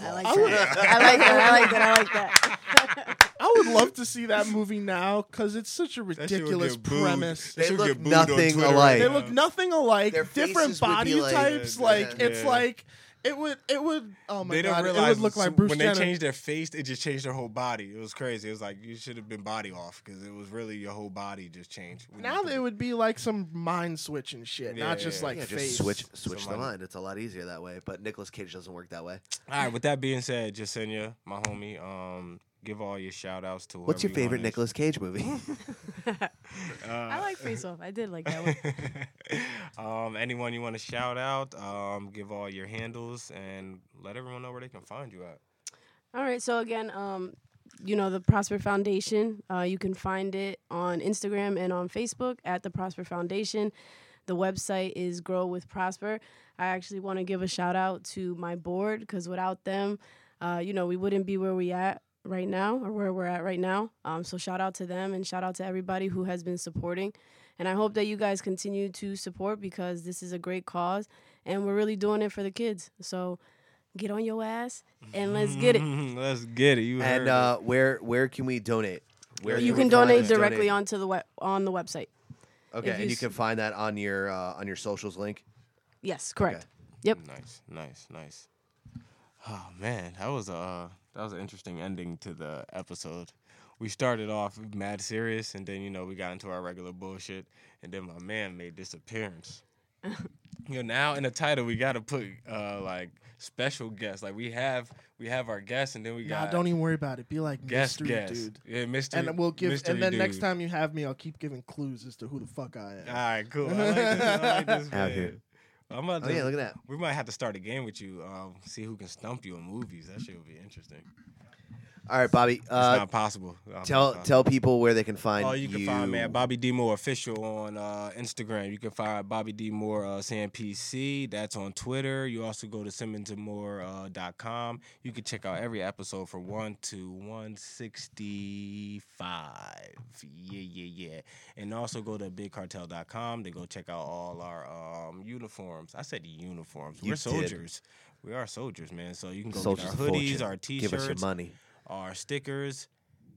D: I like that. I like that. I like that. I like that.
L: I would love to see that movie now because it's such a ridiculous premise.
B: They look nothing alike.
L: They look nothing alike. different
B: faces would
L: body
B: be like-
L: types.
B: Yeah,
L: like
B: yeah.
L: it's
C: um, Yeah.
L: like it would. It would. Oh my
C: they don't
L: god!
C: realize
L: it would look
C: so-
L: like Bruce
C: when
L: Jenner.
C: they changed their face, it just changed their whole body. It was crazy. It was like you should have been body off because it was really your whole body just changed. When you
L: now
C: put
L: it would be like some mind switching shit, not
C: Yeah,
L: just
C: yeah.
L: like
B: Yeah,
L: face.
B: just switch switch the
C: Somebody-
B: mind. It's a lot easier that way. But Nicolas Cage doesn't work that way.
C: All right. With that being said, Jasenia, my homie, um, give all your shout outs to.
B: What's your
C: whoever you
B: favorite
C: want
B: Nicolas Cage *laughs*
C: *laughs*
B: movie?
C: to-
D: *laughs* I
C: Uh,
D: like Face Off. I did like that one.
C: *laughs* um, anyone you want to shout out? Um, give all your handles and let everyone know where they can find you at.
D: All right. So again, um, you know the Prosper Foundation. Uh, you can find it on Instagram and on Facebook at the Prosper Foundation. The website is Grow with Prosper. I actually want to give a shout out to my board because without them, uh, you know we wouldn't be where we at right now or where we're at right now. Um, so shout out to them and shout out to everybody who has been supporting. And I hope that you guys continue to support because this is a great cause and we're really doing it for the kids. So get on your ass and let's get it.
C: *laughs* Let's get it. You heard
B: and
C: it.
B: uh, where where can we donate? Where
D: you
B: we
D: can
B: find
D: donate
B: us?
D: directly onto the web on the website.
B: Okay,
D: if
B: and
D: you
B: you
D: s-
B: can find that on your uh, on your socials link.
D: Yes, correct.
C: Nice, nice, nice. Oh man, that was a uh, that was an interesting ending to the episode. We started off mad serious, and then you know we got into our regular bullshit, and then my man made this *laughs* appearance. you know, now in the title we got to put uh, like special guest. Like we have we have our guest, and then we
L: Nah,
C: got
L: don't even worry about it. Be like
C: guest
L: mystery
C: guest.
L: dude.
C: Yeah, mystery.
L: And we'll give.
C: mystery
L: and then
C: dude.
L: next time you have me, I'll keep giving clues as to who the fuck I am.
C: All right, cool. I like this. I like
B: *laughs*
C: this
B: Out
C: man.
B: here.
C: I'm about
B: Oh,
C: to,
B: yeah, look at that.
C: We might have to start a game with you. Um, see who can stump you in movies. That shit would be interesting.
B: All right, Bobby.
C: it's
B: Uh,
C: not possible. Um,
B: tell
C: uh,
B: tell people where they can find.
C: Oh, you can find me at Bobby D Moore official on uh, Instagram. You can find Bobby D Moore uh, Sam PC. That's on Twitter. You also go to simmonsandmoore.com. Uh, dot com. you can check out every episode from one to one sixty five. Yeah, yeah, yeah. And also go to bigcartel.com to go check out all our um, uniforms. I said uniforms.
B: You
C: We're
B: did.
C: soldiers. We are soldiers, man. So you can go
B: Soldiers
C: get our
B: of
C: hoodies,
B: Fortune.
C: our t-shirts,
B: Give us your money.
C: our stickers,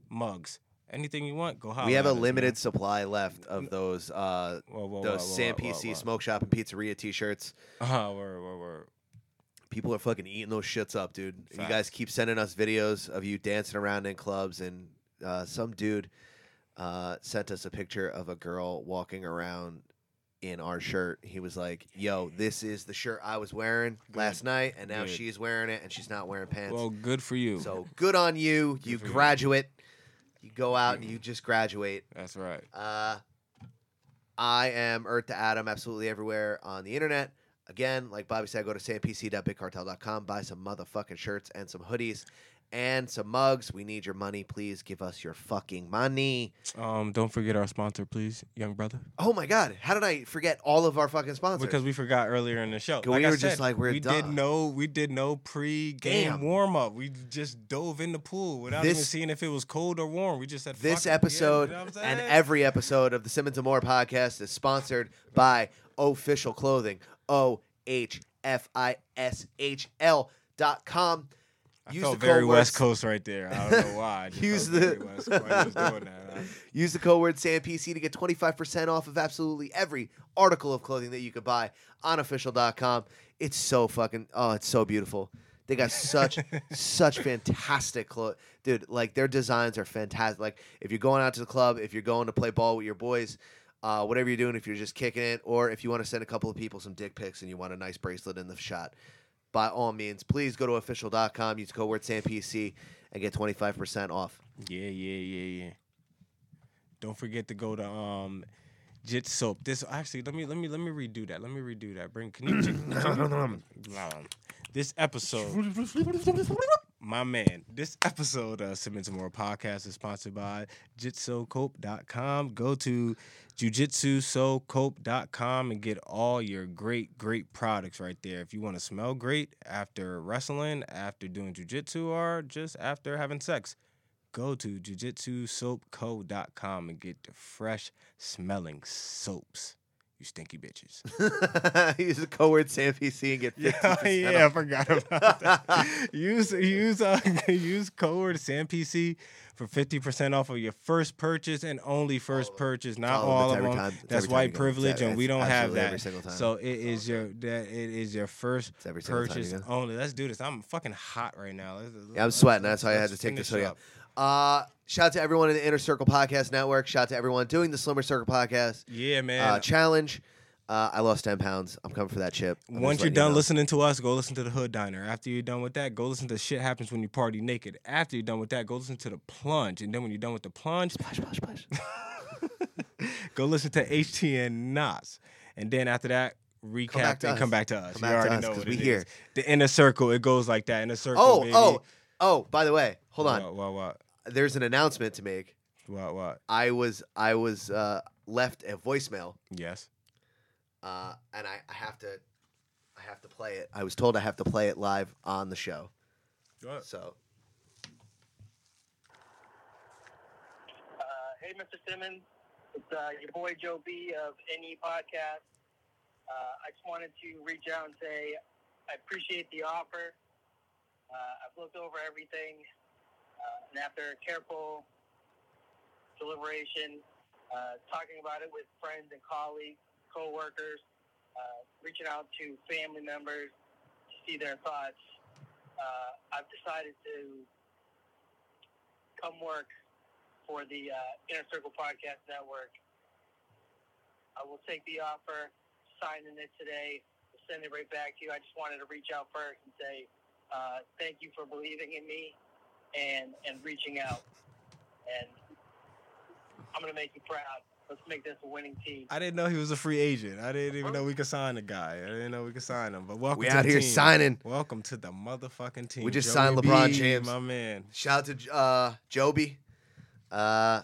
C: mugs, anything you want. Go holler.
B: We have
C: at
B: a
C: us, man.
B: limited supply left of those uh,
C: Whoa, whoa, whoa,
B: those
C: whoa,
B: Sam
C: whoa, whoa,
B: PC
C: *laughs* whoa.
B: Smoke Shop and Pizzeria T-shirts.
C: Oh, word, word, word.
B: People are fucking eating those shits up, dude. You guys
C: Facts.
B: keep sending us videos of you dancing around in clubs, and uh, some dude uh, sent us a picture of a girl walking around in our shirt. He was like, "Yo, this is the shirt I was wearing last night, and now
C: Good.
B: she's wearing it, and she's not wearing pants."
C: Well, good for you.
B: So good on you. you
C: for you.
B: graduate. You. go out and you just graduate.
C: That's right.
B: Uh, I am Earth to Adam absolutely everywhere on the internet. Again, like Bobby said, go to sampc.bigcartel.com, buy some motherfucking shirts and some hoodies and some mugs. We need your money. Please give us your fucking money.
C: Um, don't forget our sponsor, please, young brother,
B: Oh my God. How did I forget all of our fucking sponsors?
C: because we forgot earlier in the show.
B: We
C: I
B: were just
C: said,
B: like, we're
C: we did
B: done.
C: no, we did no pre-game
B: Damn.
C: warm up. We just dove in the pool without even
B: This-
C: seeing if it was cold or warm. We just said
B: This
C: "Fuck it."
B: episode
C: Yeah, you know what I'm
B: and
C: saying?
B: every episode of the Simmons and More podcast is sponsored by Official Clothing. O H F I S H L dot com.
C: I
B: Use
C: felt
B: the
C: very
B: code
C: West
B: word,
C: Coast right there. I don't
B: *laughs*
C: know why. I just
B: Use
C: felt very
B: the-
C: West Coast. I was doing that. I-
B: Use the code word SAMPC to get 25% off of absolutely every article of clothing that you could buy on official.com. It's so fucking oh, it's so beautiful. They got such such fantastic clothes, dude. Like their designs are fantastic. Like if you're going out to the club, if you're going to play ball with your boys, uh, whatever you're doing, if you're just kicking it, or if you want to send a couple of people some dick pics and you want a nice bracelet in the shot, by all means, please go to official.com, use code word SAMPC, and get 25% off.
C: Yeah, yeah, yeah, yeah. Don't forget to go to um Jit Soap. This actually let me let me let me redo that. Let me redo that. Bring can you can you- um, this episode Ah.
L: *laughs*
C: my man, this episode of Submit Some More Podcast is sponsored by jitsocope.com. Go to jujitsusocope.com and get all your great, great products right there. If you want to smell great after wrestling, after doing jujitsu, or just after having sex, go to jujitsusoapco.com and get the fresh smelling soaps. You stinky bitches.
B: *laughs* use the code word SAMPC E and get 50%
C: Oh, yeah,
B: off.
C: I forgot about that.
B: *laughs*
C: use use uh, *laughs* use code SAMPC for fifty percent off of your first purchase and only first purchase, not
B: All of them. It's
C: all of
B: every
C: them.
B: time. It's
C: That's
B: every time you
C: white
B: go.
C: privilege,
B: It's-
C: and we
B: it's
C: don't have
B: absolutely
C: that.
B: every single time.
C: So it is your that it is your first
B: every single time
C: purchase
B: you go.
C: only. Let's do this. I'm fucking hot right now. Let's-
B: Yeah, I'm
C: let's-
B: sweating. That's why I had
C: let's
B: to take this
C: finish
B: hoodie
C: up.
B: up. Uh, shout out to everyone in the Inner Circle Podcast Network. Shout out to everyone doing the Slimmer Circle Podcast
C: Yeah, man.
B: uh, challenge. Uh, I lost 10 pounds. I'm coming for that chip. I'm just
C: Once you're
B: letting
C: done
B: know.
C: listening to us, go listen to the Hood Diner. After you're done with that, go listen to Shit Happens When You Party Naked. After you're done with that, go listen to the Plunge. And then when you're done with the Plunge, *laughs* go listen to HTN Knots. And then after that, recap
B: back to
C: and
B: us.
C: come back to us.
B: Come
C: you
B: back to
C: already
B: us,
C: know
B: 'cause
C: what
B: we
C: it is.
B: here.
C: The inner circle, it goes like that. Inner circle.
B: Oh,
C: baby.
B: oh, oh, by the way, hold on.
C: What, what, what?
B: There's an announcement to make.
C: What, what?
B: I was, I was uh, left a voicemail
C: Yes.
B: uh, and I, I have to, I have to play it. I was told I have to play it live on the show. So
M: Uh, hey, Mr. Simmons. It's uh, your boy Joe B of NE Podcast. Uh, I just wanted to reach out and say I appreciate the offer. Uh, I've looked over everything, uh, and after careful deliberation, uh, talking about it with friends and colleagues, coworkers, uh, reaching out to family members to see their thoughts, uh, I've decided to come work for the uh, Inner Circle Podcast Network. I will take the offer, sign in it today, send it right back to you. I just wanted to reach out first and say uh, thank you for believing in me and and reaching out. And I'm gonna make you proud. Let's make this a winning team.
C: I didn't know he was a free agent. I didn't even know we could sign a guy. I didn't know we could sign him. But welcome
B: We
C: to
B: out
C: the
B: here
C: team.
B: signing.
C: Welcome to the motherfucking team.
B: we just
C: Joey
B: signed LeBron
C: B,
B: James,
C: my man.
B: Shout out to uh, Joby. Uh,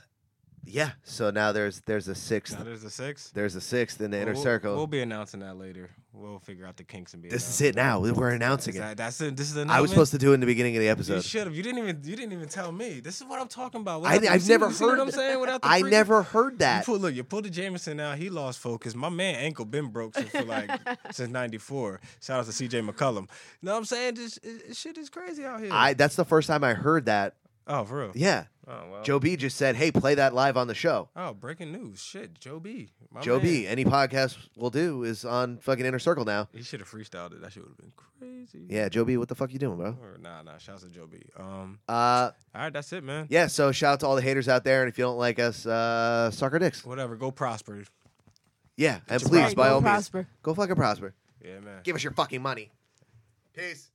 B: yeah. So now there's there's a sixth.
C: Now there's a sixth?
B: There's a sixth in the inner
C: We'll-
B: circle.
C: We'll be announcing that later. We'll figure out the kinks and be.
B: this is it now. We're announcing it.
C: that's it. This is the
B: I was supposed to do it in the beginning of the
C: You
B: episode.
C: should have. You didn't even. You didn't even tell me. This is what I'm talking about.
B: I,
C: Without- you
B: I've
C: see-
B: never
C: you see
B: heard.
C: What I'm saying without the
B: I
C: freaking-
B: never heard
C: You
B: that.
C: pull, look, you pull the Jameson now. He lost focus. My man ankle been broke since
B: *laughs*
C: for like since '94. Shout out to CJ McCullum. You know what I'm saying? This, it- it- shit is crazy out here.
B: I. That's the first time I heard that.
C: Oh, for real?
B: Yeah.
C: Oh, well.
B: Joe B just said, "Hey, play that live on the show."
C: Oh, breaking news. Shit, Joe B. My
B: Joe B,
C: Oh, man.
B: any podcast we'll do is on fucking Inner Circle now.
C: He should have freestyled it. That shit would have been crazy.
B: Yeah, Joe B, what the fuck you doing, bro?
C: Or nah, nah. Shout out to Joe B. Um.
B: Uh,
C: all right, that's it, man.
B: Yeah, so shout out to all the haters out there, and if you don't like us, uh, suck our dicks.
C: Whatever. Go prosper.
B: Yeah, and
C: your
B: please,
C: pride.
B: by
C: Go
B: all
C: prosper.
B: means, go fucking prosper.
C: Yeah, man.
B: Give us your fucking money. Peace.